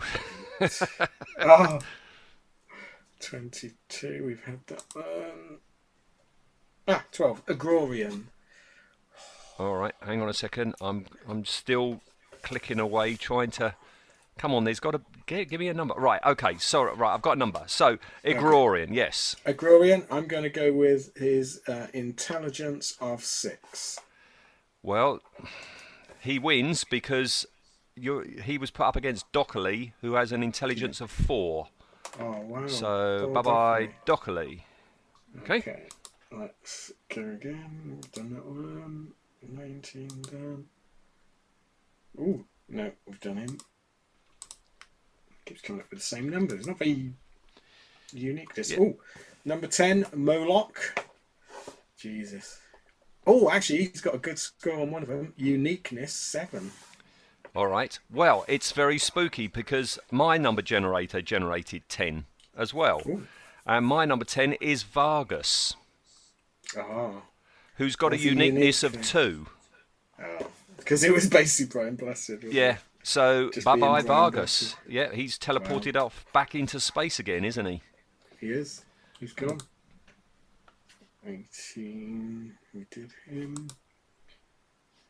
Oh. (laughs) 22. We've had that one. Ah, 12. Agrorian.
All right, hang on a second. I'm I'm still clicking away, trying to. Come on, there's got to give, give me a number. Right, okay. Sorry, right, I've got a number. So Igrorian, yes.
Agrorian, I'm going to go with his uh, intelligence of six.
Well, he wins because you he was put up against Dockley, who has an intelligence of four.
Oh, wow.
So
Oh,
bye bye,
definitely.
Dockley. Okay.
Okay, let's go again. We've done that one. 19 down. Ooh, no, we've done him. Keeps coming up with the same numbers. Not very unique this.
Yeah.
Ooh, number 10, Moloch. Jesus. Oh, actually, he's got a good score on one of them. Uniqueness, 7.
All right. Well, it's very spooky because my number generator generated ten as well,
Ooh.
and my number ten is Vargas.
Ah.
who's got a
That's a
uniqueness
unique
of
thing.
two.
Because it was basically Brian Blessed. wasn't
Yeah.
it?
So
Just
bye
being
bye
blind,
Vargas. Yeah, he's teleported off back into space again, isn't
(laughs)
he?
He is. He's gone. 18. We did him.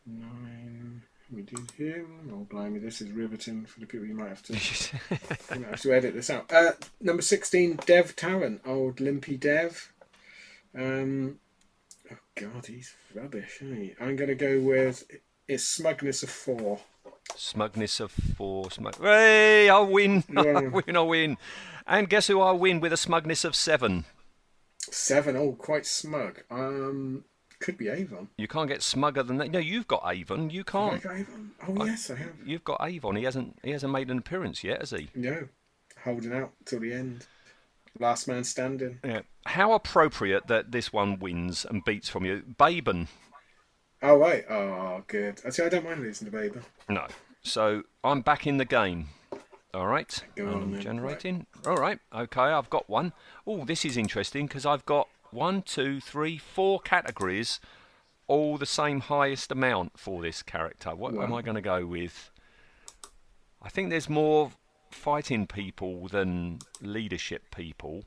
9. We did him. Oh, blimey, this is riveting for the people. You might have to, you might have to edit this out. Uh, number 16, Dev Tarrant. Old Limpy Dev. Um, oh, God, he's rubbish, isn't he? I'm going to go with his smugness of 4.
Smugness of four. Smug- hey, I'll win. (laughs)
Yeah.
I'll win. I'll win. And guess who I'll win with a smugness of seven?
7. Oh, quite smug. Um, could be Avon.
You can't get smugger than that. No, you've got Avon. You
Have I
can't.
got Avon? Oh, yes, I have.
You've got Avon. He hasn't. He hasn't made an appearance yet, has he?
No, holding out till the end. Last man standing.
Yeah. How appropriate that this one wins and beats from you, Baben.
Oh right. Oh good. Actually, I don't mind losing the baby.
No. So I'm back in the game. All right.
Go
And
on
I'm
then.
generating. All right. Okay. I've got one. Oh, this is interesting because I've got one, two, three, four categories all the same highest amount for this character. What am
Wow.
I going to go with? I think there's more fighting people than leadership people.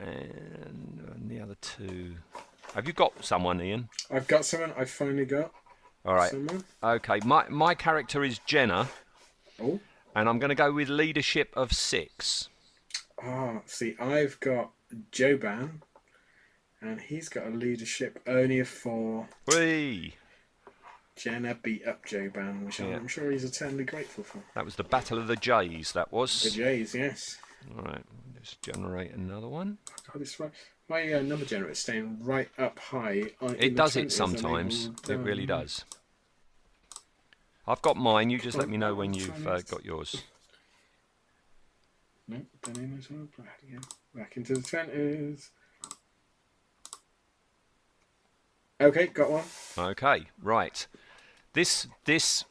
And, and the other two. Have you got someone, Ian?
I've got someone. I finally got
All right.
someone.
Okay. My my character is Jenna,
Oh,
and I'm going to go with leadership of six.
ah, see, I've got Joban, and he's got a leadership only of four.
Whee!
Jenna beat up Joban, which
Yeah.
I'm sure he's eternally grateful for.
That was the Battle of the Jays. That
The
was.
Jays, yes.
All right. Let's generate another one.
God, it's right. My uh, number generator's staying right up high. On, in
It
the
does it
20s, and
sometimes.
will,
It really
um,
does. I've got mine. You just let me know when
Try
you've uh,
next.
got yours.
No, done in as well. Bloody hell. Back into the twenties. Okay, got one.
Okay. Right. This this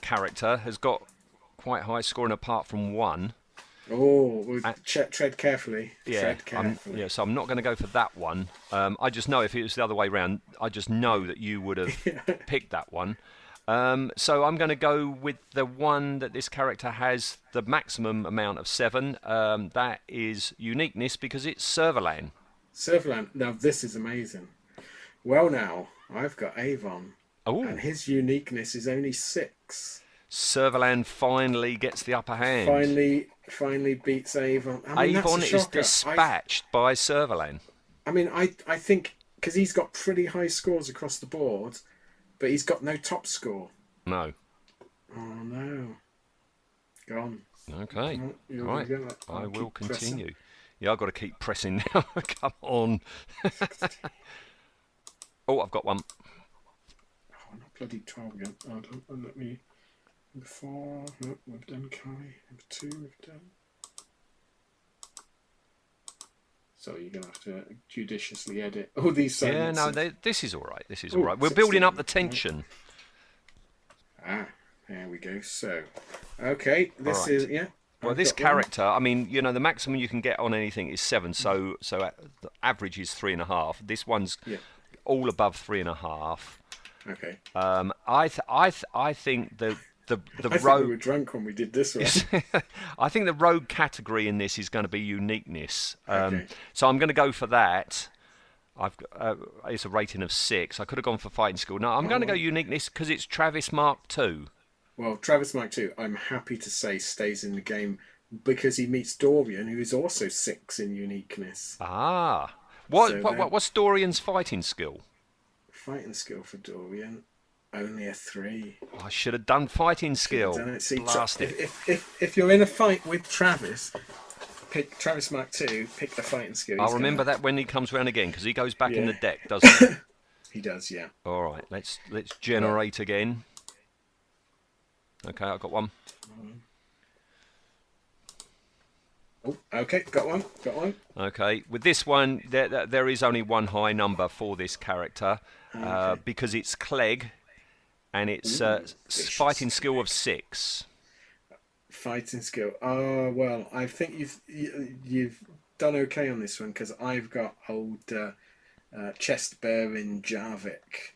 character has got quite high scoring apart from one.
Oh, well,
I-
che- tread carefully.
Yeah,
tread
I'm,
carefully.
yeah. So I'm not going to go for that one. Um, I just know if it was the other way round, I just know that you would have
(laughs)
picked that one. Um, so I'm going to go with the one that this character has the maximum amount of seven. Um, that is uniqueness because it's Serverland.
Serverland. Now this is amazing. Well, now I've got Avon,
Oh,
and his uniqueness is only six.
Serverland finally gets the upper hand.
Finally, finally beats Avon. I mean, that's a
Avon is
shocker. I-
dispatched by Serverland.
I mean, I I think because he's got pretty high scores across the board, but he's got no top score.
No.
Oh no, gone.
Okay.
No, you're gonna
Right.
get that.
I
I'll
will
keep pressing.
continue. Yeah, I've got to keep pressing (laughs) now. Come on. (laughs) oh, I've got one.
Oh, not bloody twelve again. Oh, don't, oh, let me. Number four. No, we've done Kai. Number two, we've done. So you're gonna have to judiciously edit all these
Yeah,
silences.
no, they, this is all right. This is
Ooh,
all right. We're building up the
16,
tension.
Ah, there we go. So, okay, this
Alright.
is yeah.
Well,
I've
this
got one.
character, I mean, you know, the maximum you can get on anything is seven. So, so a- the average is three and a half. This one's
Yeah.
all above three and a half.
Okay.
Um, I, th- I, th- I think the the the
(laughs) I think we were
rogue.
drunk when we did this one.
(laughs) I think the rogue category in this is going to be uniqueness. Um,
Okay.
So I'm going to go for that. I've got, uh, it's a rating of six. I could have gone for fighting school. No, I'm going
Oh.
to go uniqueness because it's Travis Mark two.
Well, Travis Mike too. I'm happy to say stays in the game because he meets Dorian, who is also six in uniqueness.
Ah, what
So
what,
then-
what what's Dorian's fighting skill?
Fighting skill for Dorian, only a three.
I should have done fighting skill.
Don't it see-
Blast
if,
it.
if, if, if you're in a fight with Travis, pick Travis Mark two. Pick the fighting skill.
I'll
He's
remember
gonna-
that when he comes round again because he goes back in
Yeah.
the deck, doesn't
(laughs)
he?
He does, yeah.
All right, let's let's generate again. Okay, I've got one.
Oh, okay, got one, got one.
Okay, with this one, there there- there is only one high number for this character uh, because it's Clegg, and it's uh, s-
vicious
fighting skill of six.
Fighting skill. Oh well, I think you've you, you've done okay on this one because I've got old uh, uh, chest bearing Jarvik.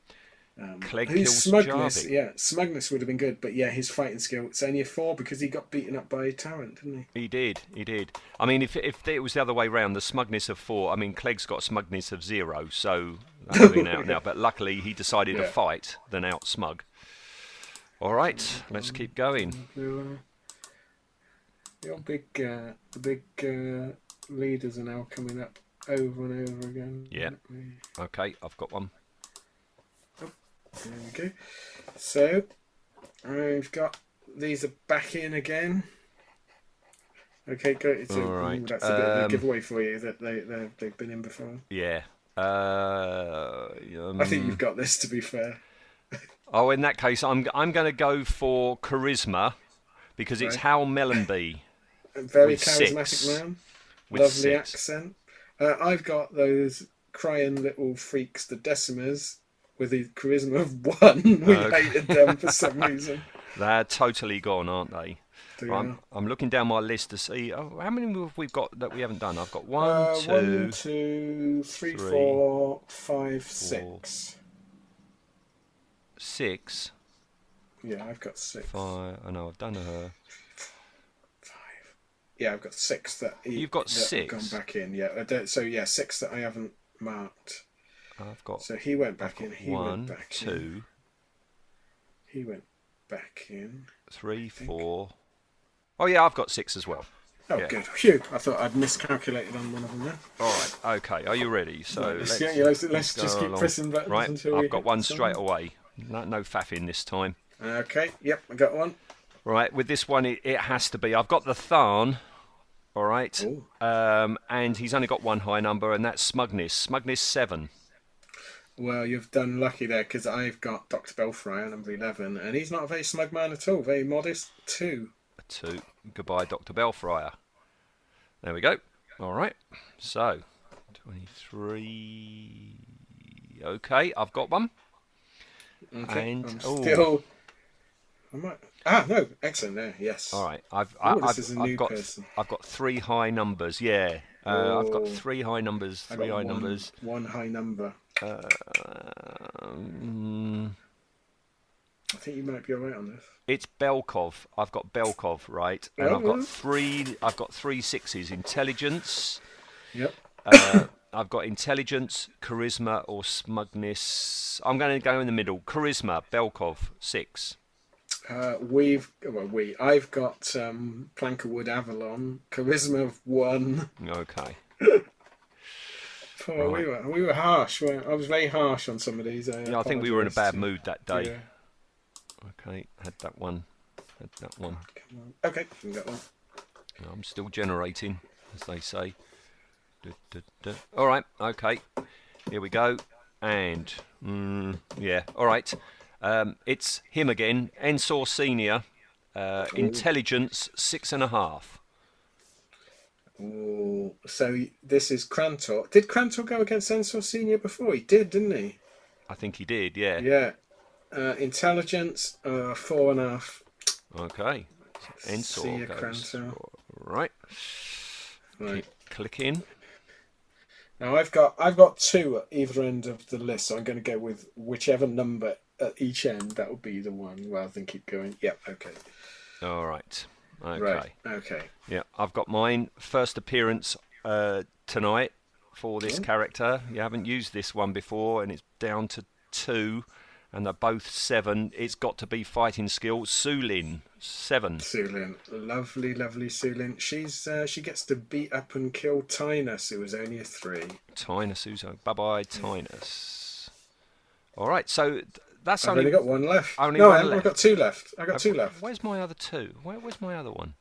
Um,
Clegg
whose
kills
smugness,
Jarvik.
yeah, smugness would have been good, but yeah, his fighting skill. It's only a four because he got beaten up by Tarrant, didn't he?
He did, he did. I mean, if if it was the other way round, the smugness of four. I mean, Clegg's got smugness of zero, so that would have been out now. But luckily, he decided to
Yeah.
fight than out smug. All right, let's keep going.
The, uh, the old big, uh, the big uh, leaders are now coming up over and over again.
Yeah.
Let me-
Okay, I've got one.
There we go. So, I've got these are back in again. Okay, go. It's a,
All right,
That's a bit of a
um,
giveaway for you that they they- they've been in before.
Yeah. Uh,
I think
um,
you've got this. To be fair,
Oh, in that case, I'm I'm going to go for charisma because it's
Right.
Hal
(laughs)
Mellenby
a very
With
charismatic
six.
man,
with
lovely
six.
accent. Uh, I've got those crying little freaks, the Decimers, with the charisma of (laughs) one. we
Okay. (laughs)
hated them for some reason.
They're totally gone, aren't they?
They
I'm,
are.
I'm looking down my list to see oh, how many have we got that we haven't done. I've got
Uh,
one, two,
one, two, three,
three,
four, five, six.
six,
Yeah, I've got six.
five. I know I've done her.
Five. Yeah, I've got six that he-
You've got
that have
six?
gone back in. Yeah, I don't, so yeah, six that I haven't marked.
I've got
So he went back in. He went
one,
back in.
two,
He went back in.
three,
think.
four. Oh yeah, I've got six as well.
Oh,
Yeah.
good. Phew! I thought I'd miscalculated on one of them there.
All right, okay. Are you ready? So
Right, let's-
let's,
yeah, yeah, let's- let's
go
just keep
along.
pressing buttons
Right,
until
I've
we
got
hit
one
some.
straight away. No, no faffing this time.
Okay. Yep, I got one.
Right, with this one, it, it has to be. I've got the Tharn, all right,
Ooh.
um, and he's only got one high number, and that's Smugness. Smugness seven.
Well, you've done lucky there because I've got Doctor Belfry number eleven, and he's not a very smug man at all. Very modest. Two.
A Two. Goodbye, Doctor Belfriar. There we go. All right. So, twenty-three. Okay, I've got one.
Okay.
And-
I'm
oh.
still. I might. Ah no! Excellent. There. Yes.
All right, I've
Ooh,
I,
this
I've,
is a
I've
new
got
person.
I've got three high numbers. Yeah, uh, I've got
Oh.
three high numbers.
I
Three
got
high
one-
numbers.
One high number.
Um,
I think you might be alright on this.
it's Belkov. I've got Belkov right, and I've
Oh.
got three. I've got three sixes. Intelligence.
Yep.
Uh, (coughs) I've got intelligence, charisma, or smugness. I'm going to go in the middle. Charisma, Belkov, six.
Uh, we've well, we I've got um, Plankerwood Avalon, charisma of one. (laughs)
Okay.
Poor, We were we were harsh. weren't- I was very harsh on some of these. I,
Yeah, I think we were in a
apologise
bad
to-
mood that day.
Yeah.
Okay, had that one. Had that one.
Come on. Okay, we got one.
I'm still generating, as they say. Du- du- du. All right, okay. Here we go. And, mm, yeah, all right. Um, it's him again, Ensor Senior. Uh, intelligence, six and a half.
Ooh, so y- this is Crantor. Did Crantor go against Ensor Senior before? He did, didn't he?
I think he did, yeah.
Yeah. Uh, intelligence, uh, four and a half.
Okay. Ensor
See ya,
goes.
Crantor.
Right.
Right.
Click in.
Now I've got I've got two at either end of the list, so I'm going to go with whichever number at each end. That would be the one rather than keep going. Yep. Okay.
All right. Okay.
Right. Okay.
Yeah, I've got mine. First appearance uh, tonight for this character. You haven't used this one before, and it's down to two, and they're both seven. It's got to be fighting skill. Sulin, seven.
Sulin, lovely, lovely Sulin. She's uh, she gets to beat up and kill Tynus, who was only a three.
Tinus, Uzo. Bye bye, Tinus. All right, so th- that's
I've
only.
only got one left.
only
no,
one
I haven't.
left.
I've got two left. I've got two left.
Where's my other two? Where, where's my other one?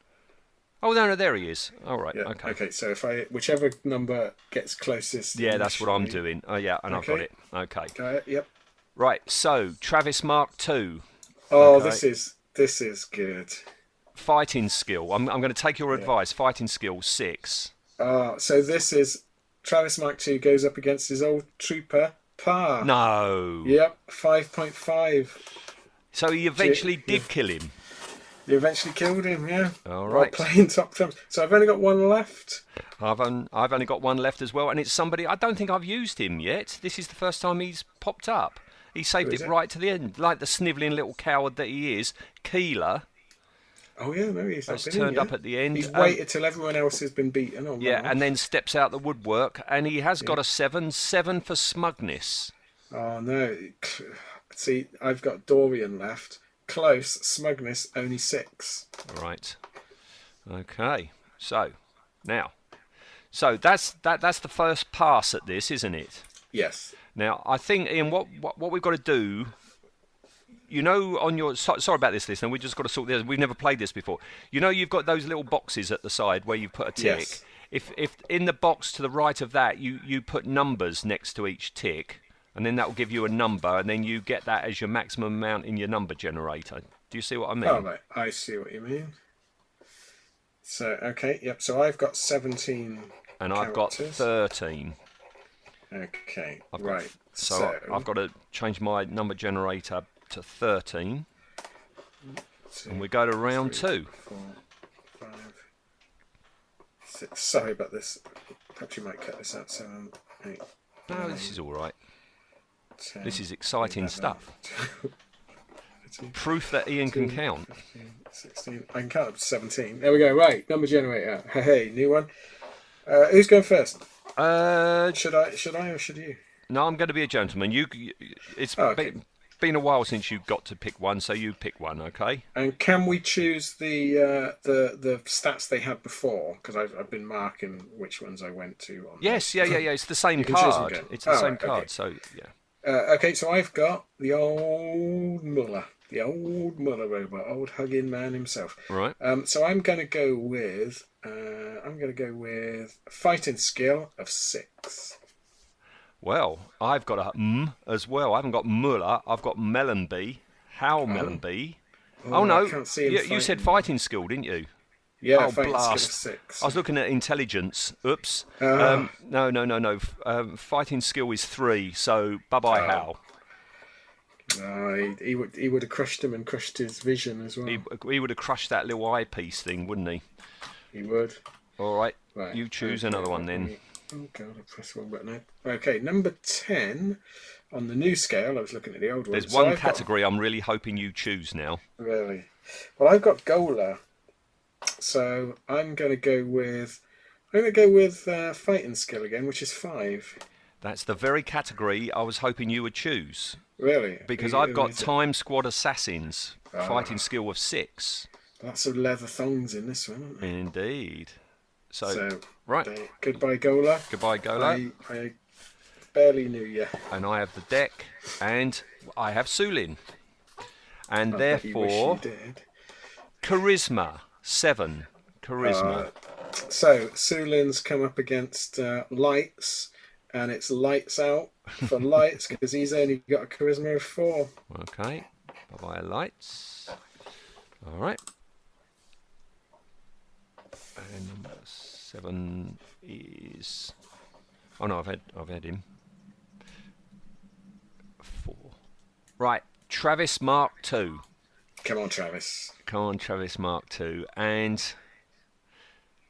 Oh, no, no, there he is. All right,
Yeah.
okay.
Okay. So if I whichever number gets closest.
Yeah, that's what I'm
initially-
doing. Oh, yeah, and I've got
Okay.
it. Okay.
Okay. Yep.
Right, so Travis Mark two.
Oh,
Okay.
this is this is good.
fighting skill. I'm, I'm going to take your advice. Fighting skill six.
Uh, so this is Travis Mark II goes up against his old trooper Parr.
No.
Yep, five point five.
So he eventually
Yeah.
did kill him.
They eventually killed him. Yeah.
All
While
right.
Playing top trumps. So I've only got one left.
I've, on, I've only got one left as well, and it's somebody I don't think I've used him yet. This is the first time he's popped up. He saved
Who is
it
it?
right to the end, like the snivelling little coward that he is. Keeler
Oh yeah, no, he's not
has
been in
turned
yet.
up at the end.
He's
um,
waited till everyone else has been beaten. Oh, Or
yeah,
run
and
off.
then steps out the woodwork, and he has got a seven, seven for smugness.
Oh no. See, I've got Dorian left. Close. Smugness. Only six.
All right. Okay. So now, so that's that. That's the first pass at this, isn't it?
Yes.
Now I think Ian, what what, what we've got to do. You know, on your so, sorry about this, listener. We just got to sort this. We've never played this before. You know, you've got those little boxes at the side where you put a tick.
Yes.
If if in the box to the right of that, you you put numbers next to each tick, and then that will give you a number, and then you get that as your maximum amount in your number generator. Do you see what I mean?
All Oh, right. I see what you mean. So okay. Yep. So I've got seventeen.
and I've got
characters.
thirteen.
Okay,
I've got-
right.
So, I- I've got to change my number generator to 13.
Two,
And we go to round
three,
two.
four, five, six. Sorry about this. Perhaps you might cut this out. Seven, eight,
No, this is all right.
ten,
This is exciting
11,
stuff.
13,
Proof that Ian can count.
16. I can count up to 17. There we go. Right. Number generator. Hey, new one. Uh, who's going first?
Uh,
Should I? Should I or should you?
no, I'm going to be a gentleman. You, you- it's
Oh, okay.
been, been a while since you got to pick one, so you pick one, okay?
And can we choose the uh, the the stats they had before? Because I've, I've been marking which ones I went to. On
Yes, yeah, yeah, yeah. It's the same
can choose them
card.
again.
It's the
Oh,
same
okay.
card. So yeah.
Uh, okay, so I've got the old Muller, the old Muller robot, old hugging man himself.
Right.
Um, so I'm going to go with uh, I'm going to go with fighting skill of six.
Well, I've got a mm as well. I haven't got Muller. I've got Mellonby. How Mellonby? Oh,
I
no!
can't see him
you, you said fighting skill, didn't you?
Yeah,
oh,
fighting
blast.
skill of six.
I was looking at intelligence. Oops.
Ah.
Um, no, no, no, no. F- Um, fighting skill is three. So bye bye,
Oh.
Hal.
No, he, he would he would have crushed him and crushed his vision as well.
He,
He,
he would have crushed that little eyepiece thing, wouldn't he?
would.
All right.
Right.
You choose
okay,
another one
let
then.
me- Oh god, I pressed one button. now. Okay, number ten on the new scale. I was looking at the old one.
There's
so
one
I've got-
category I'm really hoping you choose now.
Really? Well, I've got Gola, so I'm going to go with I'm going to go with uh, fighting skill again, which is five.
That's the very category I was hoping you would choose
Really?
because
Who-
I've
who
got
is it?
Time Squad Assassins,
Ah.
fighting skill of six.
lots of leather thongs in this one. Aren't there?
Indeed. So,
So
right.
they- goodbye, Gola.
Goodbye, Gola.
I, I barely knew you.
and I have the deck, and I have Sulin. And
I bet you wish you
therefore,
did.
charisma seven. Charisma.
So Sulin's come up against uh, lights, and it's lights out
(laughs)
for lights because he's only got a charisma of four.
Okay. Bye bye, lights. All right. And number seven is. Oh no, I've had I've had him. Four. Right, Travis Mark two.
Come on, Travis.
Come on, Travis Mark two, and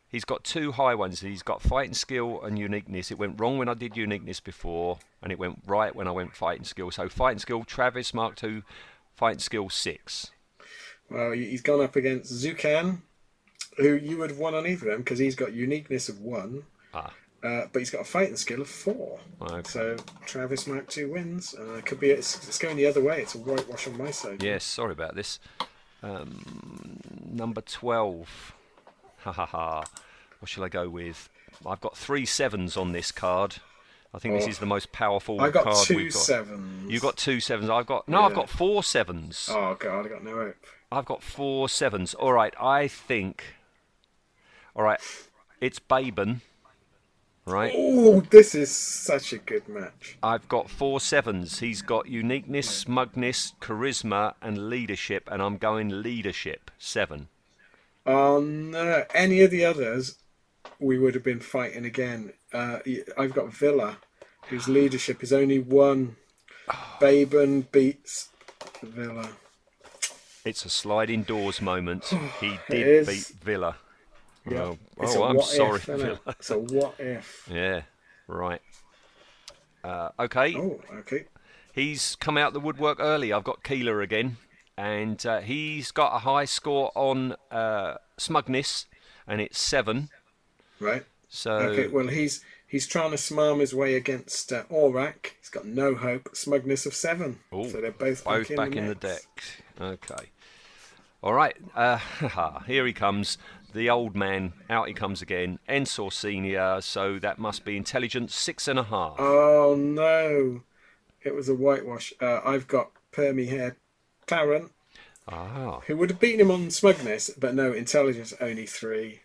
he's got two high ones. He's got fighting skill and uniqueness. It went wrong when I did uniqueness before, and it went right when I went fighting skill. So fighting skill, Travis Mark two, fighting skill six.
Well, he- he's gone up against Zukan, who you would have won on either of them because he's got uniqueness of one,
Ah.
uh, but he's got a fighting skill of four.
Okay.
So Travis Mark two wins. Uh, it could be it's, it's going the other way. It's a whitewash on my side.
Yes, sorry about this. Um, number twelve. Ha ha ha. What shall I go with? I've got three sevens on this card. I think this
Oh.
is the most powerful
I got
card
two
we've got.
sevens.
You've got two sevens. I've got no. I've
Yeah.
got four sevens.
Oh god, I got no hope.
I've got four sevens. All right, I think. All right, it's Baben, right?
Oh, this is such a good match.
I've got four sevens. He's got uniqueness, smugness, charisma, and leadership, and I'm going leadership seven.
On uh, any of the others, we would have been fighting again. Uh, y- I've got Villa, whose leadership is only one.
Oh.
Baben beats Villa.
It's a sliding doors
(sighs)
moment. He did
is.
beat Villa.
Yeah.
Oh,
It's
oh,
a
I'm
what
sorry,
If, innit?
Villa.
It's a what if.
Yeah, right. Uh, okay,
Oh, okay.
He's come out the woodwork early. I've got Keeler again, and uh, he's got a high score on uh, smugness, and it's seven.
Right.
So
Okay. Well, he's he's trying to smarm his way against uh, Aurak. He's got no hope. Smugness of seven.
Ooh,
so they're both,
both
back in,
back
the,
in the
mix.
deck. Okay. All right. Uh, (laughs) haha, here he comes. The old man. Out he comes again. Ensor Senior. So that must be intelligence six and a half.
Oh no! It was a whitewash. Uh, I've got permy hair, Tarrant,
ah.
who would have beaten him on smugness, but no intelligence, only three.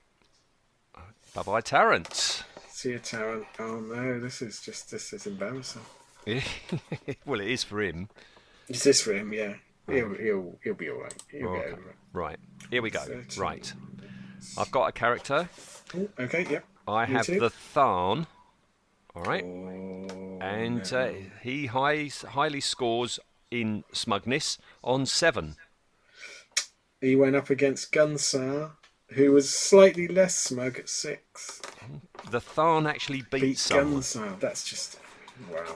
Bye bye, Tarrant.
See you, Tarrant. Oh no! This is just this is embarrassing.
(laughs) well, it is for him.
Is this for him? Yeah. He'll he'll he'll be all right. He'll
Okay.
get over it.
Right. Here we go.
Thirteen.
Right. I've got a character.
Ooh, Oh, okay. Yep.
I
You
have
too?
the Tharn. All right.
Oh,
and
no.
uh, he high, highly scores in smugness on seven.
He went up against Gunsar, who was slightly less smug at six.
The Tharn actually beat,
Beat
someone.
Gunsar. That's just wow.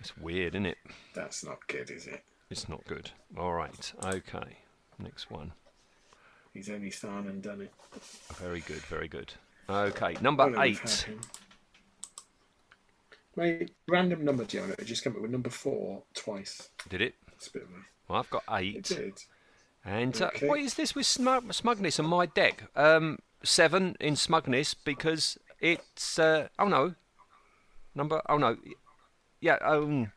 It's weird, isn't it?
That's not good, is it?
It's not good. All right. Okay. Next one.
He's only Tharn and done it.
Very good. Very good. Okay. Number
Well, we've
eight.
had him. My random number generator just came up with number four twice.
Did it?
It's a bit of a.
Well, I've got
It
eight.
did.
And uh,
Okay.
what is this with smug- smugness on my deck? Um, seven in smugness because it's uh, oh no, number oh no, yeah um,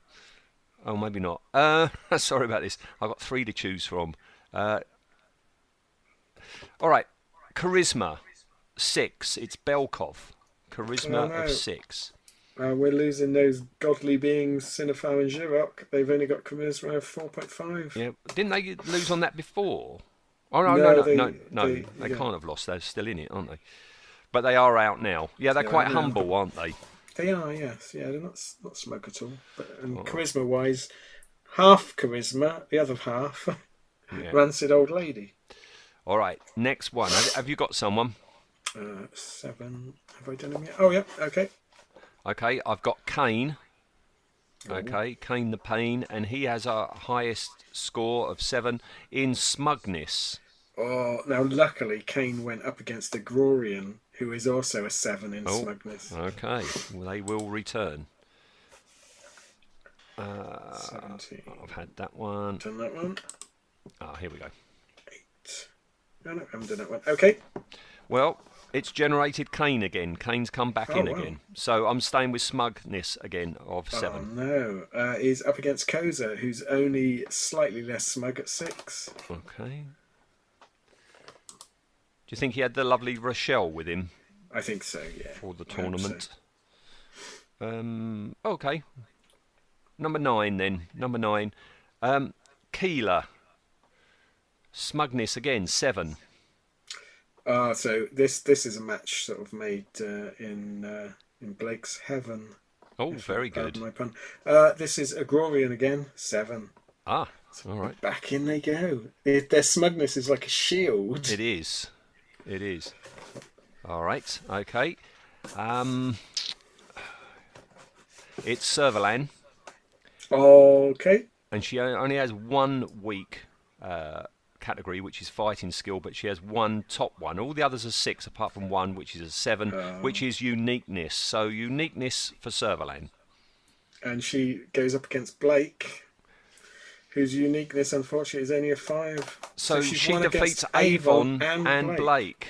oh maybe not. Uh, (laughs) sorry about this. I've got three to choose from. Uh, all right, charisma six. It's Belkov. Charisma
Oh, no.
of six.
Uh, we're losing those godly beings, Cinefar and Jirok. They've only got charisma of 4.5.
Yeah, didn't they lose on that before? Oh no,
No,
no, no,
they-
no, no. They,
they- yeah.
can't have lost. They're still in it, aren't they? But they are out now. Yeah, they're
They're
quite
out now.
humble, aren't they?
They are, yes. Yeah, they're not, s- not smug at all. But um,
Oh.
charisma wise, half charisma, the other half, (laughs)
Yeah.
rancid old lady.
All right, next one. Have, have you got someone?
Uh, seven. Have I done him yet? Oh, yeah. Okay.
Okay, I've got Kane. Okay, Kane the Pain, and he has our highest score of seven in smugness.
Oh, now luckily, Kane went up against a Grorian, who is also a seven in
Oh.
smugness.
Okay, well, they will return. Ah.
17.
I've had that one.
Done that one.
Ah, here we go.
No, no, haven't done that one. Okay.
Well, it's generated Kane again. Kane's come back
Oh,
in
wow.
again. So I'm staying with Smugness again of
Oh,
seven.
no. Uh, is up against Koza, who's only slightly less smug at six.
Okay. Do you think he had the lovely Rochelle with him
I think so, yeah.
for the
I hope so.
tournament? Um, okay. Number nine then. Number nine. Um, Keeler. Smugness again, seven.
Ah, so this this is a match sort of made uh, in uh, in Blake's heaven.
Oh, very
Pardon
good.
My pun. Uh, this is Agrorian again, seven.
Ah, all right.
Back in they go. It, their smugness is like a shield.
It is. It is. All right. Okay. Um, it's Servalan,
Okay.
and she o- only has one weak uh, category, which is fighting skill, but she has one top one. All the others are six, apart from one, which is a seven, which is uniqueness. So uniqueness for Servalan.
And she goes up against Blake, whose uniqueness, unfortunately, is only a five.
So,
she's
she
won against
defeats Avon, and,
Blake.
Blake.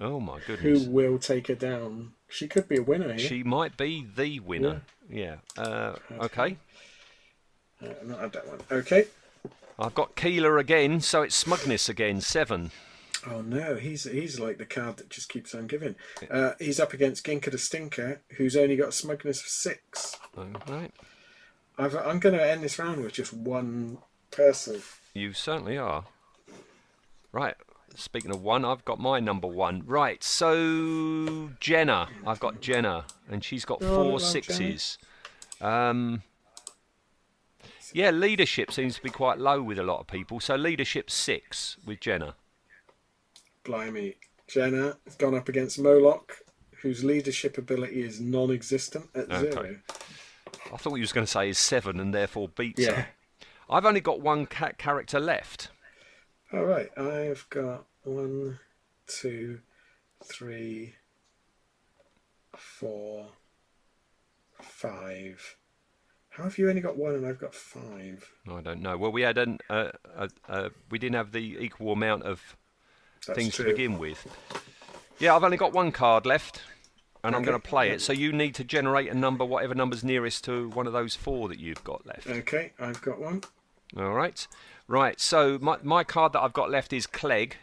Oh my goodness.
who will take her down. She could be a winner here.
She might be the winner. Yeah. Uh, okay.
Uh, not had that one. Okay.
I've got Keeler again, so it's Smugness again, seven.
Oh no, he's he's like the card that just keeps on giving. Uh, he's up against Ginka the Stinker, who's only got a smugness of six.
All right.
I've, I'm going to end this round with just one person.
You certainly are. Right. Speaking of one, I've got my number one. Right, so Jenna. I've got Jenna, and she's got
Oh, I
four
love Jenna.
sixes. Um, yeah, leadership seems to be quite low with a lot of people, so leadership six with Jenna.
Blimey, Jenna has gone up against Moloch, whose leadership ability is non-existent at
Okay.
zero.
I thought he was going to say is seven and therefore beats
Yeah.
her. I've only got one ca- character left.
(laughs) All right, I've got one, two, three, four, five. How have you only got one and I've got five?
I don't know. Well, we had an uh, uh, uh, we didn't have the equal amount of
That's
things
true.
to begin with. Yeah, I've only got one card left, and I'm
Okay.
going to play it. So you need to generate a number, whatever number's nearest to one of those four that you've got left.
Okay, I've got one.
All right, right. So my my card that I've got left is Clegg,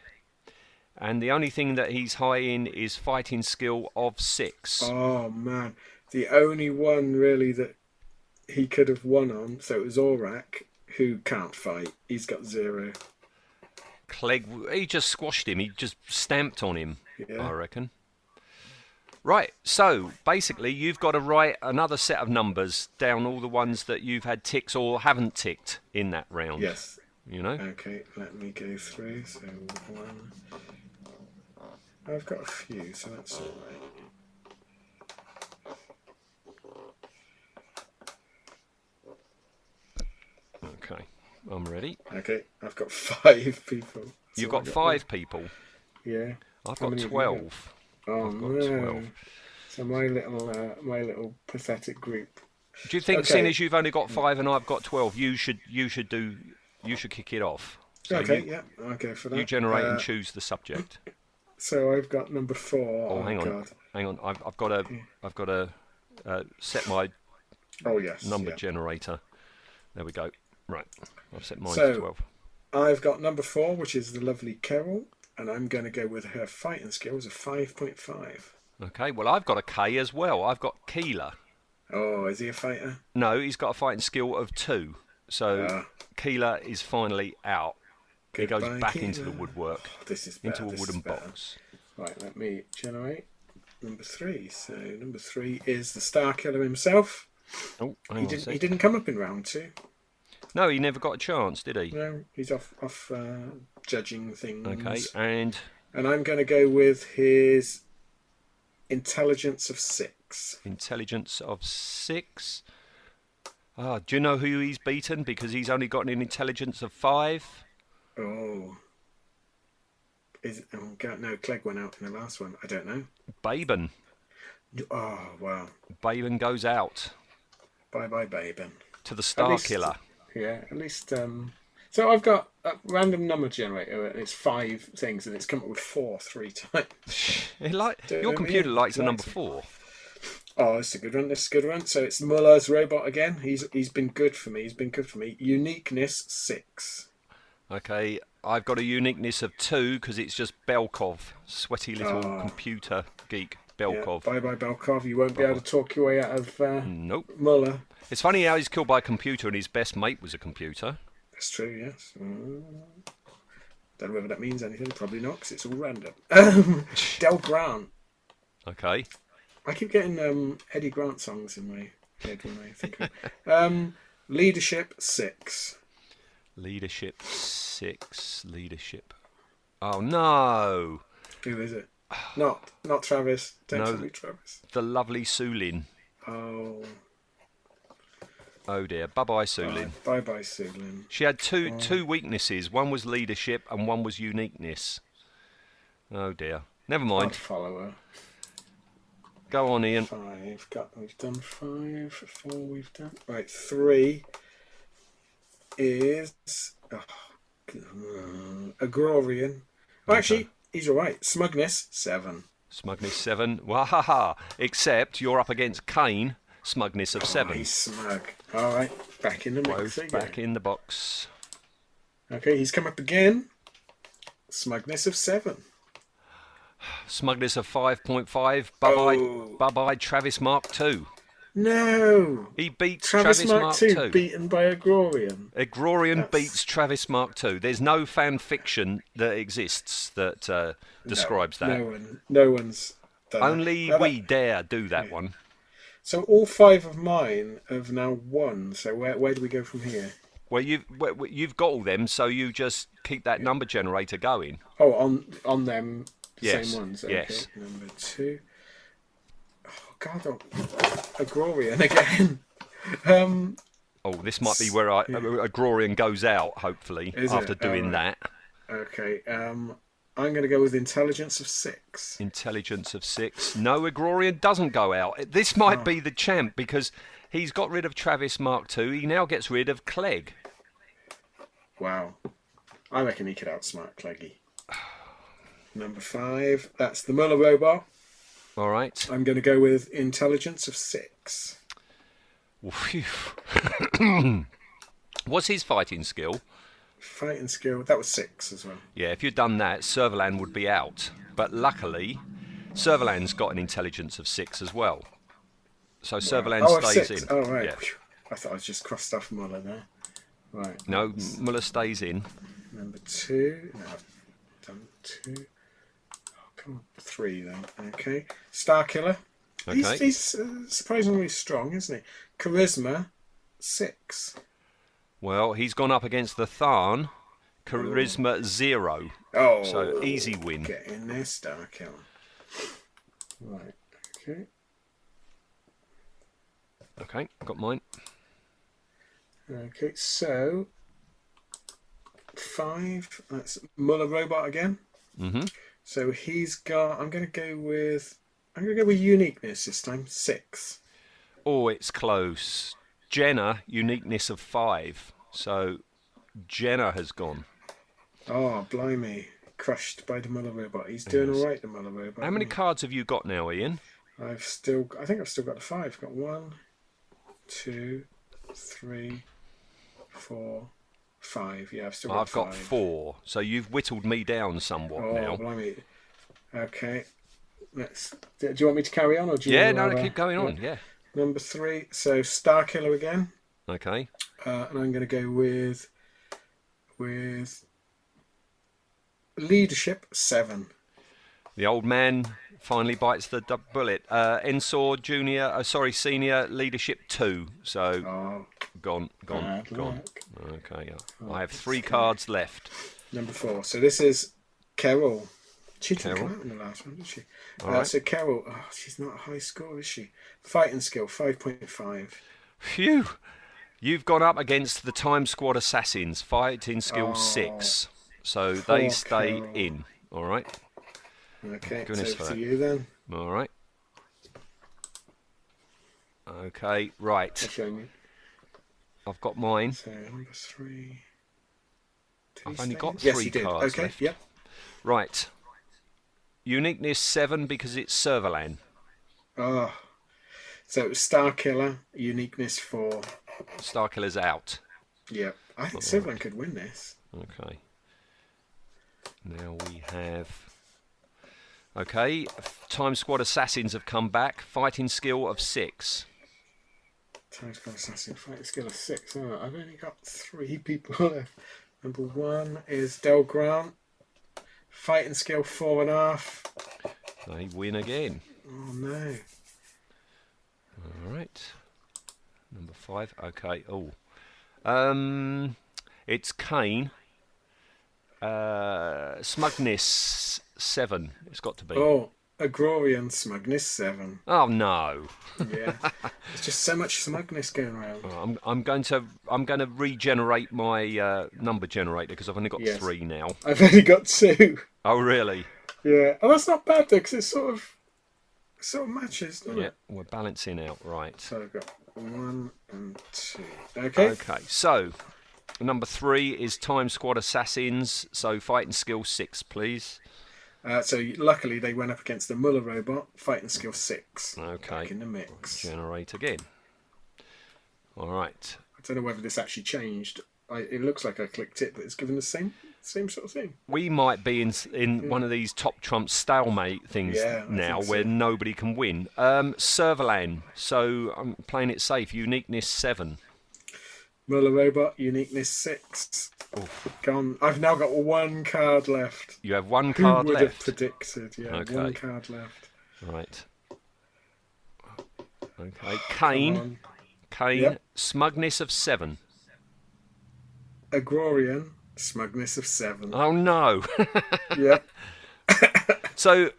and the only thing that he's high in is fighting skill of six.
Oh man, the only one really that he could have won on, so it was Orak, who can't fight. He's got zero.
Clegg, he just squashed him. He just stamped on him.
Yeah.
I reckon. Right. So basically, you've got to write another set of numbers down all the ones that you've had ticks or haven't ticked in that round.
Yes.
You know,
Okay, let me go through. So one. I've got a few, so that's all right.
okay, I'm ready.
Okay, I've got (laughs) five people. So
You've
I
got five people.
Yeah.
I've
How
got
many have you got?
twelve.
Oh
I've got
no.
12.
So my little, uh, my little pathetic group.
Do you think,
Okay.
seeing as you've only got five and I've got twelve, you should you should do you should kick it off. So
okay,
you,
yeah, I'll go for that.
you generate
Uh,
and choose the subject.
So I've got number four.
Oh, hang on,
God.
hang on. I've, I've got to I've got to uh, set my
Oh yes.
number
yeah.
generator. There we go. Right, I've set mine
So-
to twelve.
I've got number four, which is the lovely Carol, and I'm going to go with her fighting skills of five point five.
Okay. Well, I've got a K as well. I've got Keeler.
Oh, is he a fighter?
No, he's got a fighting skill of two. So
Ah.
Keeler is finally out. He goes
Goodbye,
back into the
Keeler.
woodwork,
This is
into
better,
a
this is
wooden
better.
box.
Right, let me generate number three. So number three is the Star Killer himself.
Oh, hang on
He
a
didn't.
sec.
He didn't come up in round two.
No, he never got a chance, did he?
No, he's off off uh, judging things.
Okay, and
And I'm going to go with his intelligence of six.
intelligence of six. Ah, do you know who he's beaten? Because he's only got an intelligence of five.
Oh. Is oh God, no, Clegg went out in the last one. I don't know.
Baben.
Oh wow.
Baben goes out
Bye bye, Baben.
to the Star
least-
Killer.
Yeah, at least um so I've got a random number generator and it's five things and it's come up with four three (laughs) times.
He like,
Don't
your
know,
computer
yeah,
likes the
likes
number
it.
four.
Oh, that's a good one. That's a good one. So it's Muller's robot again. He's he's been good for me. He's been good for me. Uniqueness six.
Okay, I've got a uniqueness of two because it's just Belkov, sweaty little
Ah.
computer geek
Yeah,
Belkov. Hmm.
bye bye Belkov. You won't be able to talk your way out of uh,
Nope.
Muller.
It's funny how he's killed by a computer and his best mate was a computer.
That's true. Yes. Mm. Don't know whether that means anything. Probably not, 'cause it's all random. (laughs) Del Grant.
Okay.
I keep getting um, Eddie Grant songs in my head when I think of it. (laughs) um, leadership six.
Leadership six. Leadership. Oh no!
Who is
(sighs)
it? Not not Travis. Don't
No.
tell me Travis.
The lovely Sulin.
Oh,
Oh dear. Bye bye, Sulin.
bye bye Sulin.
She had two two weaknesses. One was leadership and one was uniqueness. Oh dear. Never
Odd
mind.
follower.
Go on, Ian.
Five. Got we've done five. Four. We've done right. Three is oh, God, Agrorian. Oh, actually, he's all right. Smugness seven.
Smugness seven. Wahaha. Except you're up against Kane. Smugness of
Oh,
seven.
he's smug. All right, back in the mix
Both
again.
back in the box.
Okay, he's come up again. Smugness of seven.
Smugness of five point five. Bye bye.
Oh.
Bye bye. Travis Mark two.
No,
He beats
Travis,
Travis,
Mark, two,
two.
beaten by Agrorian.
Agrorian
That's-
beats Travis Mark II. There's no fan fiction that exists that uh, describes that.
No one, no one's done it.
Only
Now that-
we dare do that one.
So all five of mine have now won. So where where do we go from here?
Well, you've well, well, you've got all them, so you just keep that number generator going.
Oh, on on them the
Yes,
same ones. Okay.
yes.
Number two. Oh God, oh, Agrorian (laughs) again. Um,
Oh, this might be where I, Agrorian goes out. Hopefully,
Is it?
after doing
All right.
that,
okay. Um, I'm going to go with intelligence of six.
intelligence of six. No, Agrorian doesn't go out. This might
Oh.
be the champ because he's got rid of Travis Mark II. He now gets rid of Clegg.
Wow. I reckon he could outsmart Cleggy. Number five, that's the Muller robot.
All right.
I'm going to go with intelligence of six.
Phew. (coughs) What's his fighting skill?
Fighting skill, that was six as well.
Yeah, if you'd done that, Serverland would be out. But luckily, Serverland's got an intelligence of six as well. So Serverland
oh, of
stays
six.
in.
Oh, right.
Yeah.
Phew. I thought I just crossed off Muller there. Right.
No, Muller stays in.
Number two. No, I've done two. Oh, come on. Three then. Okay. Star Killer. He's,
Okay.
he's uh, surprisingly strong, isn't he? Charisma, six.
Well, he's gone up against the Tharn, charisma zero,
Oh,
so easy win.
Getting their star killer. Right. Okay.
Okay, got mine.
Okay. So five. That's Muller robot again.
Mhm.
So he's got. I'm going to go with. I'm going to go with uniqueness this time. Six.
Oh, it's close. Jenna, uniqueness of five. So Jenna has gone.
Oh, blimey! Crushed by the Muller robot. He's doing
Yes.
all right. The Muller robot.
How many
isn't
cards have you got now, Ian?
he? I've still. I think I've still got the five. Got one, two, three, four, five. Yeah, I've still got.
I've got
five.
four. So you've whittled me down somewhat
Oh,
now.
blimey. Okay. Let's. Do you want me to carry on, or do you?
Yeah,
want
no,
to,
no,
uh,
keep going on. Yeah.
Number three. So Star Killer again,
Okay.
uh, and I'm going to go with with leadership seven.
The old man finally bites the du- bullet. Uh, Ensor Junior, oh, sorry, Senior Leadership Two. So
Oh,
gone, gone,
bad
gone.
luck.
Okay. yeah. I have three cards left.
Number four. So this is Carol. She didn't
Carol.
come out in the last one, did she?
All
uh,
right.
So Carol, oh, she's not a high score, is she? Fighting skill five point five.
Phew. You've gone up against the Time Squad Assassins, fighting skill
Oh.
six. So they
Poor
stay
Carol.
in. All right.
Okay,
Oh, Goodness
so
for
to you then.
All right. Okay, right.
I'll show you.
I've got mine.
So number three. Did
I've
he
only
stay
got
in? yes,
three
he did.
cards
Okay,
left.
yep.
Right. Uniqueness seven because it's Serverland.
Oh. So it was Star Killer, Uniqueness 4.
Starkiller's out.
Yep. I
Oh,
think Silverland could win this.
Okay. Now we have. Okay, Time Squad Assassins have come back. Fighting skill of six.
Times Squad Assassin Fight Skill of 6. Oh, I've only got three (laughs) people left. Number one is Del Grant. Fighting skill four and a half.
They win again.
Oh no.
All right. Number five. Okay. Oh. Um, it's Kane. Uh, smugness seven. It's got to be. Oh,
Oh, Agrorian Smugness seven.
no. (laughs)
Yeah. There's just so much smugness going around.
Oh, I'm I'm going to I'm going to regenerate my uh, number generator because I've only got
Yes.
three now.
I've only got two.
Oh really?
Yeah. Oh, that's not bad though, because it sort of it sort of matches, doesn't
Yeah.
it?
We're balancing out. Right.
So I've got one and two. Okay.
Okay. So number three is Time Squad Assassins. So fighting skill six, please.
Uh, so luckily they went up against the Muller robot, fighting skill six.
Okay.
Back in the mix.
Generate again. All right.
I don't know whether this actually changed. I, it looks like I clicked it, but it's given the same same sort of thing.
we might be in in one of these top Trump stalemate things
Yeah, I
now
think so.
where nobody can win. Um, Serverland, so I'm playing it safe. Uniqueness seven.
Muller robot, uniqueness six. Gone. I've now got one card left.
You have one card
Who would have
left.
predicted? Yeah,
Okay.
one card left.
right. Okay, Kane,
One.
Kane,
Yep.
smugness of seven.
Agrorian, smugness of seven.
Oh no! (laughs)
Yep.
so,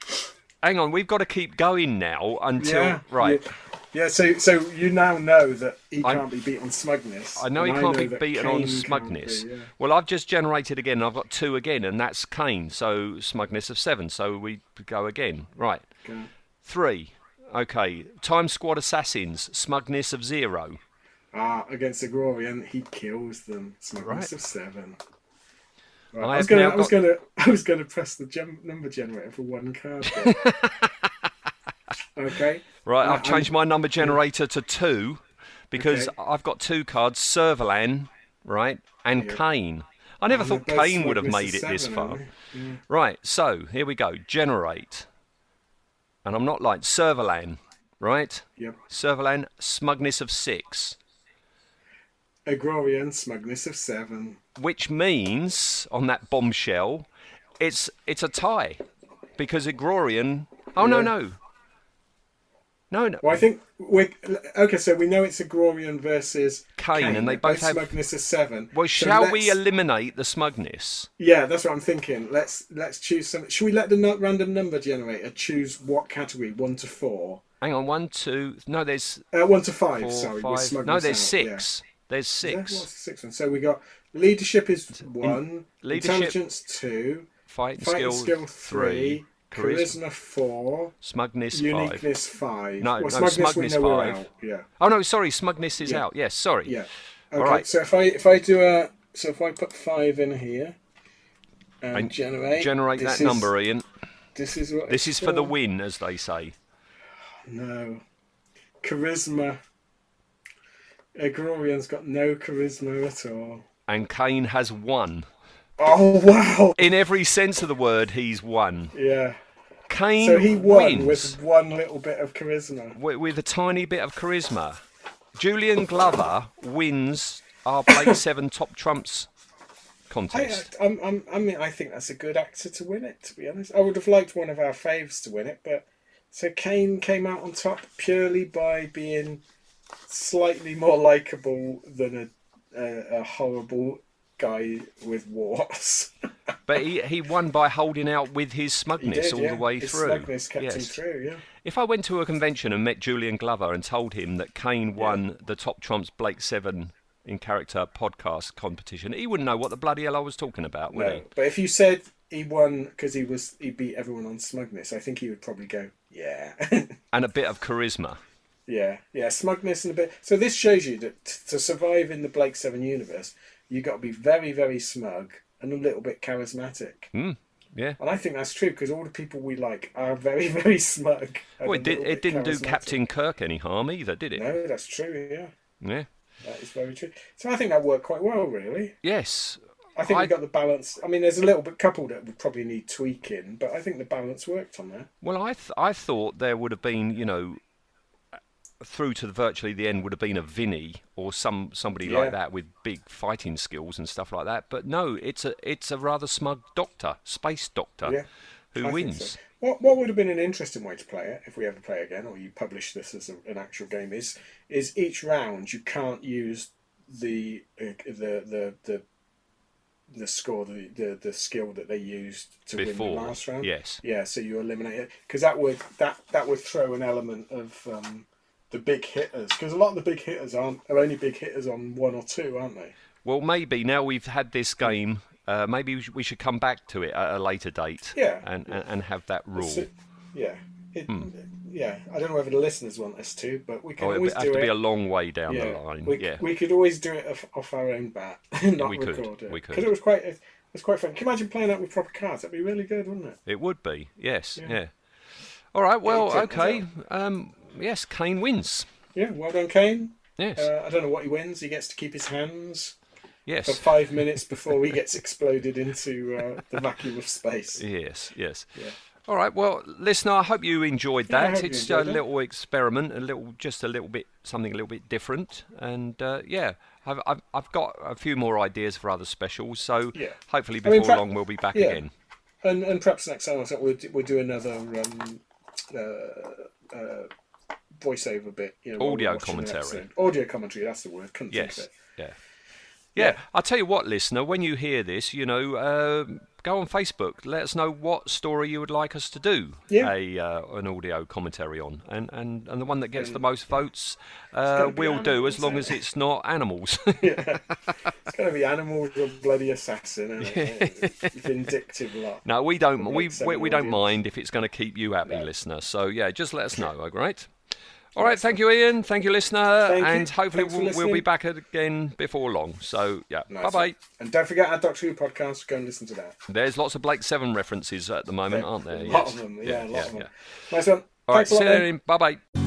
hang on, we've got to keep going now until
yeah.
right.
Yeah. Yeah, so so you now know that he
I'm-
can't be beat on smugness.
I know he
and
can't be
that
beaten
Kane
on
can't
smugness.
be, yeah.
Well, I've just generated again, and I've got two again, and that's Kane. So smugness of seven. So we go again. Right,
Okay.
three. Okay, Time Squad Assassins, smugness of zero.
Ah, against Agrorian, he kills them. Smugness
Right.
of seven.
I
Right, I was
have
gonna,
now
I was
got-
gonna, (laughs) I was gonna press the gem, number generator for one card.
(laughs)
there. okay.
Right,
Yeah,
I've changed my number generator to two because
Okay.
I've got two cards, Servalan, right, and Kane. I never thought
They're both
Kane would have
smugness
made
of
it this
seven, eh?
far.
aren't they? Yeah.
Right, so here we go. Generate. And I'm not like Servalan, right?
Yep.
Servalan, smugness of six,
Agrorian, smugness of seven.
which means on that bombshell, it's it's a tie because Agrorian. Oh no
Yeah.
no. No, no.
Well, I think we okay. So we know it's Agrorian versus
Kane, and they both have.
smugness of seven.
Well,
So
shall
let's-
we eliminate the smugness?
Yeah, that's what I'm thinking. Let's let's choose some. Should we let the nu- random number generator choose what category? One to four.
Hang on, one, two. No, there's
Uh, one to five.
four,
sorry, with
five. No,
smugness
there's
out, yeah.
six. There's
Yeah,
six.
what's the sixth one? So we got leadership is one,
leadership-
intelligence two,
Fighting, skill,
fighting skill three,
Charisma,
charisma four,
smugness five.
uniqueness five.
No,
well,
no,
smugness,
smugness
we know we're
five.
out. Yeah,
Oh no, sorry, smugness is
Yeah.
out. Yes, sorry.
yeah.
All
Okay,
right.
so if I if I do a so if I put five in here and,
And
generate
Generate
this
that
is-
number, Ian.
This is what
This
it's
is for the
for.
win, as they say.
No. Charisma. Agrorian's got no charisma at all.
And Kane has won.
Oh wow!
In every sense of the word, he's won.
Yeah.
Kane
So he won
wins
with one little bit of charisma.
with, with a tiny bit of charisma. Julian Glover wins our
(coughs)
Blade 7 Top Trumps
I,
contest.
I'm, I'm, I mean, I think that's a good actor to win it. To be honest, I would have liked one of our faves to win it, but so Kane came out on top purely by being slightly more likable than a, a, a horrible guy with warts. (laughs)
But he, he won by holding out with his
He
smugness
did,
all
yeah.
the way
His
through.
smugness kept him
yes.
through. Yeah.
If I went to a convention and met Julian Glover and told him that Kane won the Top Trumps Blake 7 in character podcast competition, he wouldn't know what the bloody hell I was talking about, would
No, but if you said he won because he was he beat everyone on smugness, I think he would probably go, yeah, (laughs)
he? And a bit of charisma.
yeah, yeah, smugness and a bit. So this shows you that t- to survive in the Blake Seven universe, you got to be very, very smug and a little bit charismatic.
Hmm. Yeah.
And I think that's true because all the people we like are very, (laughs) very smug. and
Well,
a
it, did,
little
it
bit
didn't do
charismatic.
Captain Kirk any harm either, did it?
No, that's true. Yeah,
Yeah.
that is very true. So I think that worked quite well, really.
Yes.
I think
I-
we got the balance. I mean, there's a little bit couple that would probably need tweaking, but I think the balance worked on that.
Well, I th- I thought there would have been, you know, through to the virtually the end would have been a Vinny or some somebody
Yeah.
like that with big fighting skills and stuff like that. But no, it's a it's a rather smug doctor, space doctor,
Yeah,
who
I think
wins.
so. What what would have been an interesting way to play it if we ever play again, or you publish this as a, an actual game, is is each round you can't use the uh, the the the the score the, the the skill that they used to win
Before,
the last round.
yes.
Yeah, so you eliminate it because that would that that would throw an element of um, the big hitters because a lot of the big hitters aren't are only big hitters on one or two, aren't they?
Well, maybe now we've had this game. Uh, maybe we should- we should come back to it at a later date
Yeah.
and, and, and have that rule.
So- yeah. It, Yeah, I don't know whether the listeners want us to, but we can
Hmm. Oh, it'd
always
have
do
to
it.
be a long way down
yeah,
the line.
We,
yeah.
we could always do it off, off our own bat, (laughs) and not
We could,
record it.
we could.
'Cause it was quite it was quite fun. Can you imagine playing that with proper cards? That'd be really good, wouldn't it?
It would be, yes, yeah.
Yeah.
All right, well,
Yeah, you took
okay. Um, yes, Kane wins.
Yeah, well done, Kane.
Yes,
Uh, I don't know what he wins. He gets to keep his hands for
yes, (laughs)
five minutes before he gets exploded into uh, the vacuum of space.
yes, yes.
Yeah.
All right, well, listener, I hope you enjoyed
Yeah, I
that.
hope you
it's
enjoyed
a
it.
little experiment, a little, just a little bit, something a little bit different. And uh, yeah, I've, I've, I've got a few more ideas for other specials. So
Yeah.
hopefully
I
before
mean, pra-
long we'll be back
yeah.
again.
And and perhaps next time or something, we'll do, we'll do another um, uh, uh, voiceover bit. You know, while we're
Audio
watching an
commentary.
episode. Audio commentary. That's the word. Couldn't think of
Yes.
it.
Yeah. yeah. I'll tell you what, listener, when you hear this, you know, uh, go on Facebook. Let us know what story you would like us to do
Yeah.
a uh, an audio commentary on. And, and, and the one that gets the most votes uh,
gotta be
will do
animals,
as long as
isn't
it's not
(laughs)
animals. (laughs)
It's going to be animal or bloody assassin. Isn't it? Vindictive lot.
no, we don't we,
Makes
we,
an
we don't
audience.
mind if it's going to keep you happy, listener. So, yeah, just let us know, all right? All right, thank you, Ian. Thank you, listener.
Thank you.
and hopefully
Thanks for
we'll, we'll be
listening.
back again before long. So, yeah,
Nice.
bye-bye.
And don't forget our Doctor Who podcast. Go and listen to that.
There's lots of Blake Seven references at the moment, aren't there?
A lot
Yes.
of them. Yeah, a lot of them.
yeah.
Nice one.
All right,
Thanks a
see
lot.
you
then.
then. Bye bye.